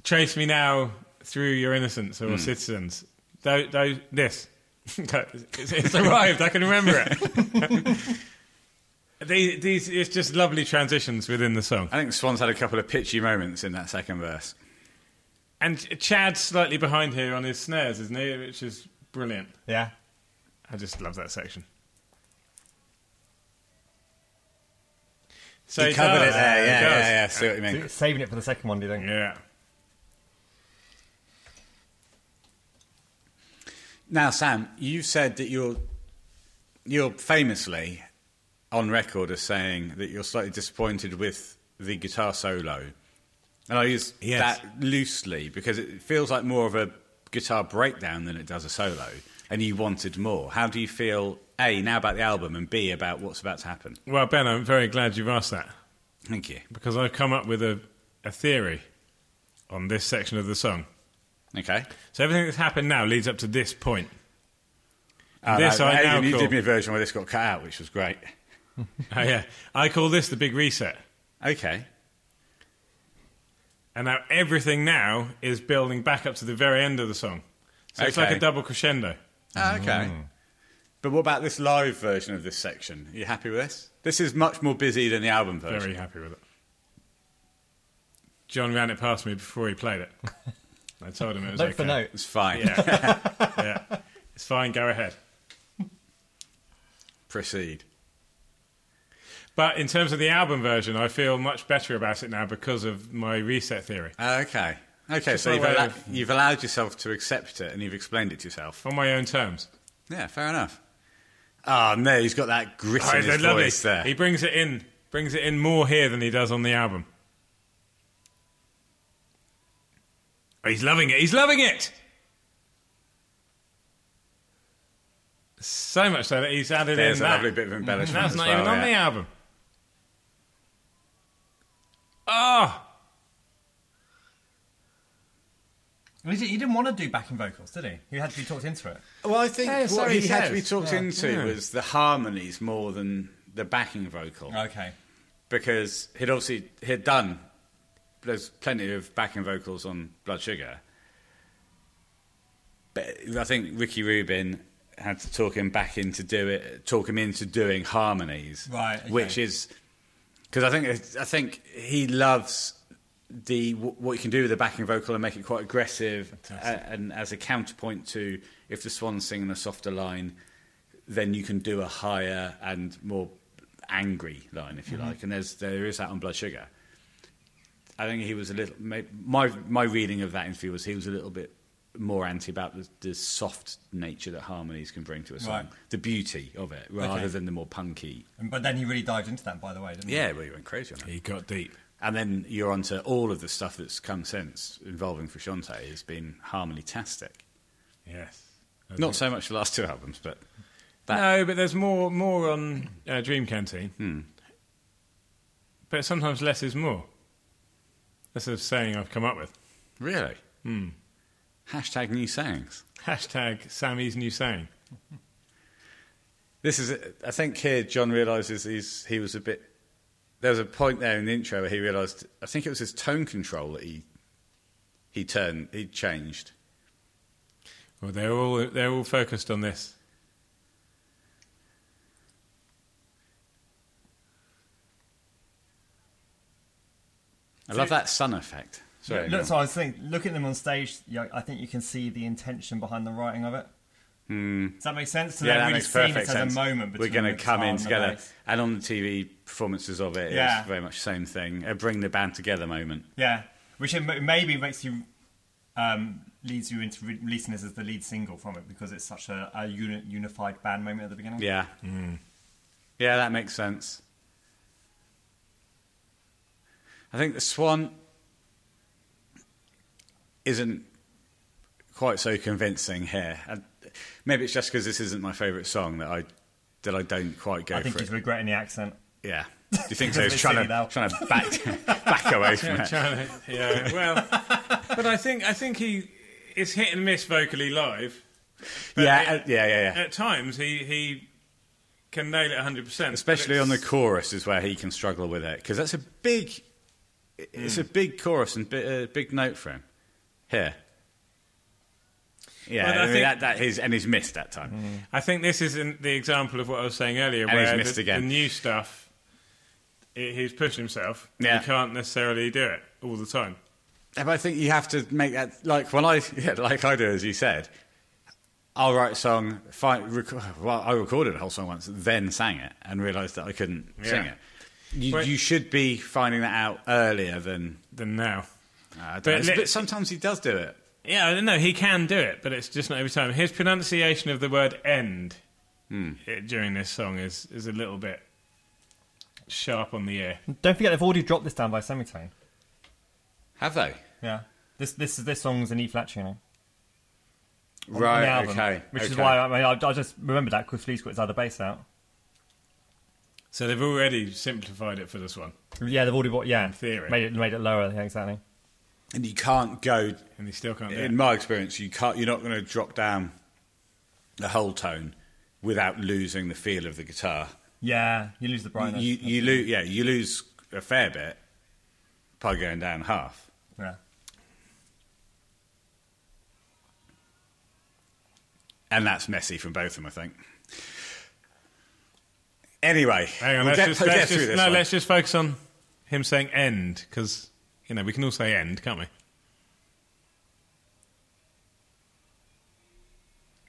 [SPEAKER 2] Trace me now through your innocence,
[SPEAKER 1] Hmm.
[SPEAKER 2] or citizens. Tho- tho- this. it's, it's arrived. I can remember it. these, these, it's just lovely transitions within the song.
[SPEAKER 1] I think the Swans had a couple of pitchy moments in that second verse.
[SPEAKER 2] And Ch- Chad's slightly behind here on his snares, isn't he? Which is brilliant.
[SPEAKER 4] Yeah.
[SPEAKER 2] I just love that section. So
[SPEAKER 1] He covered
[SPEAKER 2] does.
[SPEAKER 1] it there.
[SPEAKER 2] He
[SPEAKER 1] Yeah, yeah,
[SPEAKER 2] does.
[SPEAKER 1] yeah, yeah. See what you mean.
[SPEAKER 4] Saving it for the second one, do you think?
[SPEAKER 2] Yeah.
[SPEAKER 1] Now, Sam, you've said that you're you're famously on record as saying that you're slightly disappointed with the guitar solo, and I use
[SPEAKER 2] Yes.
[SPEAKER 1] that loosely because it feels like more of a guitar breakdown than it does a solo, and you wanted more. How do you feel? A now about the album, and B about what's about to happen.
[SPEAKER 2] Well, Ben, I'm very glad you've asked that
[SPEAKER 1] Thank you.
[SPEAKER 2] because I've come up with a, a theory on this section of the song.
[SPEAKER 1] Okay.
[SPEAKER 2] So everything that's happened now leads up to this point.
[SPEAKER 1] Uh,
[SPEAKER 2] this I now
[SPEAKER 1] Aidan, you
[SPEAKER 2] call-
[SPEAKER 1] did me a version where this got cut out, which was great.
[SPEAKER 2] Oh, yeah. I call this the big reset.
[SPEAKER 1] Okay.
[SPEAKER 2] And now everything now is building back up to the very end of the song. So it's like
[SPEAKER 1] Okay.
[SPEAKER 2] a double crescendo.
[SPEAKER 1] Ah, okay.
[SPEAKER 2] Mm.
[SPEAKER 1] But what about this live version of this section? Are you happy with this? This is much more busy than the album version.
[SPEAKER 2] Very happy with it. John ran it past me before he played it. I told him it was
[SPEAKER 4] Note
[SPEAKER 2] okay.
[SPEAKER 4] for note.
[SPEAKER 1] It's fine.
[SPEAKER 2] Yeah. yeah. It's fine, go ahead.
[SPEAKER 1] Proceed.
[SPEAKER 2] But in terms of the album version, I feel much better about it now because of my reset theory.
[SPEAKER 1] Ah, Okay. Okay,
[SPEAKER 2] just
[SPEAKER 1] so
[SPEAKER 2] my
[SPEAKER 1] you've,
[SPEAKER 2] way
[SPEAKER 1] allo-
[SPEAKER 2] of-
[SPEAKER 1] you've allowed yourself to accept it and you've explained it to yourself.
[SPEAKER 2] On my own terms.
[SPEAKER 1] Yeah, fair enough. Oh, no, he's got that grit
[SPEAKER 2] Oh,
[SPEAKER 1] in his
[SPEAKER 2] they're lovely.
[SPEAKER 1] voice there.
[SPEAKER 2] He brings it in brings it in more here than he does on the album. Oh, he's loving it. He's loving it. So much so that he's added
[SPEAKER 1] There's
[SPEAKER 2] in
[SPEAKER 1] a
[SPEAKER 2] that. Mm-hmm.
[SPEAKER 1] lovely bit of embellishment
[SPEAKER 2] That's
[SPEAKER 1] as
[SPEAKER 2] not
[SPEAKER 1] well,
[SPEAKER 2] even on
[SPEAKER 1] yeah.
[SPEAKER 2] the album. Oh,
[SPEAKER 4] Well, He, did, he didn't want to do backing vocals, did he? He had to be talked into it.
[SPEAKER 1] Well, I think
[SPEAKER 2] Yeah,
[SPEAKER 1] what
[SPEAKER 2] so
[SPEAKER 1] he,
[SPEAKER 2] he
[SPEAKER 1] had
[SPEAKER 2] says.
[SPEAKER 1] to be talked
[SPEAKER 2] Yeah.
[SPEAKER 1] into
[SPEAKER 2] Yeah.
[SPEAKER 1] was the harmonies more than the backing vocal.
[SPEAKER 4] Okay.
[SPEAKER 1] because he'd obviously he'd done there's plenty of backing vocals on Blood Sugar. But I think Ricky Rubin had to talk him back into do it, talk him into doing harmonies,
[SPEAKER 4] Right, okay.
[SPEAKER 1] Which is because I think it's- I think he loves the wh- what you can do with the backing vocal and make it quite aggressive, a- and as a counterpoint to if the Swans singing a softer line, then you can do a higher and more angry line if you
[SPEAKER 4] Mm-hmm.
[SPEAKER 1] like. And there's there is that on Blood Sugar. I think he was a little. may- My my reading of that interview was he was a little bit more anti about the, the soft nature that harmonies can bring to a song,
[SPEAKER 4] Right.
[SPEAKER 1] the beauty of it, rather
[SPEAKER 4] Okay. Mm-hmm.
[SPEAKER 1] than the more punky.
[SPEAKER 4] And, but then he really dived into that, by the way, didn't he?
[SPEAKER 1] Yeah, well, you went crazy on it.
[SPEAKER 2] he got deep.
[SPEAKER 1] And then you're onto all of the stuff that's come since involving Frusciante has been harmony-tastic.
[SPEAKER 2] Yes.
[SPEAKER 1] Not so much the last two albums, but that.
[SPEAKER 2] No, but there's more more on uh, Dream Canteen. But sometimes less is more. That's a saying I've come up with.
[SPEAKER 1] Really?
[SPEAKER 4] Hmm.
[SPEAKER 1] Hashtag new sayings.
[SPEAKER 2] Hashtag Sammy's new saying.
[SPEAKER 1] This is, I think, here John realizes he's he was a bit. There was a point there in the intro where he realized. I think it was his tone control that he he turned he changed.
[SPEAKER 2] Well, they're all they're all focused on this.
[SPEAKER 1] I love that sun effect. Sorry,
[SPEAKER 4] Look, so I was thinking, look at them on stage. Yeah, I think you can see the intention behind the writing of it. Does that make sense? So
[SPEAKER 1] Hmm. yeah,
[SPEAKER 4] they're
[SPEAKER 1] that
[SPEAKER 4] really
[SPEAKER 1] makes
[SPEAKER 4] seeing
[SPEAKER 1] perfect
[SPEAKER 4] this
[SPEAKER 1] sense.
[SPEAKER 4] As a moment
[SPEAKER 1] We're
[SPEAKER 4] going to
[SPEAKER 1] come in together, and on the TV performances of it,
[SPEAKER 4] Yeah.
[SPEAKER 1] it's very much the same thing. A bring the band together moment.
[SPEAKER 4] Yeah, which it m- maybe makes you um, leads you into re- releasing this as the lead single from it because it's such a, a uni- unified band moment at the beginning.
[SPEAKER 1] Yeah,
[SPEAKER 4] Hmm.
[SPEAKER 1] yeah, that makes sense. I think the Swan isn't quite so convincing here. And maybe it's just because this isn't my favourite song that I that I don't quite go
[SPEAKER 4] I think
[SPEAKER 1] for.
[SPEAKER 4] he's
[SPEAKER 1] It.
[SPEAKER 4] regretting the accent.
[SPEAKER 1] Yeah. Do you think so? He's
[SPEAKER 4] It's a bit
[SPEAKER 1] trying
[SPEAKER 4] silly now.
[SPEAKER 1] to, trying to back, back away from it.
[SPEAKER 2] Trying to- yeah, well, but I think I think he is hit and miss vocally live. But
[SPEAKER 1] Yeah,
[SPEAKER 2] it-
[SPEAKER 1] uh, yeah, yeah, yeah.
[SPEAKER 2] At times, he he can nail it 100. percent
[SPEAKER 1] Especially on the chorus is where he can struggle with it because that's a big, it's a big chorus and a big note for him here. Yeah,
[SPEAKER 2] Well, I
[SPEAKER 1] I mean,
[SPEAKER 2] think-
[SPEAKER 1] that, that is, and he's missed that time.
[SPEAKER 2] I think this is in the example of what I was saying earlier,
[SPEAKER 1] And he's
[SPEAKER 2] where
[SPEAKER 1] missed
[SPEAKER 2] the,
[SPEAKER 1] again.
[SPEAKER 2] the new stuff, i he's pushing himself.
[SPEAKER 1] Yeah.
[SPEAKER 2] He can't necessarily do it all the time.
[SPEAKER 1] And I think you have to make that like when I yeah, like I do as you said. I'll write a song. Find, rec- well, I recorded a whole song once, then sang it, and realised that I couldn't sing
[SPEAKER 2] Yeah.
[SPEAKER 1] it. You,
[SPEAKER 2] Well-
[SPEAKER 1] you should be finding that out earlier than. uh,
[SPEAKER 2] Than now.
[SPEAKER 1] I don't
[SPEAKER 2] But
[SPEAKER 1] know. It's a
[SPEAKER 2] let-
[SPEAKER 1] bit- sometimes he does do it.
[SPEAKER 2] Yeah, I don't know. He can do it, but it's just not every time. His pronunciation of the word "end" i- during this song is is a little bit sharp on the ear.
[SPEAKER 4] Don't forget, they've already dropped this down by a semitone.
[SPEAKER 1] Have they?
[SPEAKER 4] Yeah, this this this song's an E flat tuning. on the
[SPEAKER 1] Right.
[SPEAKER 4] album,
[SPEAKER 1] okay.
[SPEAKER 4] Which is
[SPEAKER 1] okay.
[SPEAKER 4] why I, mean, I, I just remember that because Fleet's got his other bass out.
[SPEAKER 2] So they've already simplified it for this one,
[SPEAKER 4] Yeah, they've already bought. Yeah,
[SPEAKER 2] theory.
[SPEAKER 4] made it made it lower. Yeah, exactly.
[SPEAKER 1] and you can't go.
[SPEAKER 2] and they still can't do
[SPEAKER 1] In
[SPEAKER 2] it.
[SPEAKER 1] my experience, you can't. You're not going to drop down the whole tone without losing the feel of the guitar.
[SPEAKER 4] Yeah, you lose the brightness.
[SPEAKER 1] you you lose. Yeah, you lose a fair bit by going down half.
[SPEAKER 4] yeah.
[SPEAKER 1] And that's messy from both of them, I think. Anyway,
[SPEAKER 2] Hang on,
[SPEAKER 1] we'll
[SPEAKER 2] let's
[SPEAKER 1] get,
[SPEAKER 2] just,
[SPEAKER 1] we'll
[SPEAKER 2] let's
[SPEAKER 1] get through
[SPEAKER 2] just-
[SPEAKER 1] this.
[SPEAKER 2] no,
[SPEAKER 1] one.
[SPEAKER 2] let's just focus on him saying "end" because you know we can all say "end," can't we?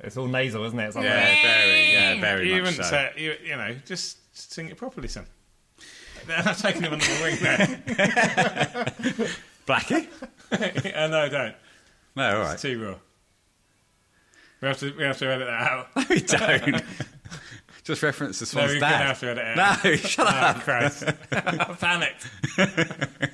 [SPEAKER 4] It's all nasal, isn't it? It's like
[SPEAKER 1] yeah, very, yeah, very
[SPEAKER 2] you
[SPEAKER 1] much
[SPEAKER 2] wouldn't
[SPEAKER 1] so.
[SPEAKER 2] say it, you, you know, just sing it properly, son. I'm taking him under the wing there.
[SPEAKER 1] Blackie?
[SPEAKER 2] oh, no, don't.
[SPEAKER 1] No, all
[SPEAKER 2] It's
[SPEAKER 1] right.
[SPEAKER 2] too raw. We have to we have to edit that out.
[SPEAKER 1] we don't. just reference the
[SPEAKER 2] No,
[SPEAKER 1] Swan's
[SPEAKER 2] you're gonna
[SPEAKER 1] dad.
[SPEAKER 2] have to edit it out.
[SPEAKER 1] No, shut up.
[SPEAKER 2] Oh, Christ. I panicked.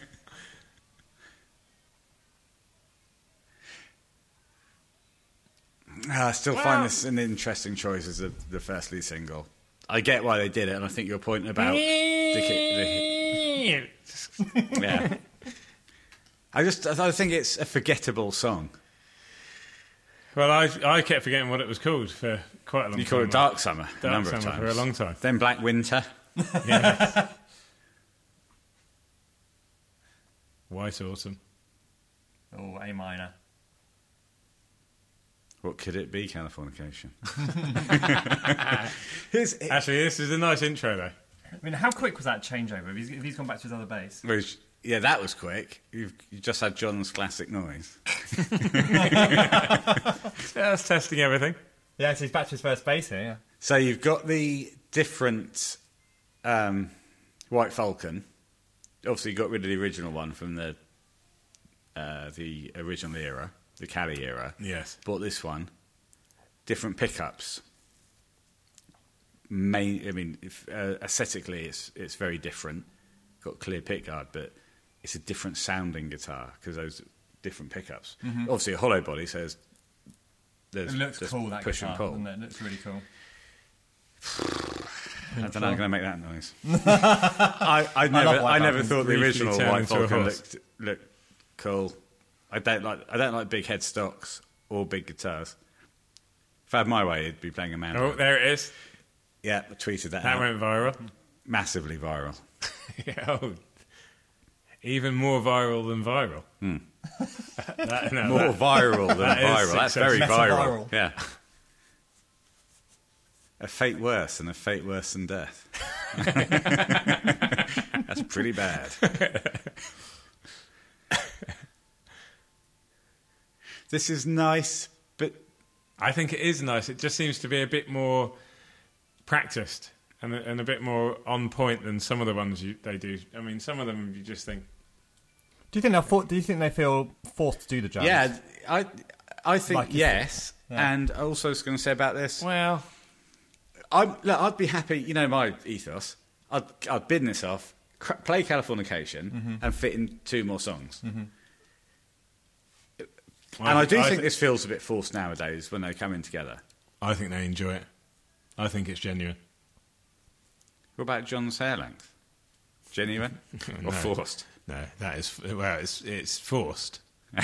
[SPEAKER 1] Ah, I still find this an interesting choice as the, the first lead single. I get why they did it, and I think your point about the, ki- the hi- yeah. I just I think it's a forgettable song.
[SPEAKER 2] Well, I I kept forgetting what it was called for quite a long time.
[SPEAKER 1] You call it Dark Summer a
[SPEAKER 2] Mm-hmm. Dark
[SPEAKER 1] number of
[SPEAKER 2] Summer
[SPEAKER 1] times
[SPEAKER 2] for a long time.
[SPEAKER 1] Then Black Winter.
[SPEAKER 2] White Autumn.
[SPEAKER 4] Oh, A minor.
[SPEAKER 1] What could it be? Californication. Here's,
[SPEAKER 2] Actually, this is a nice intro though.
[SPEAKER 4] I mean, how quick was that changeover? If he's, if he's gone back to his other bass.
[SPEAKER 1] which, yeah, that was quick. You've, you just had John's classic noise.
[SPEAKER 2] Yeah, that's testing everything.
[SPEAKER 4] Yeah, so he's back to his first bass here. Yeah.
[SPEAKER 1] So you've got the different um, White Falcon. Obviously, you got rid of the original one from the uh, the original era, the Cali era.
[SPEAKER 2] Yes.
[SPEAKER 1] Bought this one. Different pickups. Main, I mean, if, uh, aesthetically, it's it's very different. Got clear pickguard, but it's a different sounding guitar because those different pickups. Obviously, a hollow body, so there's, there's
[SPEAKER 4] Mm-hmm. It looks
[SPEAKER 1] there's
[SPEAKER 4] cool, that
[SPEAKER 1] push
[SPEAKER 4] guitar,
[SPEAKER 1] and pull.
[SPEAKER 4] doesn't it? It looks really cool.
[SPEAKER 1] I don't know. I'm going to make that noise. I, I never,
[SPEAKER 4] love White
[SPEAKER 1] I never
[SPEAKER 4] Falcon.
[SPEAKER 1] thought the
[SPEAKER 2] Briefly
[SPEAKER 1] original
[SPEAKER 2] turn
[SPEAKER 1] White
[SPEAKER 2] into a
[SPEAKER 1] Falcon
[SPEAKER 2] horse.
[SPEAKER 1] looked, looked cool. I don't like, I don't like big headstocks or big guitars. If I had my way, it'd be playing a man.
[SPEAKER 2] Oh, there it is.
[SPEAKER 1] Yeah, I tweeted that,
[SPEAKER 2] Oh. That
[SPEAKER 1] out.
[SPEAKER 2] went viral.
[SPEAKER 1] Massively viral.
[SPEAKER 2] Yeah, oh, even more viral than viral. That- no,
[SPEAKER 1] Hmm. More
[SPEAKER 2] that-
[SPEAKER 1] viral than
[SPEAKER 2] that is
[SPEAKER 1] viral. That's
[SPEAKER 2] success.
[SPEAKER 1] very
[SPEAKER 4] That's
[SPEAKER 1] viral.
[SPEAKER 4] viral.
[SPEAKER 1] Yeah. A fate worse and a fate worse than death. That's pretty bad. this is nice, but
[SPEAKER 2] I think it is nice. It just seems to be a bit more practiced and a, and a bit more on point than some of the ones you, they do. I mean, some of them you just think,
[SPEAKER 4] Do you think they're for- do you think they feel forced to do the job?
[SPEAKER 1] yeah, I, I think
[SPEAKER 4] Like you
[SPEAKER 1] yes. And I also was going to say about this.
[SPEAKER 2] well,
[SPEAKER 1] I'm, look, I'd be happy, you know, my ethos. I'd, I'd bin this off, cr- play Californication, and fit in two more songs. And I do think
[SPEAKER 2] thi-
[SPEAKER 1] this feels a bit forced nowadays when they come in together.
[SPEAKER 2] I think they enjoy it. I think it's genuine.
[SPEAKER 1] What about John's hair length? Genuine
[SPEAKER 2] No.
[SPEAKER 1] or forced?
[SPEAKER 2] No, that is well, it's it's forced.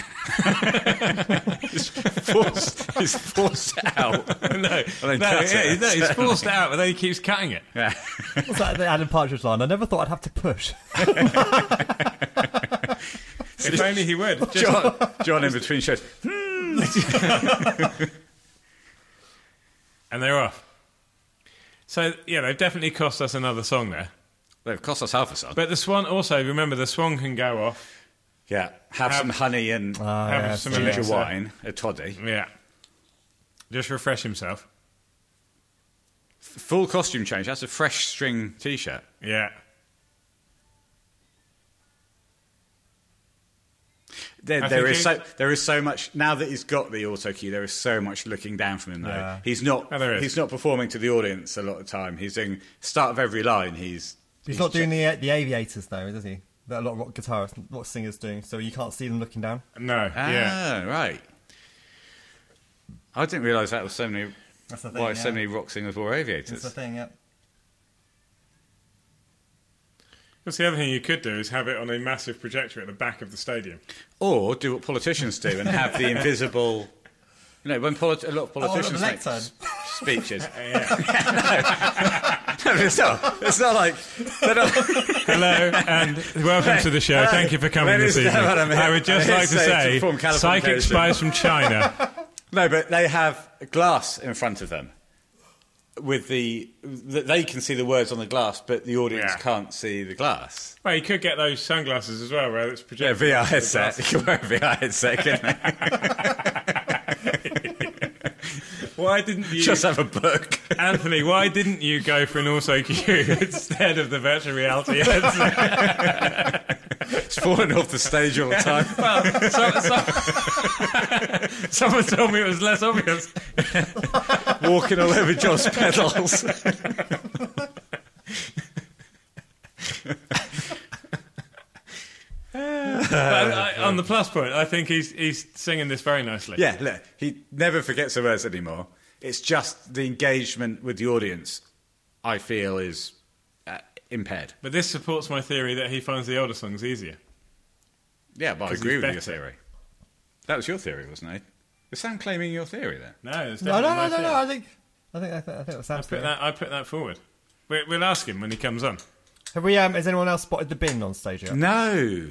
[SPEAKER 1] Forced. it's forced out.
[SPEAKER 2] no, no,
[SPEAKER 1] then cut
[SPEAKER 2] yeah,
[SPEAKER 1] it.
[SPEAKER 2] no, it's forced out, but then he keeps cutting it.
[SPEAKER 1] Yeah.
[SPEAKER 4] What's that the Adam Partridge line? I never thought I'd have to push.
[SPEAKER 2] If only he would. Just,
[SPEAKER 1] John, John in between shows.
[SPEAKER 2] and they're off. So yeah, they've definitely cost us another song there.
[SPEAKER 1] They've cost us half a song.
[SPEAKER 2] But the swan also remember the swan can go off.
[SPEAKER 1] yeah. Have, some honey and
[SPEAKER 2] have
[SPEAKER 4] yeah,
[SPEAKER 2] some
[SPEAKER 1] ginger
[SPEAKER 2] elixir.
[SPEAKER 1] wine, a toddy.
[SPEAKER 2] Yeah, just refresh himself.
[SPEAKER 1] Full costume change. That's a fresh string t shirt.
[SPEAKER 2] Yeah,
[SPEAKER 1] There,
[SPEAKER 2] I
[SPEAKER 1] there
[SPEAKER 2] think
[SPEAKER 1] is
[SPEAKER 2] he-
[SPEAKER 1] so there is so much now that he's got the auto cue. There is so much looking down from him though.
[SPEAKER 4] Yeah.
[SPEAKER 1] He's not
[SPEAKER 2] Oh, there is.
[SPEAKER 1] he's not performing to the audience a lot of time. He's doing start of every line. He's
[SPEAKER 4] He's not doing the uh, the aviators though, is he? That a lot of rock guitarists, a lot of singers do. So you can't see them looking down.
[SPEAKER 2] no,
[SPEAKER 1] ah
[SPEAKER 2] yeah.
[SPEAKER 1] right. I didn't realise that was so many.
[SPEAKER 4] That's the thing.
[SPEAKER 1] Why
[SPEAKER 4] yeah.
[SPEAKER 1] so many rock singers wore
[SPEAKER 4] That's
[SPEAKER 1] aviators?
[SPEAKER 4] the thing. Yeah.
[SPEAKER 2] That's the other thing you could do is have it on a massive projector at the back of the stadium.
[SPEAKER 1] Or do what politicians do and have the invisible. You know, when polit- a lot of
[SPEAKER 4] look,
[SPEAKER 1] politicians
[SPEAKER 4] Oh, the
[SPEAKER 1] make
[SPEAKER 4] necktie.
[SPEAKER 1] s- speeches. no, no, it's not. It's not like they're not.
[SPEAKER 2] Hello and welcome to the show.
[SPEAKER 1] Hello.
[SPEAKER 2] Thank you for coming
[SPEAKER 1] Ladies
[SPEAKER 2] this
[SPEAKER 1] and
[SPEAKER 2] evening.
[SPEAKER 1] gentlemen, I'm here-
[SPEAKER 2] I would just
[SPEAKER 1] I'm here
[SPEAKER 2] like to
[SPEAKER 1] to
[SPEAKER 2] say,
[SPEAKER 1] perform Californication.
[SPEAKER 2] psychic spies from China.
[SPEAKER 1] No, but they have a glass in front of them with the th- they can see the words on the glass, but the audience
[SPEAKER 2] Yeah.
[SPEAKER 1] can't see the glass.
[SPEAKER 2] well, you could get those sunglasses as well, where it's
[SPEAKER 1] Yeah,
[SPEAKER 2] projected.
[SPEAKER 1] VR headset. You can wear a VR headset, couldn't they?
[SPEAKER 2] Why didn't you,
[SPEAKER 1] Just have a book.
[SPEAKER 2] Anthony? Why didn't you go for an also cue instead of the virtual reality headset?
[SPEAKER 1] It's falling off the stage all the time.
[SPEAKER 2] well, so, so, someone told me it was less obvious.
[SPEAKER 1] Walking all over John's pedals.
[SPEAKER 2] But I, on the plus point, I think he's he's singing this very nicely.
[SPEAKER 1] Yeah, look, he never forgets the words anymore. It's just the engagement with the audience, I feel, is uh, impaired.
[SPEAKER 2] But this supports my theory that he finds the older songs easier.
[SPEAKER 1] Yeah, but I
[SPEAKER 2] 'Cause
[SPEAKER 1] agree
[SPEAKER 2] he's
[SPEAKER 1] with your
[SPEAKER 2] better.
[SPEAKER 1] theory. That was your theory, wasn't it? Is Sam claiming your theory there?
[SPEAKER 2] No, it's
[SPEAKER 4] No,
[SPEAKER 2] definitely
[SPEAKER 4] no, no,
[SPEAKER 2] my
[SPEAKER 4] no,
[SPEAKER 2] theory.
[SPEAKER 4] no. I think I think I think, I think that's
[SPEAKER 2] Put
[SPEAKER 4] absolutely.
[SPEAKER 2] that, I put that forward. We, we'll ask him when he comes on.
[SPEAKER 4] Have we? Um, has anyone else spotted the bin on stage yet?
[SPEAKER 1] No.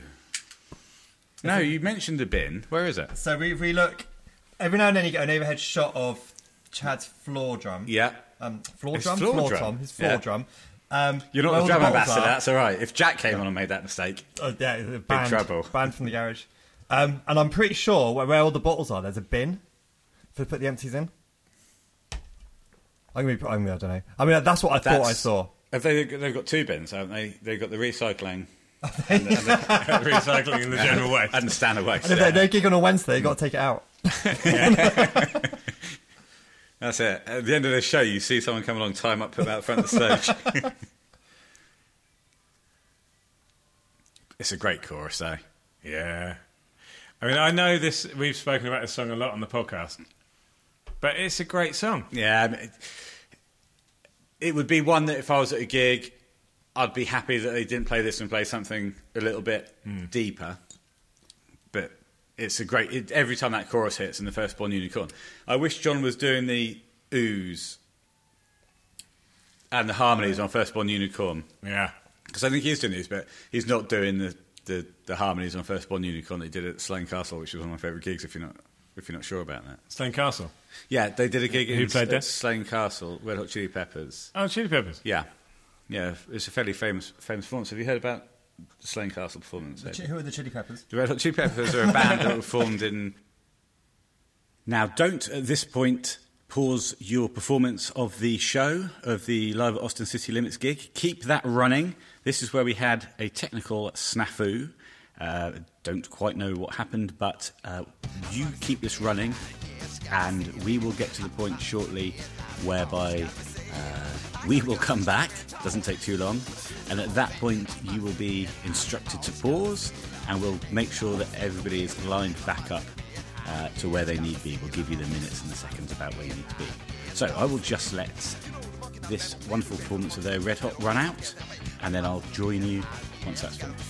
[SPEAKER 1] No, you mentioned the bin. Where is it?
[SPEAKER 4] So we, we look every now and then you get an overhead shot of Chad's floor drum.
[SPEAKER 1] Yeah.
[SPEAKER 4] Um, floor
[SPEAKER 1] His
[SPEAKER 4] drum.
[SPEAKER 1] floor
[SPEAKER 4] floor
[SPEAKER 1] drum.
[SPEAKER 4] drum. His floor
[SPEAKER 1] Yeah.
[SPEAKER 4] drum. Um,
[SPEAKER 1] You're not
[SPEAKER 4] where all
[SPEAKER 1] the drum
[SPEAKER 4] bottles
[SPEAKER 1] ambassador,
[SPEAKER 4] are.
[SPEAKER 1] that's all right. If Jack came on and made that mistake,
[SPEAKER 4] Oh, yeah, banned,
[SPEAKER 1] trouble.
[SPEAKER 4] Banned from the garage. Um, and I'm pretty sure where, where all the bottles are, there's a bin to put the empties in. I'm gonna be. I'm, I don't know. I mean, that's what I
[SPEAKER 1] that's...
[SPEAKER 4] thought I saw.
[SPEAKER 1] Have they, they've got two bins, haven't they? They've got the recycling
[SPEAKER 2] Recycling in the general way.
[SPEAKER 1] and the stand away.
[SPEAKER 4] And if they're, they're gig on a Wednesday, you got to take it out.
[SPEAKER 1] That's it. At the end of the show, you see someone come along, time up, put that front of the stage. it's a great chorus, though.
[SPEAKER 2] Yeah. I mean, I know this. We've spoken about this song a lot on the podcast, but it's a great song.
[SPEAKER 1] Yeah, I mean, it, it would be one that if I was at a gig, I'd be happy that they didn't play this and play something a little bit deeper. But it's a great. It, every time that chorus hits in the first Born Unicorn, I wish John was doing the ooze and the harmonies on Firstborn Unicorn.
[SPEAKER 2] Yeah.
[SPEAKER 1] Because I think he is doing these, but he's not doing the, the, the harmonies on Firstborn Unicorn that he did at Slane Castle, which was one of my favourite gigs, if you're not, if you're not sure about that.
[SPEAKER 2] Stone Castle.
[SPEAKER 1] Yeah, they did a gig
[SPEAKER 2] Who
[SPEAKER 1] in
[SPEAKER 2] played
[SPEAKER 1] at
[SPEAKER 2] this?
[SPEAKER 1] Slane Castle, Red Hot Chili Peppers.
[SPEAKER 2] Oh, Chili Peppers.
[SPEAKER 1] Yeah. Yeah, it's a fairly famous, famous performance. Have you heard about the Slane Castle performance? Ed?
[SPEAKER 4] Who are the Chili Peppers?
[SPEAKER 1] The Red Hot Chili Peppers are a band that were formed in. Now, don't at this point pause your performance of the show of the live at Austin City Limits gig. Keep that running. This is where we had a technical snafu. Uh, don't quite know what happened, but uh, you keep this running, and we will get to the point shortly whereby we will come back, doesn't take too long, and at that point you will be instructed to pause and we'll make sure that everybody is lined back up uh, to where they need to be. We'll give you the minutes and the seconds about where you need to be. So I will just let this wonderful performance of their Red Hot run out and then I'll join you once that's finished.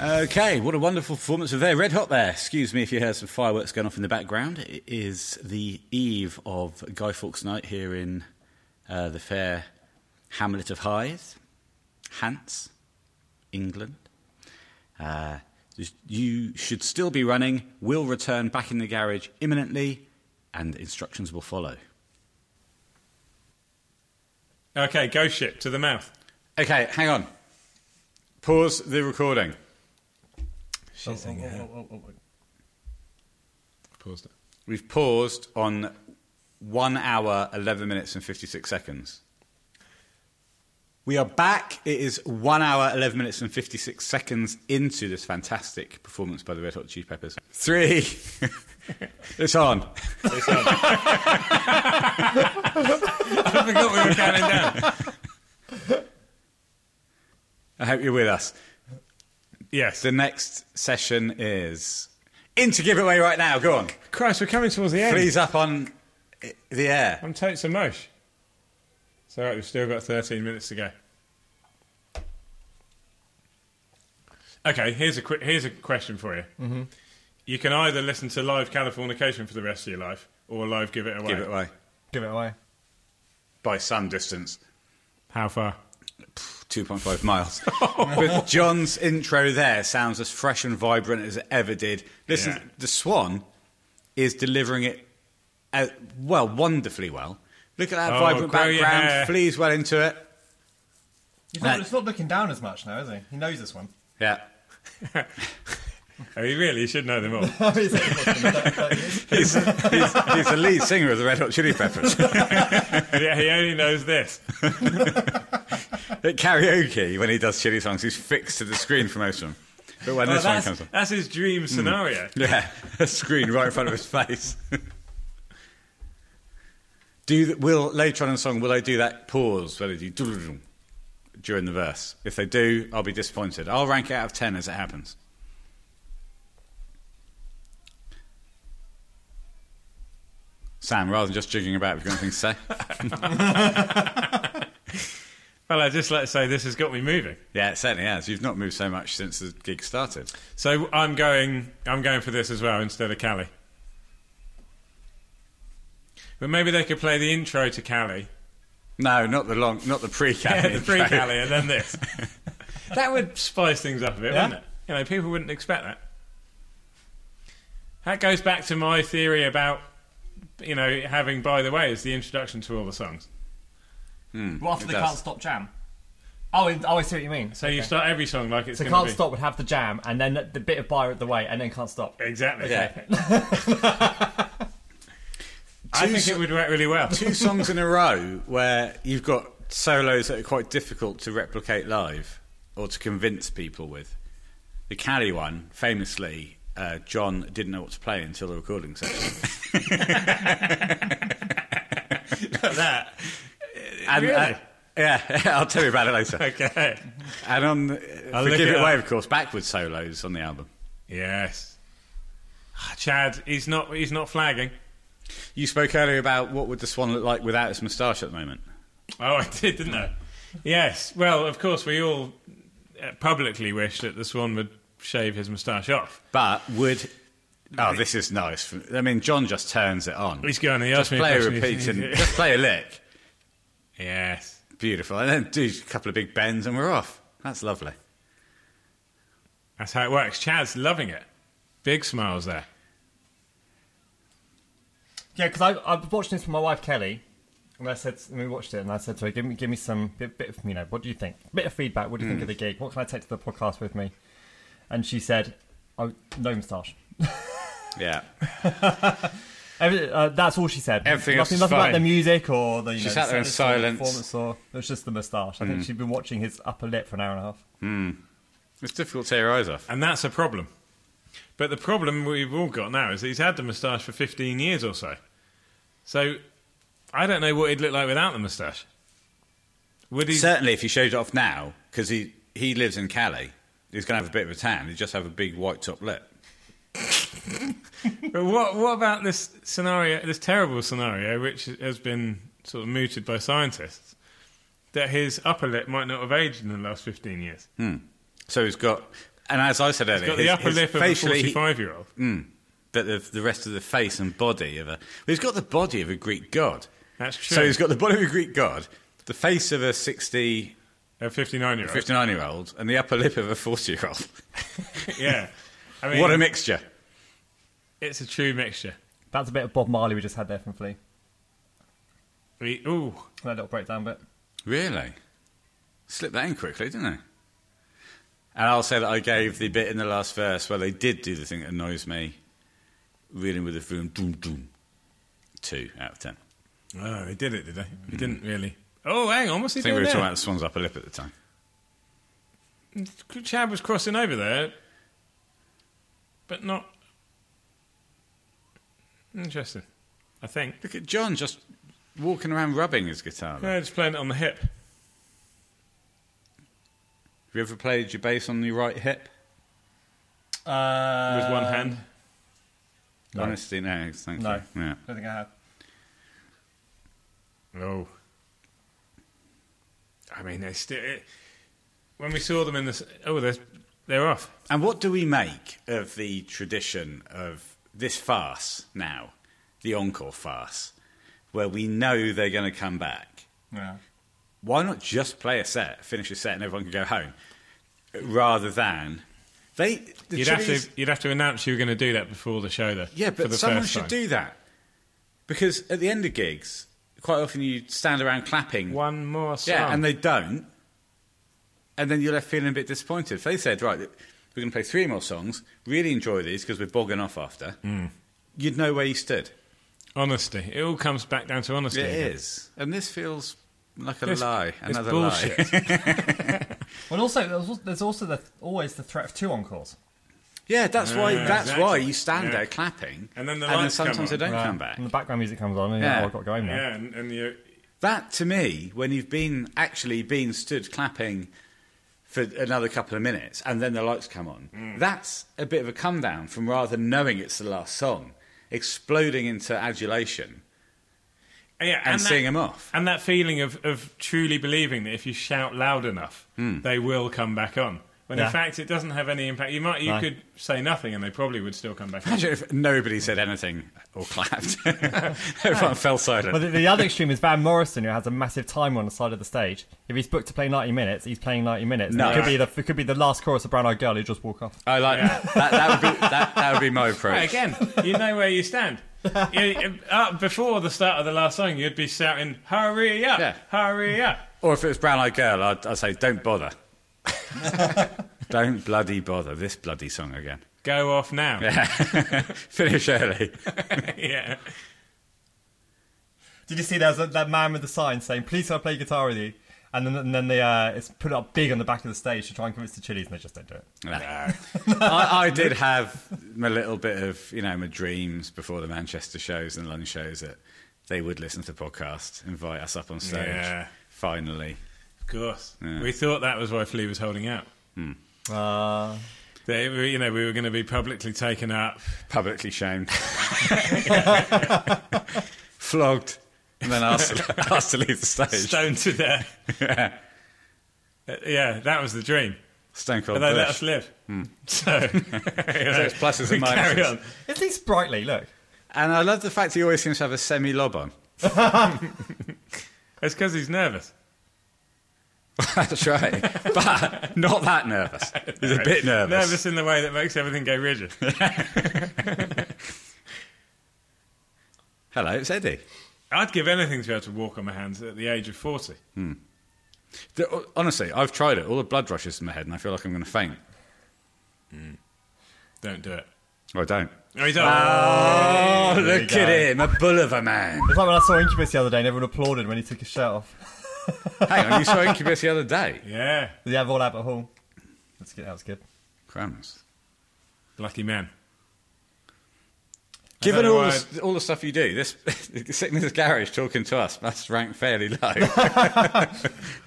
[SPEAKER 1] Okay, what a wonderful performance of their Red Hot there. Excuse me if you hear some fireworks going off in the background. It is the eve of Guy Fawkes Night here in uh, the fair hamlet of Hythe, Hants, England. Uh, you should still be running. We'll return back in the garage imminently, and instructions will follow.
[SPEAKER 2] Okay, ghost ship to the mouth.
[SPEAKER 1] Okay, hang on. Pause the recording.
[SPEAKER 4] Oh, oh, oh, oh, oh, oh.
[SPEAKER 2] Paused it.
[SPEAKER 1] We've paused on one hour, 11 minutes, and 56 seconds. We are back. It is one hour, 11 minutes, and 56 seconds into this fantastic performance by the Red Hot Chili Peppers. Three. it's on.
[SPEAKER 2] I forgot we were counting down.
[SPEAKER 1] I hope you're with us.
[SPEAKER 2] Yes.
[SPEAKER 1] The next session is into giveaway right now. Go on.
[SPEAKER 2] Christ, we're coming towards the end.
[SPEAKER 1] Please up on the air.
[SPEAKER 2] I'm totes and mosh. It's all right, we've still got 13 minutes to go. Okay, here's a, qu- here's a question for you. Mm-hmm. You can either listen to live Californication for the rest of your life or live Give It Away.
[SPEAKER 1] Give it away.
[SPEAKER 4] Give it away.
[SPEAKER 1] By some distance.
[SPEAKER 2] How far?
[SPEAKER 1] 2.5 miles. but John's intro there sounds as fresh and vibrant as it ever did. Listen,
[SPEAKER 2] Yeah.
[SPEAKER 1] the Swan is delivering it, uh, well, wonderfully well. Look at that
[SPEAKER 2] Oh,
[SPEAKER 1] vibrant
[SPEAKER 2] grow your
[SPEAKER 1] background,
[SPEAKER 2] hair.
[SPEAKER 1] flees well into it.
[SPEAKER 4] He's
[SPEAKER 1] Right.
[SPEAKER 4] not, he's not looking down as much now, is he? He knows this one.
[SPEAKER 1] Yeah.
[SPEAKER 2] Oh, you really should know them all.
[SPEAKER 4] Oh, He's looking down, don't you?
[SPEAKER 1] He's, he's, he's the lead singer of the Red Hot Chili Peppers.
[SPEAKER 2] yeah, he only knows this.
[SPEAKER 1] At karaoke, when he does chili songs, he's fixed to the screen for most of them. But when
[SPEAKER 2] Oh,
[SPEAKER 1] this one
[SPEAKER 2] that's,
[SPEAKER 1] comes on,
[SPEAKER 2] that's his
[SPEAKER 1] Mm.
[SPEAKER 2] dream scenario.
[SPEAKER 1] yeah, a screen right in front of his face. do th- will later on in the song will they do that pause where they do doodle-doodle during the verse? If they do, I'll be disappointed. I'll rank it out of ten as it happens. Sam, rather than just jigging about, if you've got anything to say,
[SPEAKER 2] Well, I'd just like to say this has got me moving.
[SPEAKER 1] yeah, it certainly has. You've not moved so much since the gig started.
[SPEAKER 2] So I'm going. I'm going for this as well instead of Cali. But maybe they could play the intro to Cali,
[SPEAKER 1] No, not the long, not the pre-Cali.
[SPEAKER 2] the pre-Cali, and then this. that would spice things up a bit,
[SPEAKER 4] Yeah.
[SPEAKER 2] wouldn't it? You know, people wouldn't expect that. That goes back to my theory about you know having by the way as the introduction to all the songs.
[SPEAKER 4] Well,
[SPEAKER 1] It
[SPEAKER 4] after the
[SPEAKER 1] does.
[SPEAKER 4] can't stop jam. Oh, I- oh, I see what you mean.
[SPEAKER 2] So you start every song like it's
[SPEAKER 4] So
[SPEAKER 2] going to
[SPEAKER 4] can't
[SPEAKER 2] be
[SPEAKER 4] stop would have the jam, and then the bit of bar at the way, and then can't stop.
[SPEAKER 2] exactly.
[SPEAKER 1] Yeah.
[SPEAKER 2] I think it would work really well.
[SPEAKER 1] two songs in a row where you've got solos that are quite difficult to replicate live or to convince people with. The Cali one, famously, uh, John didn't know what to play until the recording session.
[SPEAKER 2] that
[SPEAKER 1] And,
[SPEAKER 2] Really?
[SPEAKER 1] uh, Yeah, I'll tell you about it later.
[SPEAKER 2] Okay.
[SPEAKER 1] And on uh,
[SPEAKER 2] I'll look
[SPEAKER 1] Forgive
[SPEAKER 2] it
[SPEAKER 1] It Away,
[SPEAKER 2] up.
[SPEAKER 1] of course, backwards solos on the album.
[SPEAKER 2] Yes. Ah, Chad, he's not. He's not flagging.
[SPEAKER 1] You spoke earlier about what would the swan look like without its moustache at the moment.
[SPEAKER 2] Oh, I did, didn't I? Yes. Well, of course, we all uh, publicly wish that the swan would shave his moustache off.
[SPEAKER 1] But would oh, this is nice. I mean, John just turns it on.
[SPEAKER 2] He's going. He
[SPEAKER 1] Just
[SPEAKER 2] asked me.
[SPEAKER 1] play
[SPEAKER 2] a
[SPEAKER 1] a
[SPEAKER 2] question, he's-
[SPEAKER 1] repeat and just play a lick.
[SPEAKER 2] Yes.
[SPEAKER 1] Beautiful, and then do a couple of big bends, and we're off. That's lovely.
[SPEAKER 2] That's how it works. Chad's loving it. Big smiles there.
[SPEAKER 4] Yeah, because I, I was watching this with my wife Kelly, and I said and we watched it, and I said to her, "Give me, give me some bit, bit of you know, what do you think? Bit of feedback. What do you think of the gig? What can I take to the podcast with me?" And she said, "Oh, no moustache."
[SPEAKER 1] Yeah,
[SPEAKER 4] Every, uh, that's all she said.
[SPEAKER 1] Everything else
[SPEAKER 4] nothing,
[SPEAKER 1] is
[SPEAKER 4] nothing
[SPEAKER 1] fine.
[SPEAKER 4] about the music or the. You
[SPEAKER 1] She
[SPEAKER 4] know,
[SPEAKER 1] sat
[SPEAKER 4] the
[SPEAKER 1] there in
[SPEAKER 4] set list or the
[SPEAKER 1] silence. Hmm.
[SPEAKER 4] Performance or it was just the moustache. I think she'd been watching his upper lip for an hour and a half.
[SPEAKER 1] it's difficult to tear your eyes off.
[SPEAKER 2] And that's a problem. But the problem we've all got now is that he's had the moustache for 15 years or so. So I don't know what he'd look like without the moustache. Would he?
[SPEAKER 1] Certainly, if you showed it off now, because he he lives in Calais, he's going to have a bit of a tan. He'd just have a big white top lip.
[SPEAKER 2] but what, what about this scenario, this terrible scenario, which has been sort of mooted by scientists, that his upper lip might not have aged in the last 15 years?
[SPEAKER 1] So he's got, and as I said earlier,
[SPEAKER 2] He's got the
[SPEAKER 1] his-
[SPEAKER 2] upper
[SPEAKER 1] his
[SPEAKER 2] lip of a
[SPEAKER 1] facially,
[SPEAKER 2] 45 year old.
[SPEAKER 1] but the, the rest of the face and body of a. Well, he's got the body of a Greek god.
[SPEAKER 2] That's
[SPEAKER 1] So
[SPEAKER 2] true.
[SPEAKER 1] he's got the body of a Greek god, the face of a 60,
[SPEAKER 2] A 59 year old.
[SPEAKER 1] 59 year old, and the upper lip of a 40 year old.
[SPEAKER 2] Yeah. I mean,
[SPEAKER 1] What a mixture.
[SPEAKER 2] it's a true mixture.
[SPEAKER 4] That's a bit of Bob Marley we just had there from Flea.
[SPEAKER 2] We, ooh.
[SPEAKER 4] That little breakdown bit.
[SPEAKER 1] Really? Slipped that in quickly, didn't they? And I'll say that I gave the bit in the last verse where they did do the thing that annoys me, reeling with the vroom, doom, doom, two out of ten.
[SPEAKER 2] Oh, he did it, did they? He didn't really. Oh, hang on, what's he
[SPEAKER 1] I think we
[SPEAKER 2] doing
[SPEAKER 1] were talking
[SPEAKER 2] there?
[SPEAKER 1] about the swan's upper lip at the time.
[SPEAKER 2] Chad was crossing over there, but not. Interesting, I think.
[SPEAKER 1] Look at John just walking around rubbing his guitar. there.
[SPEAKER 2] No, just playing it on the hip.
[SPEAKER 1] Have you ever played your bass on your right hip?
[SPEAKER 4] Uh,
[SPEAKER 2] With one hand.
[SPEAKER 4] No.
[SPEAKER 1] Honestly, no, thank
[SPEAKER 4] Uh, No.
[SPEAKER 1] you. Yeah.
[SPEAKER 4] I don't think I have.
[SPEAKER 2] Oh. I mean, they still. It, when we saw them in this. Oh, they're, they're off.
[SPEAKER 1] And what do we make of the tradition of this farce now, the encore farce, where we know they're going to come back?
[SPEAKER 4] Yeah.
[SPEAKER 1] Why not just play a set, finish a set, and everyone can go home, rather than they? The
[SPEAKER 2] You'd have, to,
[SPEAKER 1] Chilis-
[SPEAKER 2] you'd have to announce you were going to do that before the show, though.
[SPEAKER 1] yeah,
[SPEAKER 2] for
[SPEAKER 1] but
[SPEAKER 2] the
[SPEAKER 1] someone
[SPEAKER 2] first
[SPEAKER 1] should
[SPEAKER 2] time.
[SPEAKER 1] do that because at the end of gigs, quite often you stand around clapping.
[SPEAKER 2] One more song.
[SPEAKER 1] Yeah, and they don't. And then you're left feeling a bit disappointed. If they said, right, we're going to play three more songs, really enjoy these because we're bogging off after,
[SPEAKER 2] Hmm.
[SPEAKER 1] you'd know where you stood.
[SPEAKER 2] Honesty. It all comes back down to honesty.
[SPEAKER 1] It
[SPEAKER 2] again.
[SPEAKER 1] is. And this feels like a
[SPEAKER 2] This-
[SPEAKER 1] lie,
[SPEAKER 2] this
[SPEAKER 1] another
[SPEAKER 2] bullshit.
[SPEAKER 1] lie.
[SPEAKER 4] Well, also there's also, there's also the, always the threat of two encores.
[SPEAKER 1] yeah, that's why
[SPEAKER 2] Yeah,
[SPEAKER 1] That's why
[SPEAKER 2] exactly.
[SPEAKER 1] you stand
[SPEAKER 2] Yeah.
[SPEAKER 1] there clapping
[SPEAKER 2] And then the lights come
[SPEAKER 1] sometimes they
[SPEAKER 2] on.
[SPEAKER 1] don't
[SPEAKER 4] Right.
[SPEAKER 1] come back.
[SPEAKER 4] And the background music comes on, and
[SPEAKER 1] Yeah.
[SPEAKER 4] yeah. oh, I've got to go home now.
[SPEAKER 2] Yeah, and, and oh, you,
[SPEAKER 1] That to me, when you've been actually been stood clapping for another couple of minutes and then the lights come on,
[SPEAKER 2] Mm.
[SPEAKER 1] that's a bit of a come down from rather than knowing it's the last song, exploding into adulation
[SPEAKER 2] yeah,
[SPEAKER 1] and,
[SPEAKER 2] that-
[SPEAKER 1] seeing them off.
[SPEAKER 2] And that feeling of, of truly believing that if you shout loud enough,
[SPEAKER 1] Hmm.
[SPEAKER 2] they will come back on. When
[SPEAKER 4] Yeah.
[SPEAKER 2] in fact, it doesn't have any impact. You might you
[SPEAKER 4] No.
[SPEAKER 2] could say nothing, and they probably would still come back. on.
[SPEAKER 1] Imagine if nobody said anything or clapped. Everyone fell silent.
[SPEAKER 4] Well, the, the other extreme is Van Morrison, who has a massive timer on the side of the stage. If he's booked to play 90 minutes, he's playing 90 minutes.
[SPEAKER 1] No.
[SPEAKER 4] It could be the it could be the last chorus of Brown Eyed Girl who just walk off.
[SPEAKER 1] I like that. that. That would be that, that would be my
[SPEAKER 2] Right,
[SPEAKER 1] approach.
[SPEAKER 2] again, you know where you stand. You- uh, before the start of the last song, you'd be shouting, "Hurry up!
[SPEAKER 1] Yeah.
[SPEAKER 2] Hurry up!"
[SPEAKER 1] Or if it was Brown Eyed Girl, I'd, I'd say, don't bother. don't bloody bother. This bloody song again.
[SPEAKER 2] Go off now. Yeah.
[SPEAKER 1] Finish early.
[SPEAKER 4] Did you see there's a, that man with the sign saying, "Please can I play guitar with you?" And then and then they uh, it's put up big on the back of the stage to try and convince the Chili's, and they just don't do it.
[SPEAKER 1] No. I, I did have my little bit of, you know, my dreams before the Manchester shows and London shows that they would listen to the podcast, invite us up on stage.
[SPEAKER 2] Yeah.
[SPEAKER 1] Finally.
[SPEAKER 2] Of course.
[SPEAKER 1] Yeah.
[SPEAKER 2] We thought that was why Flea was holding out.
[SPEAKER 4] Uh,
[SPEAKER 2] They, we- you know, we were going to be publicly taken up.
[SPEAKER 1] Publicly shamed. Flogged. And then asked, asked to leave the stage.
[SPEAKER 2] stoned to death. Uh, yeah, that was the dream.
[SPEAKER 1] Stone Cold
[SPEAKER 2] But they let
[SPEAKER 1] Bush.
[SPEAKER 2] us live.
[SPEAKER 1] So
[SPEAKER 2] So,
[SPEAKER 1] it's pluses
[SPEAKER 2] we
[SPEAKER 1] and minuses.
[SPEAKER 2] carry on.
[SPEAKER 4] at least brightly, look.
[SPEAKER 1] And I love the fact he always seems to have a semi lob on.
[SPEAKER 2] It's because he's nervous.
[SPEAKER 1] That's right. but not that nervous. He's a bit nervous.
[SPEAKER 2] Nervous in the way that makes everything go rigid.
[SPEAKER 1] Hello, it's Eddie.
[SPEAKER 2] I'd give anything to be able to walk on my hands at the age of 40.
[SPEAKER 1] The- honestly, I've tried it. All the blood rushes to my head, and I feel like I'm going to faint.
[SPEAKER 2] Don't do it.
[SPEAKER 1] I don't.
[SPEAKER 2] Oh,
[SPEAKER 1] Ah.
[SPEAKER 2] you don't.
[SPEAKER 1] Oh,
[SPEAKER 4] you
[SPEAKER 1] look
[SPEAKER 4] go.
[SPEAKER 1] at him, a bull of a man.
[SPEAKER 4] It's like when I saw Incubus the other day and everyone applauded when he took his shirt off.
[SPEAKER 1] Hang on, you saw Incubus the other day.
[SPEAKER 2] yeah.
[SPEAKER 4] The Avon Abbott Hall. That's good. That was good.
[SPEAKER 1] Crumbs.
[SPEAKER 2] Lucky man.
[SPEAKER 1] Given
[SPEAKER 2] don't know
[SPEAKER 1] all the,
[SPEAKER 2] why
[SPEAKER 1] s- all the stuff you do, this sitting in this garage talking to us must rank fairly low.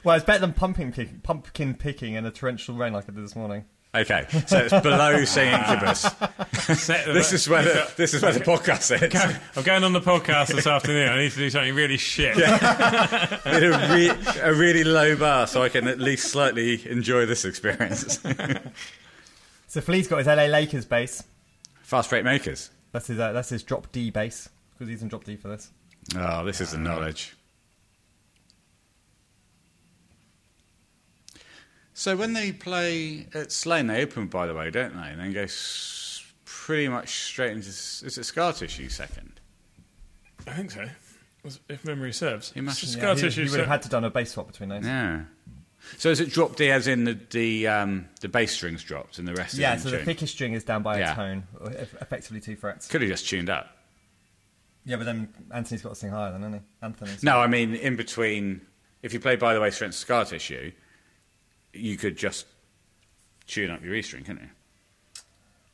[SPEAKER 4] Well, it's better than pumpkin, pick- pumpkin picking in a torrential rain like I did this morning.
[SPEAKER 1] okay, so it's below seeing Incubus.
[SPEAKER 2] Set the-
[SPEAKER 1] This is where the, this is where the podcast is.
[SPEAKER 2] I'm going on the podcast this afternoon. I need to do something really shit.
[SPEAKER 1] Need a, re- a really low bar, so I can at least slightly enjoy this experience.
[SPEAKER 4] So Flea's got his LA Lakers base.
[SPEAKER 1] Fast rate makers.
[SPEAKER 4] That's his, uh, that's his drop D base. Because he's in drop D for this.
[SPEAKER 1] Oh, this is the knowledge. So when they play at Slane, they open, by the way, don't they? And then go s- pretty much straight into s- is it scar tissue second?
[SPEAKER 2] I think so. If memory serves.
[SPEAKER 1] He must-
[SPEAKER 2] Scar
[SPEAKER 4] Yeah, he,
[SPEAKER 2] tissue
[SPEAKER 4] he would
[SPEAKER 2] ser-
[SPEAKER 4] have had to done a base swap between those.
[SPEAKER 1] Yeah. So is it drop D as in the the, um, the bass strings dropped and the rest
[SPEAKER 4] Yeah,
[SPEAKER 1] is
[SPEAKER 4] so
[SPEAKER 1] in
[SPEAKER 4] the
[SPEAKER 1] tune?
[SPEAKER 4] thickest string is down by
[SPEAKER 1] Yeah.
[SPEAKER 4] a tone, or eff- effectively two frets.
[SPEAKER 1] Could have just tuned up.
[SPEAKER 4] Yeah, but then Anthony's got to sing higher than hasn't he? Anthony's.
[SPEAKER 1] No, I mean in between. If you play by the way straight into scar tissue, you could just tune up your E string, couldn't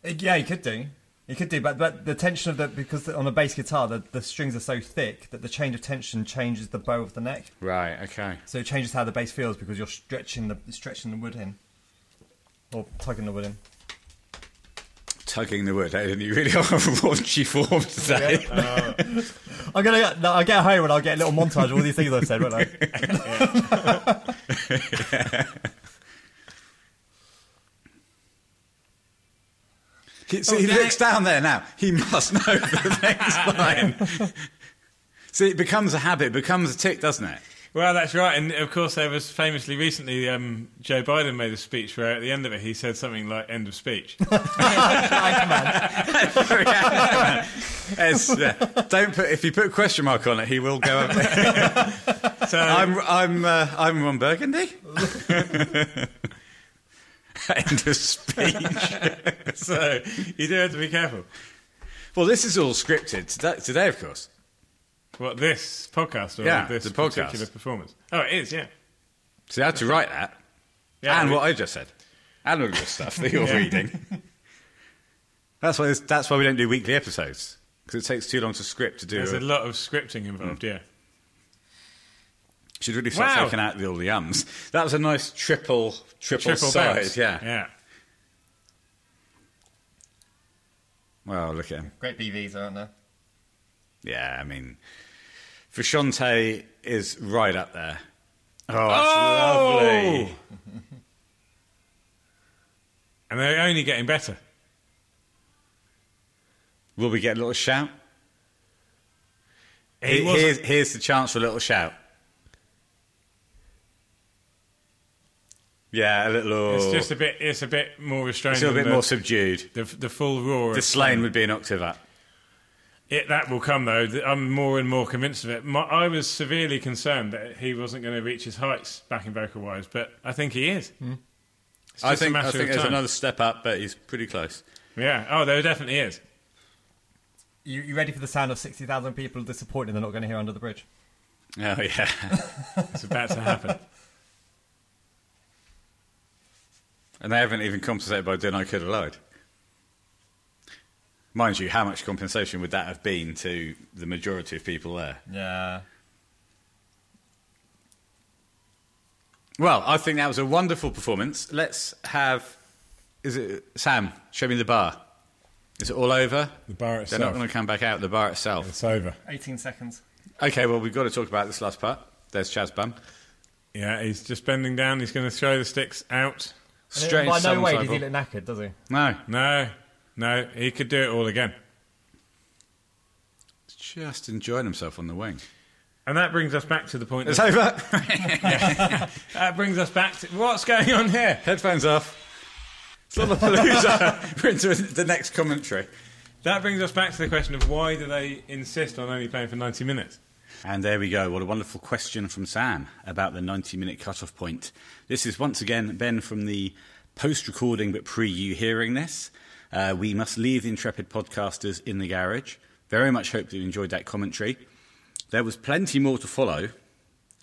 [SPEAKER 1] you?
[SPEAKER 4] Uh, Yeah, he could do. He could do, but, but the tension of the because on a bass guitar the, the strings are so thick that the change of tension changes the bow of the neck,
[SPEAKER 1] Right. Okay.
[SPEAKER 4] so it changes how the bass feels because you're stretching the stretching the wood in, or tugging the wood in.
[SPEAKER 1] tugging the wood. Aidan, you really are a raunchy form today.
[SPEAKER 4] I'm gonna get, no, I'll get home and I'll get a little montage of all these things I've said, won't I?
[SPEAKER 1] so he looks down there now. He must know the next line. so it becomes a habit, it becomes a tick, doesn't it?
[SPEAKER 2] Well, that's right. And of course, there was famously recently um, Joe Biden made a speech where at the end of it he said something like "end of speech."
[SPEAKER 1] It's, uh, don't put if you put a question mark on it, he will go. Up.
[SPEAKER 2] So
[SPEAKER 1] I'm I'm uh, I'm Ron Burgundy. End of speech.
[SPEAKER 2] so you do have to be careful.
[SPEAKER 1] Well, this is all scripted today, today of course.
[SPEAKER 2] What this podcast or
[SPEAKER 1] Yeah,
[SPEAKER 2] this
[SPEAKER 1] the podcast.
[SPEAKER 2] particular performance? Oh, it is. Yeah.
[SPEAKER 1] So I had to write that.
[SPEAKER 2] Yeah,
[SPEAKER 1] and
[SPEAKER 2] we-
[SPEAKER 1] what I just said. And all your stuff that you're
[SPEAKER 2] Yeah.
[SPEAKER 1] reading. That's why, this, that's why we don't do weekly episodes. Because it takes too long to script to do
[SPEAKER 2] There's a
[SPEAKER 1] it.
[SPEAKER 2] lot of scripting involved. Yeah.
[SPEAKER 1] Mm. Should really start
[SPEAKER 2] Wow.
[SPEAKER 1] taking out the, all the ums. That was a nice triple, triple,
[SPEAKER 2] Triple
[SPEAKER 1] size.
[SPEAKER 2] bounce.
[SPEAKER 1] Yeah.
[SPEAKER 2] Yeah.
[SPEAKER 1] Well, look at him.
[SPEAKER 4] Great BVs, aren't there?
[SPEAKER 1] Yeah, I mean, Frashante is right up there. Oh, that's lovely.
[SPEAKER 2] And they're only getting better.
[SPEAKER 1] Will we get a little shout?
[SPEAKER 2] He
[SPEAKER 1] He-
[SPEAKER 2] wasn't-
[SPEAKER 1] here's, here's the chance for a little shout. Yeah, a little.
[SPEAKER 2] It's just a bit. It's a bit more restrained.
[SPEAKER 1] It's a little
[SPEAKER 2] than
[SPEAKER 1] bit
[SPEAKER 2] the,
[SPEAKER 1] more subdued.
[SPEAKER 2] The, the full roar.
[SPEAKER 1] The
[SPEAKER 2] of-
[SPEAKER 1] slain would be an octave up.
[SPEAKER 2] It, that will come though. Th- I'm more and more convinced of it. My, I was severely concerned that he wasn't going to reach his heights backing vocal wise, but I think he is. It's
[SPEAKER 1] Hmm. I
[SPEAKER 2] just a
[SPEAKER 1] think,
[SPEAKER 2] matter
[SPEAKER 1] I think
[SPEAKER 2] of
[SPEAKER 1] there's
[SPEAKER 2] time.
[SPEAKER 1] another step up, but he's pretty close.
[SPEAKER 2] Yeah. Oh, there definitely is.
[SPEAKER 4] You, you ready for the sound of sixty thousand people disappointed they're not going to hear under the bridge?
[SPEAKER 1] Oh, yeah.
[SPEAKER 2] It's about to happen.
[SPEAKER 1] and they haven't even compensated by doing I Could Have Lied. Mind you, how much compensation would that have been to the majority of people there?
[SPEAKER 4] Yeah.
[SPEAKER 1] Well, I think that was a wonderful performance. Let's have. Is it Sam? Show me the bar. Is it all over?
[SPEAKER 2] The bar
[SPEAKER 1] They're not
[SPEAKER 2] itself.
[SPEAKER 1] going to come back out. The bar itself.
[SPEAKER 2] It's over.
[SPEAKER 4] 18 seconds.
[SPEAKER 1] Okay. Well, we've got to talk about this last part. There's Chaz Bum.
[SPEAKER 2] Yeah, he's just bending down. He's going to throw the sticks out.
[SPEAKER 1] Strange.
[SPEAKER 4] By no way
[SPEAKER 1] somersault.
[SPEAKER 4] did he look knackered, does he?
[SPEAKER 1] No.
[SPEAKER 2] No, no, he could do it all again.
[SPEAKER 1] Just enjoying himself on the wing.
[SPEAKER 2] And that brings us back to the point.
[SPEAKER 1] It's
[SPEAKER 2] That,
[SPEAKER 1] over.
[SPEAKER 2] that brings us back to what's going on here.
[SPEAKER 1] Headphones off. It's Lollapalooza. We're into the next commentary.
[SPEAKER 2] That brings us back to the question of why do they insist on only playing for ninety minutes?
[SPEAKER 1] And there we go. What a wonderful question from Sam about the 90 minute cutoff point. This is once again Ben from the post recording, but pre you hearing this. Uh, we must leave the intrepid podcasters in the garage. Very much hope that you enjoyed that commentary. There was plenty more to follow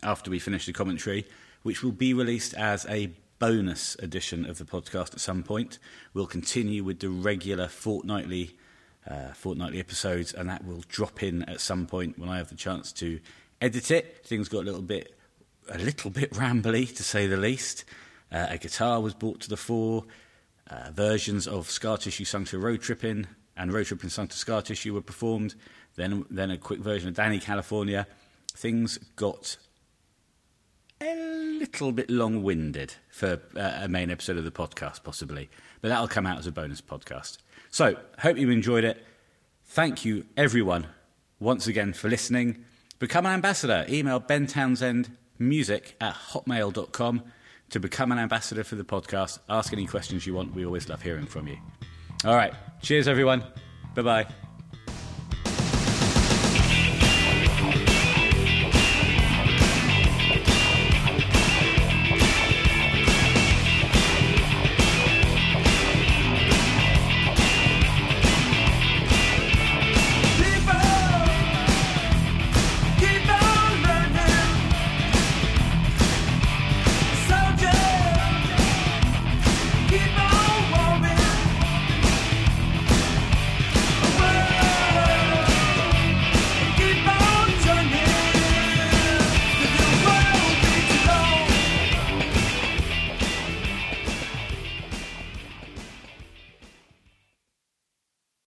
[SPEAKER 1] after we finish the commentary, which will be released as a bonus edition of the podcast at some point. We'll continue with the regular fortnightly uh, fortnightly episodes, and that will drop in at some point when I have the chance to edit it. Things got a little bit a little bit rambly, to say the least. Uh, a guitar was brought to the fore. Uh, versions of Scar Tissue sung to Road Trippin' and Road Trippin' sung to Scar Tissue were performed. Then, then a quick version of Danny California. Things got a little bit long winded for uh, a main episode of the podcast, possibly. But that'll come out as a bonus podcast. So, hope you enjoyed it. Thank you, everyone, once again for listening. Become an ambassador. Email Ben Townsend music at hotmail.com to become an ambassador for the podcast. Ask any questions you want. We always love hearing from you. All right. Cheers, everyone. Bye bye.